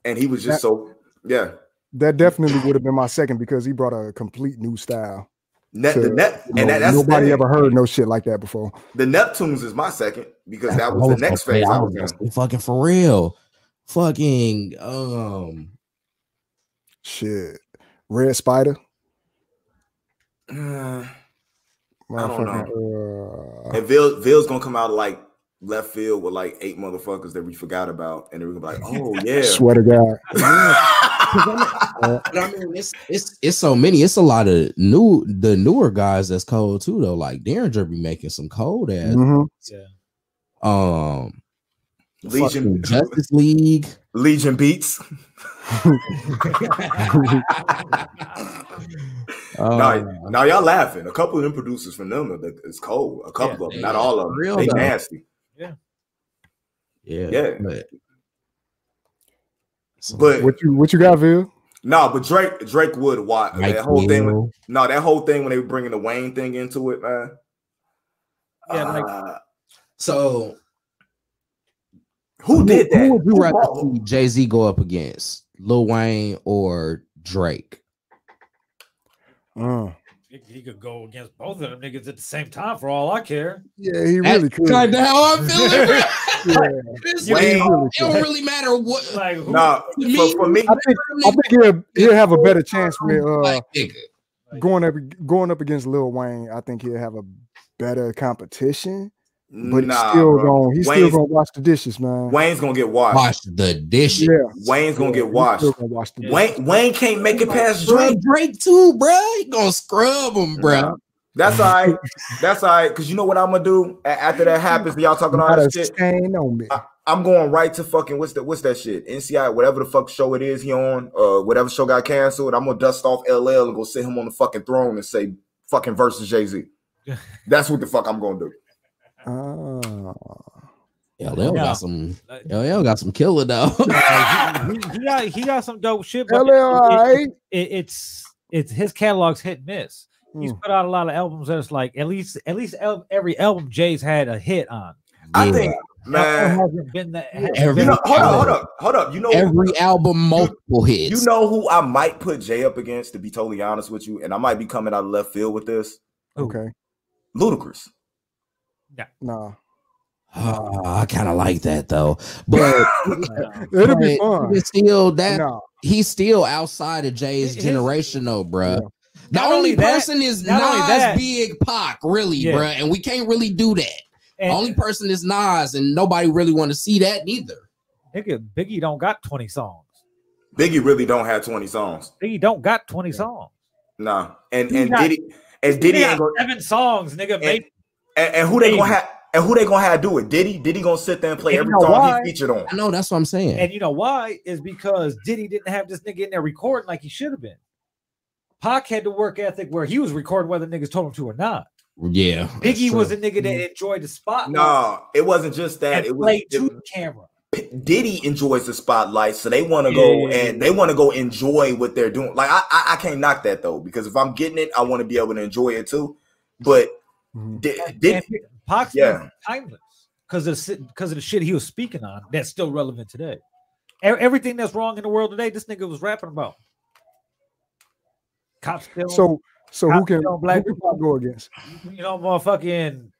D: And he was
A: That-
D: just so yeah.
A: That definitely would have been my second because he brought a complete new style.
D: Net,
A: So,
D: the net,
A: You
D: and
A: know,
D: that, that's
A: nobody
D: the,
A: ever heard no shit like that before.
D: The Neptunes is my second because
B: That's
D: that
B: what
D: was
B: I
D: the
B: gonna
D: next
B: say.
D: phase
B: I
D: I
B: was
D: was
B: gonna
D: in.
B: say, fucking for real. Fucking um.
A: Shit. Red Spider.
D: Uh, I don't know.
A: Motherfucking, uh,
D: And Ville, Ville's gonna come out like left field with like eight motherfuckers that we forgot about, and they're gonna be like, "Oh yeah."
A: Swear to God.
B: But I mean, it's it's it's so many. It's a lot of new the newer guys that's cold too though. Like Derringer be making some cold ass.
A: Mhm.
B: Um, fucking
D: Legion,
B: Justice League.
D: Legion beats.
B: Uh,
D: now, now y'all laughing. A couple of them producers from them are- is cold. A couple
C: Yeah,
D: of them,
B: they-
D: not all of them.
B: real
D: they
B: though.
D: nasty.
B: yeah,
D: Yeah.
B: But,
D: But
A: What you what you got, Ville?
D: no, but Drake Drake would watch
B: Mike
D: that whole thing. with-
B: Neal,
D: No, that whole thing when they were bringing the Wayne thing into it, man.
C: Yeah, like-
D: Uh,
B: so
D: who did that?
B: Who would you
D: Who
B: rather
D: bought-
B: see Jay Z go up against, Lil Wayne or Drake?
A: Mm.
C: He, he could go against both of them niggas at the same time for all I care.
A: Yeah, he really could.
B: kind of how I'm feeling. bro.
A: Yeah,
B: It's
A: he
B: like,
D: Wayne-
A: really
B: it
A: could.
B: don't really matter what.
C: Like, who,
D: Nah,
B: Me?
D: for, for me,
A: I think I think he'll he'll have a better chance with uh
B: Like, nigga,
A: going up going up against Lil Wayne. I think he'll have a better competition, but he's
D: nah,
A: still
D: bro.
A: going he's still
D: Wayne's-
A: gonna wash the dishes, man.
D: Wayne's gonna get washed.
B: wash the dishes.
A: yeah,
D: Wayne's gonna
A: Yeah,
D: get
A: he's
D: washed.
A: still gonna wash the dishes.
D: Wayne Wayne can't make it past
B: Bro,
D: Drake.
B: Drake too, bro. He gonna scrub him,
D: Nah.
B: bro.
D: That's all right. That's all right. Cause you know what I'm gonna do A- after that happens. Y'all talking all
A: Not a
D: that shit. Uh,
A: stain on me.
D: I'm going right to fucking what's that? What's that shit? NCI, whatever the fuck show it is he on, uh, whatever show got canceled. I'm gonna dust off LL and go sit him on the fucking throne and say fucking versus Jay Z. That's what the fuck I'm gonna do.
A: Ah.
B: Yeah, LL
C: Yeah.
B: got some. LL got some killer though.
C: like, he, he got he got some dope shit, but
A: LL, all
C: it-
A: right.
C: it- it- it's it's his catalog's hit and miss. He's
A: Mm.
C: put out a lot of albums that's like at least at least el- every album Jay's had a hit on.
D: I
B: Yeah.
D: think,
C: That
D: man.
C: hasn't been that. hasn't
B: Every
D: You know, hold
B: album,
D: up, hold up, hold up. You know,
B: every album, multiple hits.
D: you know who I might put Jay up against. To be totally honest with you, and I might be coming out of left field with this.
C: Ooh.
A: Okay.
D: Ludacris.
A: Nah.
B: Ah, I kind of like that though, but
C: been-
A: It'll be
B: but
A: fun.
B: even still that
A: Nah.
B: he's still outside of Jay's
C: His-
B: generation though, bruh. The
C: Not
B: only
C: only that-
B: person is
C: not only
B: Nas,
C: that-
B: Big Pac, really,
C: Yeah.
B: bruh, and we can't really do that.
C: and
B: only person is Nas, and nobody really want to see that neither.
C: nigga, Biggie don't got twenty songs.
D: Biggie really don't have 20 songs.
C: Biggie don't got twenty songs.
D: Nah. And
C: He's
D: and
C: not-
D: Diddy and
C: Did
D: Diddy
C: he
D: ain't
C: got
D: gonna,
C: seven songs, nigga?
D: and,
C: Maybe
D: and, and who they gonna have and who they gonna have do it? Diddy? Diddy gonna sit there and play
C: You
D: every
C: know
D: song
C: why? Uh-uh.
D: he featured on.
B: I know that's what I'm saying.
C: And you know why? Is because Diddy didn't have this nigga in there recording like he should have been. Pac had the work ethic where he was recording whether niggas told him to or not.
B: yeah, that's
C: Biggie
B: true. Mm-hmm.
C: was a nigga that enjoyed the spotlight
D: No, it wasn't just that.
C: and
D: It was
C: played to the camera.
D: it- Diddy enjoys the spotlight, so they want to
C: Yeah,
D: go
C: yeah, yeah,
D: and they want to go enjoy what they're doing. Like I, I, I can't knock that though because if I'm getting it, I want to be able to enjoy it too. But
A: Mhm.
D: Di-
C: Mm-hmm. And
D: Diddy,
C: Pac's
D: Yeah.
C: music is timeless because of because of the shit he was speaking on that's still relevant today. E- everything that's wrong in the world today, this nigga was rapping about. Cops still
A: So so who
C: Cop
A: can,
C: Kill Black
A: who can Pac go against?
C: you know, motherfucking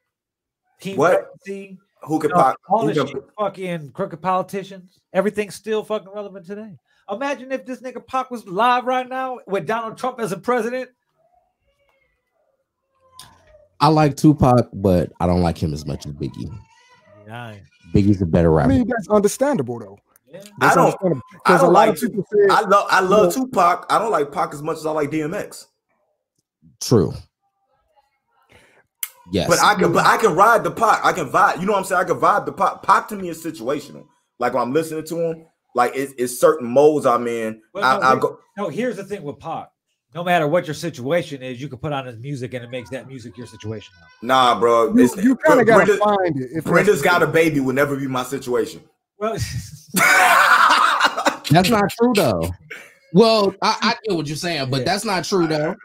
C: King
D: What?
C: Legacy.
D: who could
C: No,
D: pop?
C: all
D: Who
C: this
D: can,
C: shit, fucking crooked politicians. Everything's still fucking relevant today. Imagine if this nigga Pac was live right now with Donald Trump as a president.
B: I like Tupac, but I don't like him as much as Biggie.
C: Nine.
B: Biggie's a better
A: I
B: rapper.
A: mean, that's understandable though.
C: Yeah.
D: I
A: That's
D: don't-
A: understandable.
D: I
A: 'Cause a
D: don't
A: lot
D: like
A: of people said
D: I love, I love Tupac. I don't like Pac as much as I like DMX.
B: True. Yes,
D: But I can, but I can ride the pot. I can vibe. You know what I'm saying? I can vibe the pot. Pop to me is situational. Like when I'm listening to him, like it's, it's certain modes I'm in.
C: Well,
D: I,
C: no,
D: I
C: we-
D: go.
C: No, here's the thing with Pac. No matter what your situation is, you can put on his music and it makes that music your situation.
D: Nah, bro.
A: you,
D: it's-
A: you kind
D: Brenda-
A: of gotta
D: Brenda-
A: find it. If
D: Brenda's got a baby would never be my situation.
C: Well,
B: that's not true though. Well, I, I get what you're saying, but that's not true though.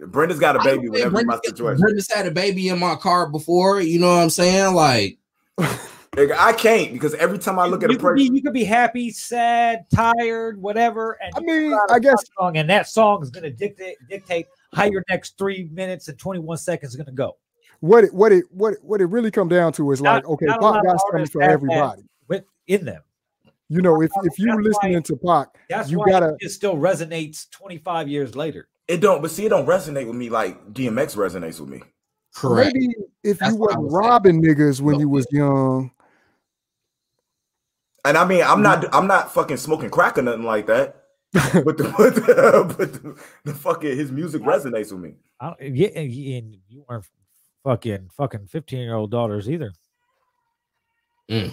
D: Brenda's got a
B: I
D: baby
B: don't
D: would never
B: think
D: be my
B: Brenda's-
D: situation.
B: Brenda's had a baby in my car before. You know what I'm saying? Like,
D: Nigga, I can't because every time I look at a
C: you, could be,
D: person,
C: you could be happy, sad, tired, whatever. And
A: I
C: you put
A: mean,
C: out a
A: I guess-
C: Pac song, and that song is going to dictate dictate how your next three minutes and twenty one seconds is going to go.
A: what it what it what it, what it really come down to is like
C: Not-
A: okay,
C: not
A: Pac
C: a lot of
A: got something
C: artists
A: for
C: have that.
A: everybody.
C: with in them.
A: You know, if if you
C: That's
A: listening
C: why-
A: to Pac,
C: That's
A: you
C: why
A: gotta
C: it still resonates 25 years later.
D: it don't. But see, it don't resonate with me like DMX resonates with me.
B: Correct.
A: Maybe if
B: That's
A: you
B: what I
A: wasn't
B: would say.
A: robbing niggas when you was young,
D: And I mean, I'm not, I'm not fucking smoking crack or nothing like that. but the, but, the, but the, the fucking his music resonates with me.
C: I don't, yeah, and y- and you weren't fucking fucking fifteen year old daughters either.
D: When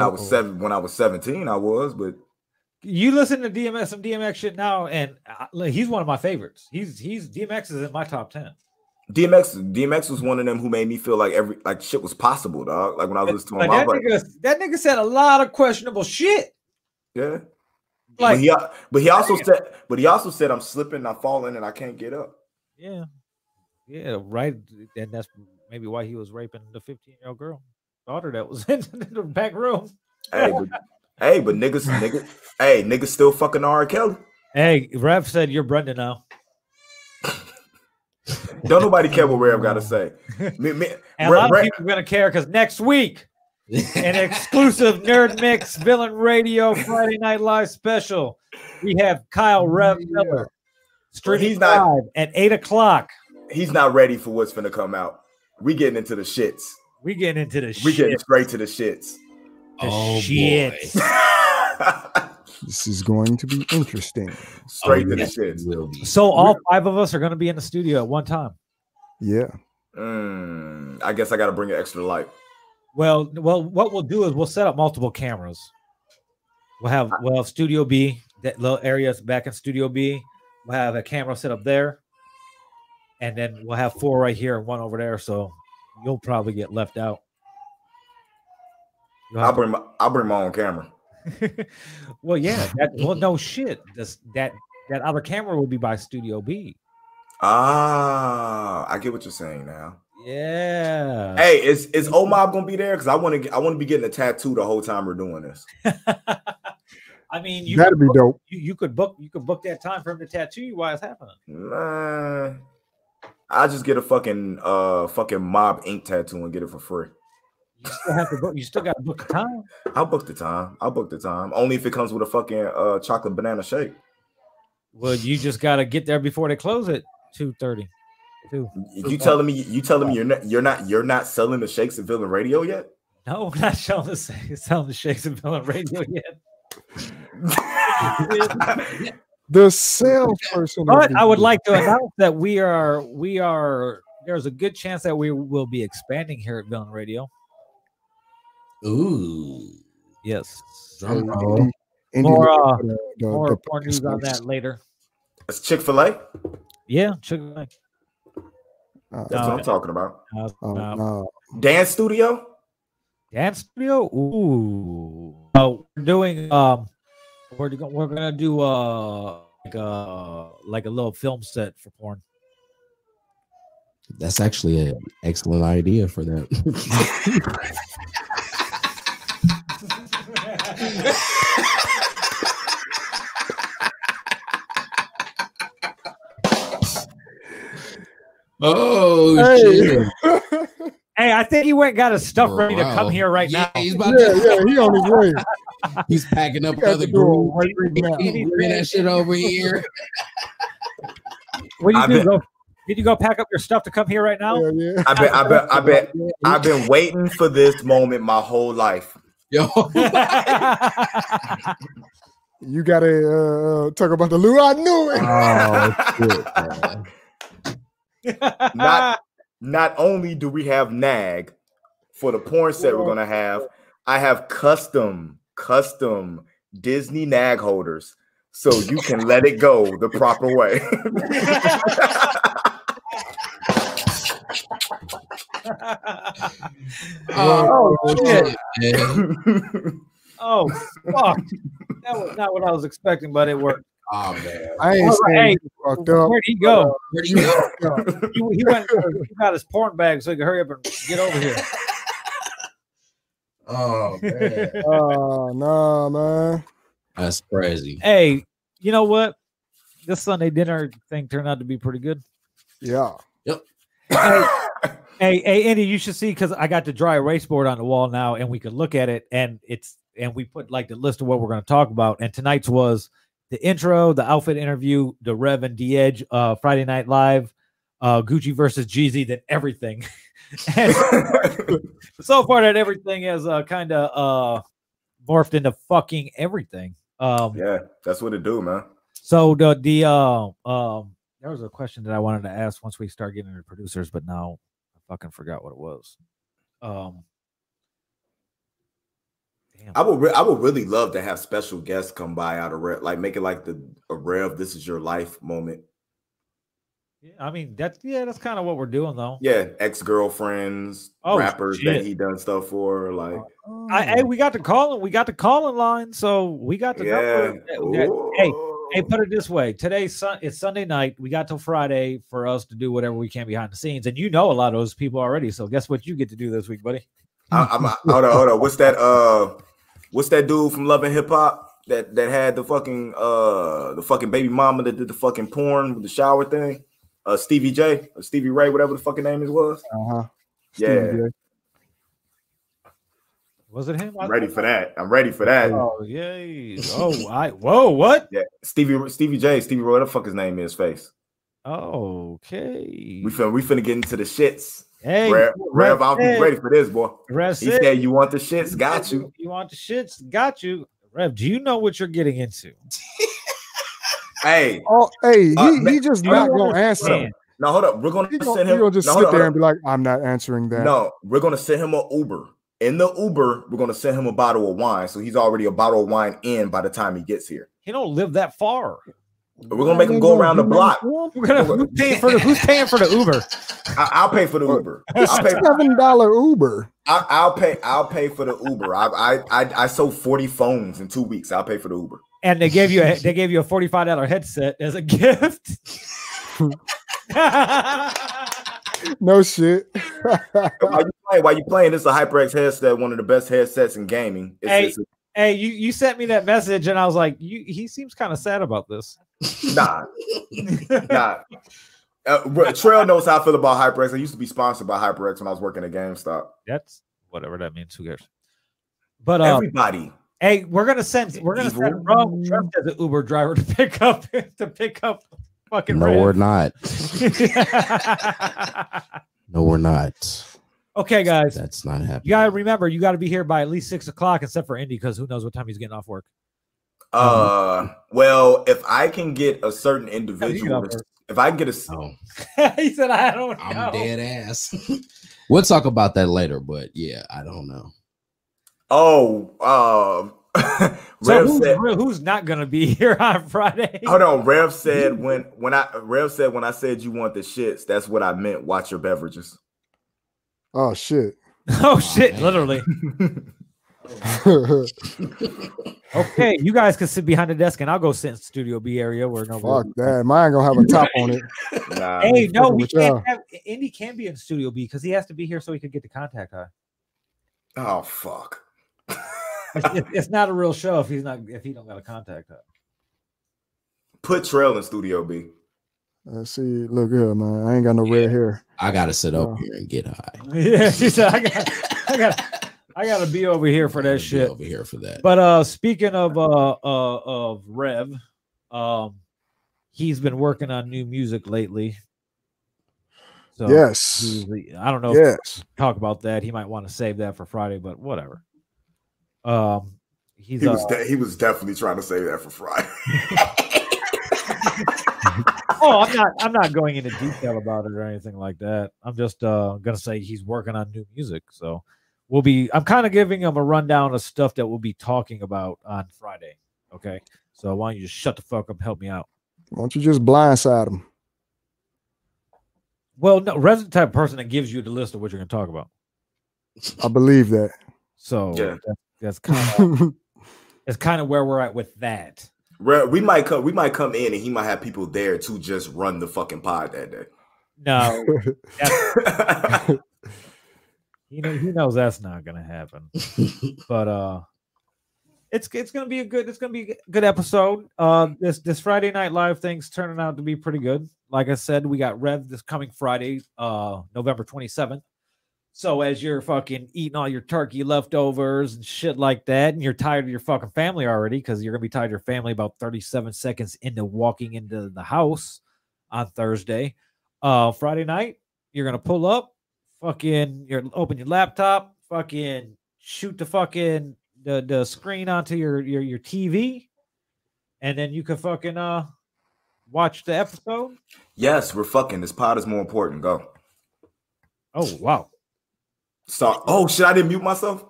D: I was seven, when I was 17, I was, but
C: You listen to DMX some DMX shit now, and I, like, he's one of my favorites. He's he's DMX is in my top ten.
D: DMX, DMX was one of them who made me feel like every like shit was possible, dog. Like when I was listening to
C: Like,
D: him, I
C: that,
D: was like,
C: nigga, that nigga said a lot of questionable shit.
D: yeah.
C: Like
D: but he, al- but he also said, but he also said, I'm slipping, I'm falling, and I can't get up.
C: Yeah. Yeah, right. And that's maybe why he was raping the 15 year old girl daughter that was in the back room.
D: Hey, but, hey, but niggas, niggas, hey, niggas still fucking R. Kelly.
C: Hey, Rev said you're Brenda now.
D: Don't nobody care what Rev got to say. Me, me,
C: And a
D: Rev-
C: lot of
D: Rev-
C: people are gonna care because next week, an exclusive Nerd Mix Villain Radio Friday Night Live special. We have Kyle Rev Miller streaming
D: He's not-
C: live at eight o'clock.
D: he's not ready for what's finna come out. We getting into the shits.
C: We getting into the
D: We getting
C: shit.
D: straight to the shits.
C: The
B: Oh, boy.
C: shit.
A: this is going to be interesting.
D: straight
C: Oh,
D: to the
B: yes, it
D: shits.
B: will be.
C: So all five of us are gonna be in the studio at one time.
A: Yeah.
D: Mm, I guess I got to bring an extra light.
C: Well, well, what we'll do is we'll set up multiple cameras. We'll have we'll have Studio B, that little area is back in Studio B. We'll have a camera set up there, and then we'll have four right here and one over there. So you'll probably get left out. You'll
D: I'll
C: have
D: bring my, I'll bring my own camera.
C: to- well, yeah. That, well, no shit. This, that that other camera will be by Studio B.
D: Ah, I get what you're saying now.
C: Yeah.
D: Hey, is is Omob gonna be there? Because I want to I want to be getting a tattoo the whole time we're doing this.
C: I mean, you,
A: That'd
C: could
A: be
C: book,
A: dope.
C: you you could book you could book that time for him to tattoo you while it's happening.
D: Nah, I just get a fucking uh fucking mob ink tattoo and get it for free.
C: You still have to book. You still got to book the time.
D: I'll book the time. I'll book the time. Only if it comes with a fucking uh chocolate banana shake.
C: Well, you just gotta get there before they close at two thirty. Two.
D: You telling me you telling me you're not you're not you're not selling the shakes at Villain Radio yet?
C: No, we're not showing the selling the Shakespeare on radio yet.
A: The salesperson. of
C: But
A: the
C: I would
A: year.
C: like to announce that we are we are there's a good chance that we will be expanding here at Villain Radio.
B: Ooh.
C: Yes.
B: Drum
A: Indy-
B: roll.
A: Indy
C: uh, More,
A: looked for
C: uh,
A: the- the-
C: More,
A: the
C: more news on
A: space.
C: that later.
D: It's Chick Fil A.
C: Yeah, Chick-fil-A.
A: Uh,
D: That's what I'm
C: No.
D: talking about.
C: Uh,
A: oh,
C: uh,
A: no.
D: Dance studio.
C: dance studio. Ooh. Oh, we're doing um we're, go- we're gonna do uh like uh like a little film set for porn.
B: That's actually an excellent idea for that. oh shit.
C: Hey, I think he went and got his stuff ready to
B: Wow.
C: come here right
B: Yeah,
C: now.
B: He's about
A: Yeah,
B: to,
A: yeah, he on his way.
B: he's packing up
A: He got
B: another
A: the door
B: groove.
A: right now.
B: Bring that shit over here.
C: What
D: I
C: did you do?
D: bet-
C: Go, did you go pack up your stuff to come here right now?
A: Yeah, yeah.
D: I bet. I bet. I bet. I've been waiting for this moment my whole life.
B: Yo,
A: You gotta uh, talk about the Lou. I knew it.
D: Oh,
A: Oh.
D: Not- Not only do we have Nag for the porn set we're gonna have, I have custom, custom Disney Nag holders, so you can let it go the proper way.
B: oh,
C: shit.
B: man.
C: oh fuck! That was not what I was expecting, but it worked.
B: Oh, man.
A: I ain't
C: All
A: saying
C: right,
A: you fucked up.
C: Where'd he go?
B: Where'd he go?
C: He, he went. He got his porn bag so he could hurry up and get over here.
B: Oh man,
A: Oh nah, man.
B: that's crazy.
C: Hey, you know what? This Sunday dinner thing turned out to be pretty good.
A: Yeah.
C: Hey, hey, Andy, you should see because I got the dry erase board on the wall now, and we could look at it, and it's and we put like the list of what we're going to talk about. And tonight's was the intro, the outfit interview, the Rev and D Edge, uh, Friday Night Live, uh, Gucci versus Jeezy than everything. And so far, that everything has uh, kind of uh, morphed into fucking everything. Um,
D: yeah, that's what it do, man.
C: so the the uh, um, there was a question that I wanted to ask once we start getting into producers, but now I fucking forgot what it was. Um, damn.
D: I would re- I would really love to have special guests come by out of Rev, like make it like the a Rev This Is Your Life moment.
C: Yeah, I mean that's yeah, that's kind of what we're doing though.
D: Yeah, ex girlfriends,
C: Oh,
D: rappers
C: shit. Oh,
D: that he done stuff for, like
C: I, hey, we got the calling, we got the calling line, so we got the
D: yeah.
C: number. that- that- hey, hey, put it this way: today's sun, it's Sunday night. We got till Friday for us to do whatever we can behind the scenes, and you know a lot of those people already. So guess what? You get to do this week, buddy.
D: I, I'm hold on, hold on. What's that? Uh, what's that dude from Love and Hip Hop that that had the fucking uh the fucking baby mama that did the fucking porn with the shower thing? Uh, Stevie J or Stevie Ray, whatever the fucking name it was.
A: Uh-huh.
D: Yeah,
C: Was it him? I-
D: I'm ready for that. I'm ready for that.
C: Oh yay! Oh, I whoa, what?
D: Yeah, Stevie Stevie J, Stevie Ray, what the fuck his name is? Face.
C: Okay.
D: We finna we finna get into the shits.
C: Hey,
D: Rev, Rev, I'll be
C: said-
D: ready for this, boy.
C: Rev
D: He
C: said-
D: said you want the shits, got you.
C: You want the shits? Got you, Rev. Do you know what you're getting into?
D: Hey,
A: Oh, hey, he,
D: Uh,
A: he just
C: you
A: not gonna answer.
C: understand.
D: now hold up. We're gonna
A: He
D: send
A: gonna,
D: him.
A: he gonna just
D: now, hold
A: sit
D: up,
A: there
D: hold
A: and be like, "I'm not answering that."
D: No, we're gonna send him an Uber. In the Uber, we're gonna send him a bottle of wine. So he's already a bottle of wine in by the time he gets here.
C: He don't live that far.
D: We're gonna make him go around the block.
C: We're gonna, who's, paying for the, who's paying for the Uber?
D: I, I'll pay for the Uber. I'll pay.
A: seven dollar Uber.
D: I, I'll pay. I'll pay for the Uber. I, I I I sold forty phones in two weeks. I'll pay for the Uber.
C: And they gave you a they gave you a forty five dollar headset as a gift.
A: No shit.
D: Why you playing? Why you playing? This is a HyperX headset, one of the best headsets in gaming. It's,
C: Hey.
D: it's a-
C: hey, you you sent me that message and I was like, you he seems kind of sad about this.
D: nah, nah. Uh, bro, Trail knows how I feel about HyperX. I used to be sponsored by HyperX when I was working at GameStop.
C: That's whatever that means. Who cares? But uh,
D: Everybody,
C: hey, we're gonna send we're gonna
D: Evil.
C: send Rob Trump as an Uber driver to pick up to pick up fucking
J: No,
C: Rev.
J: we're not. No, we're not.
C: okay, guys.
J: That's not happening.
C: You gotta remember, you gotta be here by at least six o'clock, except for Indy, because who knows what time he's getting off work.
D: Uh,
C: Mm-hmm.
D: well, if I can get a certain
C: up
D: individual,
C: there.
D: if I can get a, s-
B: Oh,
C: he said, "I don't know."
B: I'm dead ass.
J: We'll talk about that later, but yeah, I don't know.
D: oh, um,
C: So
D: Rev
C: who's,
D: said,
C: real- who's not gonna be here on Friday?
D: hold on, Rev said when when I Rev said when I said you want the shits, that's what I meant. Watch your beverages.
A: Oh shit.
C: Oh shit! Literally.
A: Fuck
C: Okay, you guys can sit behind the desk, and I'll go sit in Studio B area where no.
A: that. Mine gonna have a top on it.
D: Nah,
C: Hey, no,
A: fucking
C: we
A: with
C: can't
A: y'all.
C: have Indy can be in Studio B because he has to be here so he could get the contact high.
D: oh fuck.
C: It's, it's- it's not a real show if he's not if he don't got a contact high.
D: Put Trail in Studio B.
A: Uh, see, look good, man. I ain't got no red hair.
J: I gotta sit up
A: Oh.
J: here and get high.
C: Yeah, she said, "I got, I got, I got to be over here for
J: Gotta be
C: that shit."
J: over here for that.
C: But uh speaking of uh, uh of Rev, um he's been working on new music lately. So
A: yes.
C: he's- I don't know if
A: Yes.
C: we talk about that. He might want to save that for Friday, but whatever. Um he's
D: He
C: uh,
D: was de- he was definitely trying to say that for Friday.
C: oh I'm not I'm not going into detail about it or anything like that. I'm just uh gonna say he's working on new music. So we'll be I'm kind of giving him a rundown of stuff that we'll be talking about on Friday. Okay. So why don't you just shut the fuck up, help me out.
A: Why don't you just blindside him?
C: Well, no, Rev's the type of person that gives you the list of what you're going to talk about.
A: I believe that.
C: So
D: Yeah.
C: that- that's kind of that's kind of where we're at with that.
D: Rev, we might come we might come in and he might have people there to just run the fucking pod that
C: No,
D: day.
C: he know, he knows that's not going to happen. but uh, it's it's going to be a good it's going to be a good episode. Uh, this this Friday Night Live thing's turning out to be pretty good. Like I said, we got Rev this coming Friday, uh, November 27th. So as you're fucking eating all your turkey leftovers and shit like that, and you're tired of your fucking family already, because you're gonna be tired of your family about 37 seconds into walking into the house on Thursday. Uh, Friday night, you're gonna pull up, fucking, you're open your laptop, fucking shoot the fucking the the screen onto your your your TV, and then you can fucking uh watch the episode.
D: Yes, we're fucking. This pod is more important. Go.
C: Oh wow.
D: So oh shit, I didn't mute myself.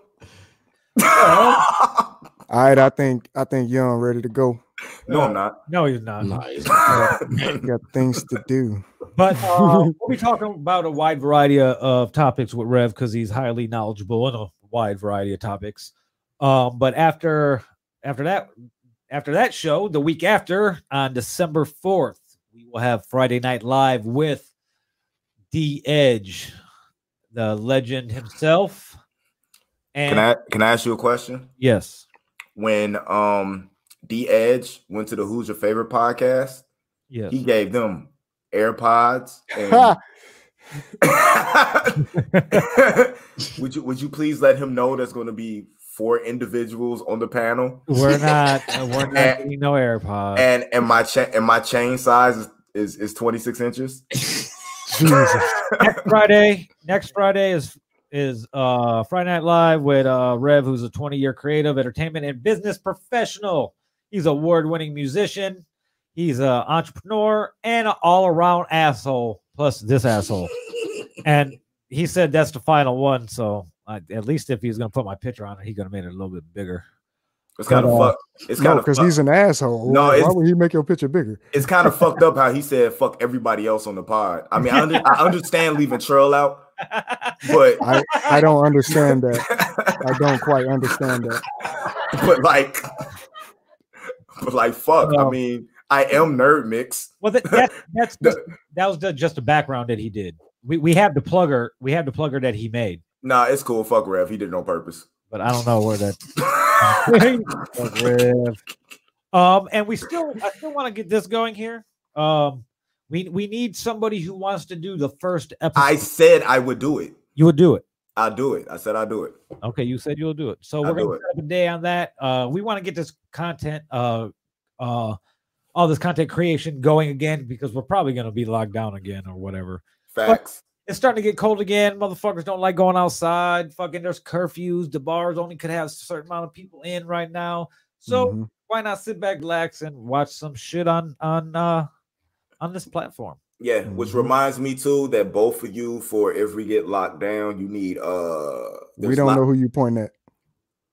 A: All right, I think I think Young ready to go.
D: No, I'm not.
C: No, he's not.
A: Got things to do.
C: But uh, we'll be talking about a wide variety of, of topics with Rev because he's highly knowledgeable in a wide variety of topics. Um, but after after that after that show, the week after on December fourth, we will have Friday Night Live with D Edge, the legend himself. And
D: Can I can I ask you a question?
C: yes,
D: When um D Edge went to the Who's Your Favorite podcast,
C: yes.
D: he gave them AirPods. And would you would you please let him know there's going to be four individuals on the panel?
C: We're not uh, we're not getting no AirPods.
D: And and my cha- and my chain size is is, is 26 inches.
C: next Friday, next Friday is is uh Friday Night Live with uh Rev, who's a 20 year creative, entertainment, and business professional. He's an award winning musician. He's an entrepreneur and an all around asshole. Plus this asshole, and he said that's the final one. So I, at least if he's gonna put my picture on it, he's gonna make it a little bit bigger.
D: It's kind of
A: But, uh,
D: fuck. It's
A: no,
D: kind of
A: because he's an asshole.
D: No,
A: No, why
D: it's-
A: would he make your picture bigger?
D: it's kind of fucked up how he said fuck everybody else on the pod. I mean, I, under, I understand leaving Trail out, but
A: I, I don't understand that. I don't quite understand that.
D: but like, but like, fuck. I
C: No.
D: mean, I am nerd mix.
C: Well, that, that that's just, that was the, just the background that he did. We we have the plugger. We have the plugger that he made,
D: Nah, it's cool. Fuck Rev. He did it on purpose.
C: but I don't know where that Fuck Rev. um, and we still, I still want to get this going here. Um, we we need somebody who wants to do the first episode.
D: I said I would do it.
C: you would do it.
D: I'll do it. I said I'll do it.
C: Okay, you said you'll do it. So
D: I'll
C: we're
D: do
C: gonna
D: it.
C: set up a day on that. Uh, we want to get this content, uh, uh, all this content creation going again because we're probably gonna be locked down again or whatever.
D: Facts.
C: it's starting to get cold again. Motherfuckers don't like going outside. Fucking there's curfews. The bars only could have a certain amount of people in right now. So
A: Mhm.
C: why not sit back, relax, and watch some shit on on uh on this platform?
D: Yeah, which
A: Mhm.
D: reminds me too that both of you, for if we get locked down, you need uh.
A: we
D: there's
A: don't
D: lot-
A: know who you point at.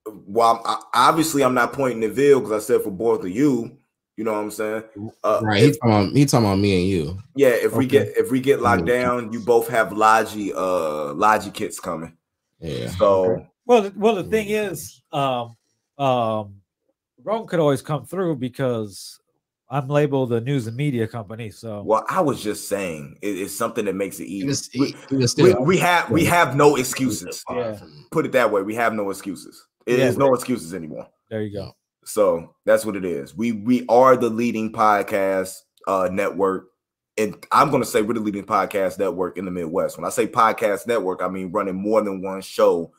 D: Well, I'm, I, obviously, I'm not pointing to Ville because I said for both of you. You know what I'm saying? Uh,
B: Right. He talking, about, he talking about me and you.
D: Yeah, if we
A: Okay.
D: get if we get locked
B: Okay.
D: down, you both have Logi uh Logi kits coming.
B: Yeah.
D: So
C: Well, th- well, the thing is, um, um, Rome could always come through because I'm labeled the news and media company. So
D: well, I was just saying it- it's something that makes it
B: He
D: easy.
B: was, he,
D: We,
B: he was
D: we,
B: still
D: we have we have no excuses.
C: Yeah.
D: Put it that way. We have no excuses. It is
C: Yeah.
D: no excuses anymore.
C: there you go.
D: So that's what it is. We we are the leading podcast uh network. And I'm gonna say we're the leading podcast network in the Midwest. When I say podcast network, I mean running more than one show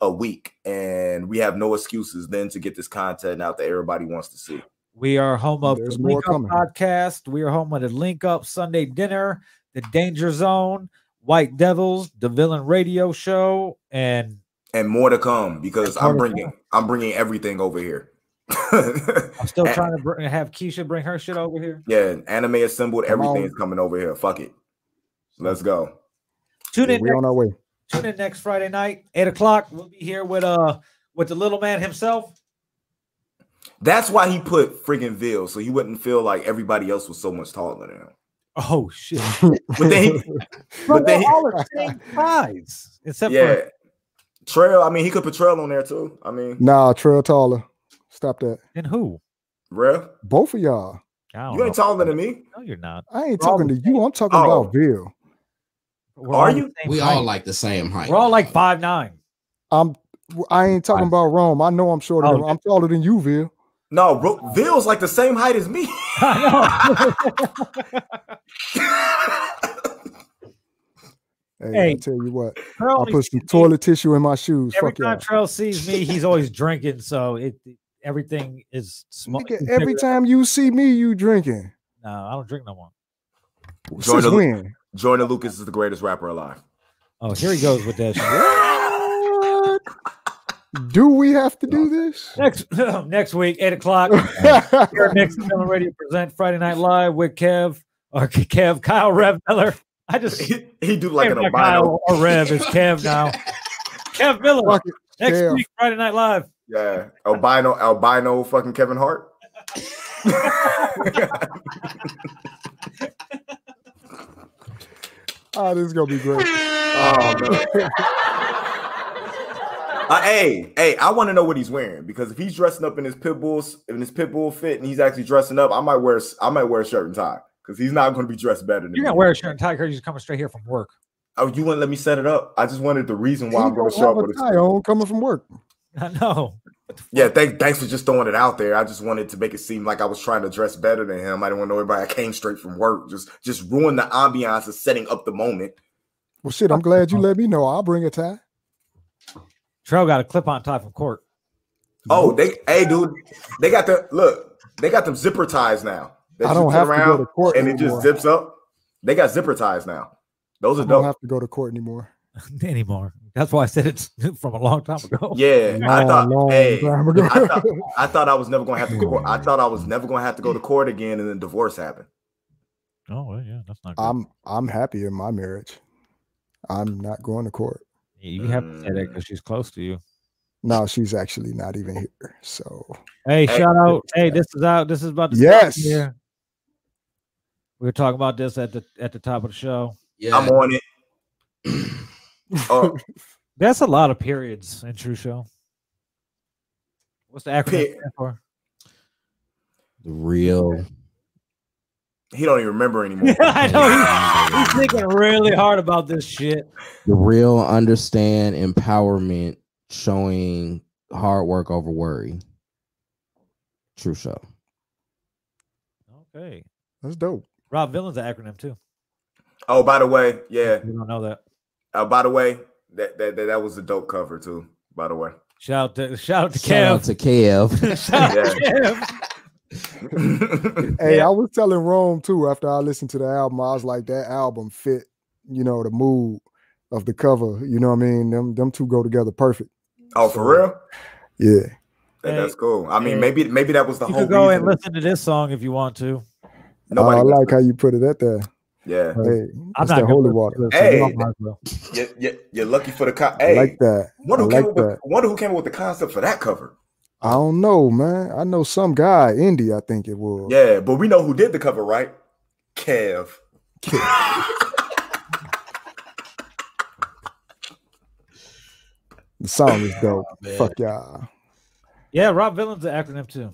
D: a week. And we have no excuses then to get this content out that everybody wants to see.
C: We are home of
A: There's
C: the
A: more
C: Link Up
A: coming.
C: podcast. We are home of the Link Up Sunday Dinner, the Danger Zone, White Devils, the Villain Radio Show, and
D: And more to come because
C: More
D: I'm
C: to
D: bringing I'm bringing everything over here.
C: I'm still
D: Eh.
C: trying to br- have Keisha bring her shit over here.
D: yeah, anime assembled.
A: Come
D: Everything
A: on.
D: is coming over here. Fuck it. Let's go.
C: Tune in,
A: We're
C: next,
A: on our way.
C: tune in next Friday night, eight o'clock. We'll be here with uh with the little man himself.
D: That's why he put friggin' Ville so he wouldn't feel like everybody else was so much taller than him.
C: Oh shit!
D: But then he,
C: But
D: they-
C: they all the same size, except
D: yeah.
C: for
D: Trail, I mean, he could put Trail on there too. I mean,
A: Nah, Trail Taller. Stop that.
C: and who?
D: Rev,
A: Both of y'all.
C: I don't
D: you ain't
C: know.
D: taller than me.
C: No, you're not.
A: I ain't
C: We're all
A: talking to
C: the
A: you. I'm talking
D: Oh.
A: about Bill.
C: We're
D: Are
C: all the
D: you?
C: same
B: we
C: height.
B: all like the same height.
C: We're all like five nine.
A: I'm. I ain't talking about Rome. I know I'm shorter.
C: Oh.
A: Than, I'm taller than you, Bill.
D: No, bro, Ville's like the same height as me.
C: I know.
A: Hey, I
C: Hey.
A: tell you what.
C: We're
A: I
C: only
A: put some
C: six feet.
A: toilet tissue in my shoes.
C: Every
A: Fuck
C: time
A: y'all.
C: Trell sees me, he's always drinking, so it everything is small.
A: Nigga, every time you see me, you drinking.
C: no, I don't drink no more.
A: Since
D: the-
A: when?
D: Jordan Lucas is the greatest rapper alive.
C: Oh, here he goes with that. shit.
A: Do we have to do this?
C: next next week, eight o'clock. Here next Miller Radio present Friday Night Live with Kev or Kev Kyle Rev Miller. I just
D: He, he do like an
C: Kev, not
D: albino.
C: Kyle or Rev is Kev now. Kev Miller
A: Fuck it,
C: next
A: Kev.
C: week, Friday Night Live.
D: Yeah, albino, albino, fucking Kevin Hart.
A: Oh, this is gonna be great.
D: Oh, no. Uh, hey, hey! I want to know what he's wearing because if he's dressing up in his pit bulls in his pit bull fit and he's actually dressing up, I might wear I might wear a shirt and tie because he's not going to be dressed better than
C: You're
D: me.
C: gonna wear a shirt and tie because you're coming straight here from work.
D: Oh, you wouldn't let me set it up. I just wanted the reason why
A: He
D: I'm going
A: don't
D: to show up
A: have
D: with
A: a tie
D: it.
A: on coming from work.
C: I know.
D: Yeah, thank, thanks for just throwing it out there. I just wanted to make it seem like I was trying to dress better than him. I didn't want to know everybody. I came straight from work. Just just ruin the ambiance of setting up the moment.
A: Well, shit, I'm glad you let me know. I'll bring a tie.
C: Trell got a clip on tie from court.
D: Oh, they hey dude, they got the look. They got them zipper ties now. That
A: I
D: you
A: don't
D: put
A: have to go to court
D: and it
A: anymore.
D: just zips up. They got zipper ties now. Those
A: I
D: are
A: don't
D: dope.
A: have to go to court anymore.
C: anymore. That's why I said it's from a long time ago.
D: yeah, I thought.
A: long
D: hey,
A: time ago.
D: I thought I thought I was never gonna have to go. I thought I was never gonna have to go to court again, and then divorce happened.
C: Oh well, yeah, that's not. Good.
A: I'm I'm happy in my marriage. I'm not going to court.
C: you have to say that because she's close to you.
A: No, she's actually not even here. So
C: Hey,
D: Hey.
C: shout out! Hey, this is out. This is about to
A: Yes.
C: Yeah. We were talking about this at the at the top of the show.
B: Yeah,
D: I'm on it. Oh,
C: That's a lot of periods in True Show. What's the acronym
D: Pe-
C: stand for?
J: The real.
D: he don't even remember anymore.
C: Yeah, I know he's, he's thinking really hard about this shit.
J: the real understand empowerment showing hard work over worry true show
C: Okay,
A: that's dope.
C: Rob Villain's an acronym too.
D: Oh, by the way, yeah.
C: We don't know that.
D: Uh, by the way, that, that that that was a dope cover too. By the way,
C: Shout out to shout out to
J: shout out
C: Kev.
J: to kev
C: Shout out to Kev.
A: Hey,
C: Yeah.
A: I was telling Rome too after I listened to the album. I was like, that album fit, you know, the mood of the cover. You know what I mean? Them them two go together perfect.
D: oh, for real?
A: Yeah.
D: That-
C: Hey,
D: that's cool. I
C: hey.
D: mean, maybe maybe that was the
C: You
D: whole
C: can go and
D: reason.
C: listen to this song if you want to.
A: I
D: Nobody
A: like how you put it at there.
D: Yeah.
A: Hey,
C: I'm
A: that's that
C: not gonna
A: holy
C: listen
A: water.
C: to this, so you
D: Hey,
C: don't might as well.
D: You're, you're, you're lucky for the co-
A: I
D: hey.
A: like that.
D: wonder
A: I
D: who
A: like
D: came up
A: that.
D: with wonder who came up with the concept for that cover.
A: I don't know, man. I know some guy, Indy, I think it was.
D: Yeah, but we know who did the cover, right? Kev.
A: The song is dope.
B: man.
A: Fuck y'all.
C: Yeah, Rob Villain's an acronym too.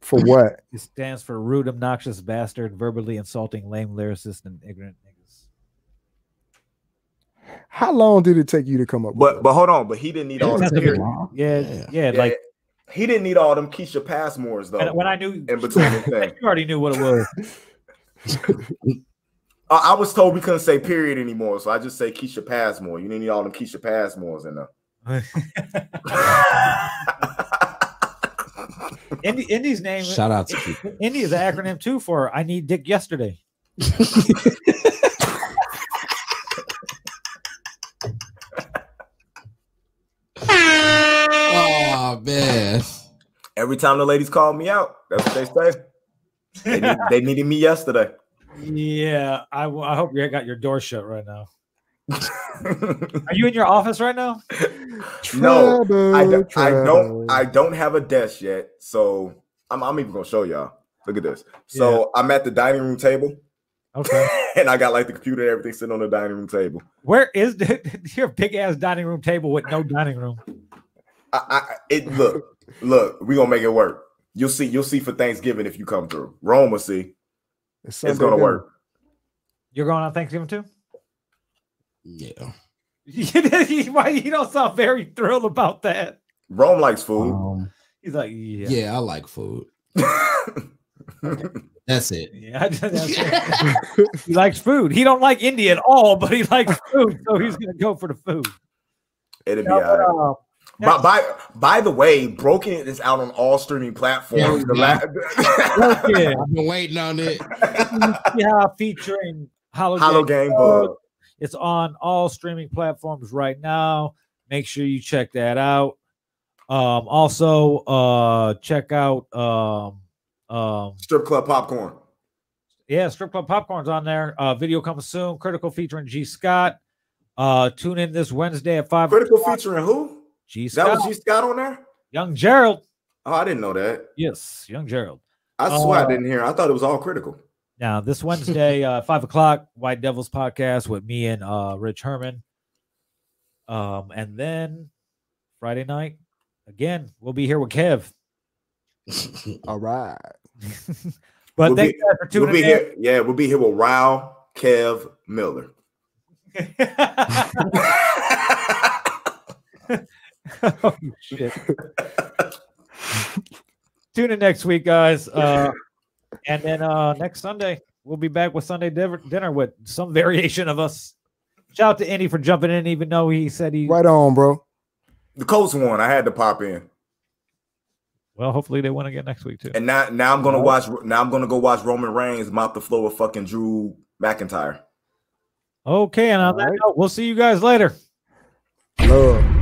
A: For what?
C: It stands for rude, obnoxious bastard, verbally insulting, lame lyricist, and ignorant niggas.
A: How long did it take you to come up with
D: But but hold on, but he didn't need all
C: That's
D: them
C: a big
D: period.
C: one. Yeah, yeah,
D: Yeah,
C: like
D: he didn't need all them Keisha Passmores though.
C: and when I knew,
D: in between the thing.
C: you already knew what it was.
D: I, I was told we couldn't say period anymore, so I just say Keisha Passmore. You didn't need all them Keisha Passmores in there.
C: Indy, Indy's name,
J: shout out to Kev.
C: Indy is an acronym too for I need dick yesterday.
B: oh man,
D: Every time the ladies call me out, that's what they say. They, need- they needed me yesterday.
C: Yeah, I, w- I hope you got your door shut right now. Are you in your office right now?
A: it?
D: no,
A: Trouble,
D: I, don't, I don't.
A: trouble.
D: I don't have a desk yet, so I'm, I'm even gonna show y'all. Look at this. So I'm at the dining room table,
C: Okay,
D: and I got like the computer and everything sitting on the dining room table.
C: where is the, your big ass dining room table with no dining room?
D: I, I it look, look. We gonna make it work. You'll see. You'll see for Thanksgiving if you come through. Rome will see.
A: Sunday
D: it's gonna
A: dinner.
D: work.
C: You're going on Thanksgiving too?
J: yeah
C: you why- you don't sound very thrilled about that.
D: Rome likes food.
J: um,
C: He's like, yeah,
B: yeah. I like food. That's it.
C: yeah. that's it. he likes food. He don't like India at all, but he likes food, so he's gonna go for the food.
D: It'll be all right.
C: Uh,
D: By, by by the way, Broken is out on all streaming platforms. The la-
C: yeah,
B: I've been waiting on it.
C: yeah, featuring Hollow,
D: Hollow Game Bug.
C: It's on all streaming platforms right now. Make sure you check that out. Um, also, uh, check out um, um,
D: Strip Club Popcorn.
C: yeah, Strip Club Popcorn's on there. Uh, video coming soon. Critical featuring G Scott. Uh, tune in this Wednesday at five.
D: Critical featuring who?
C: G Scott.
D: That was G Scott on there?
C: Young Gerald.
D: Oh, I didn't know that.
C: Yes, Young Gerald.
D: I swear
C: Uh,
D: I didn't hear. I thought it was all critical.
C: Now this Wednesday, uh, five o'clock, White Devils podcast with me and uh, Rich Herman. Um, and then Friday night, again, we'll be here with Kev.
A: All right.
C: But
D: We'll
C: thank
D: be-
C: you guys for
D: We'll
C: tuning
D: be
C: in.
D: here. Yeah, we'll be here with Rao, Kev, Miller.
C: oh, shit. Tune in next week, guys. Uh, and then uh, next Sunday, we'll be back with Sunday div- dinner with some variation of us. Shout out to Andy for jumping in, even though he said he.
A: Right on, bro.
D: The Colts won. I had to pop in.
C: Well, hopefully they win again next week, too.
D: And now now I'm gonna watch
C: Uh-huh.
D: now I'm gonna go watch Roman Reigns mop the floor with fucking Drew McIntyre.
C: Okay. And on that note, we'll see you guys later.
A: Love.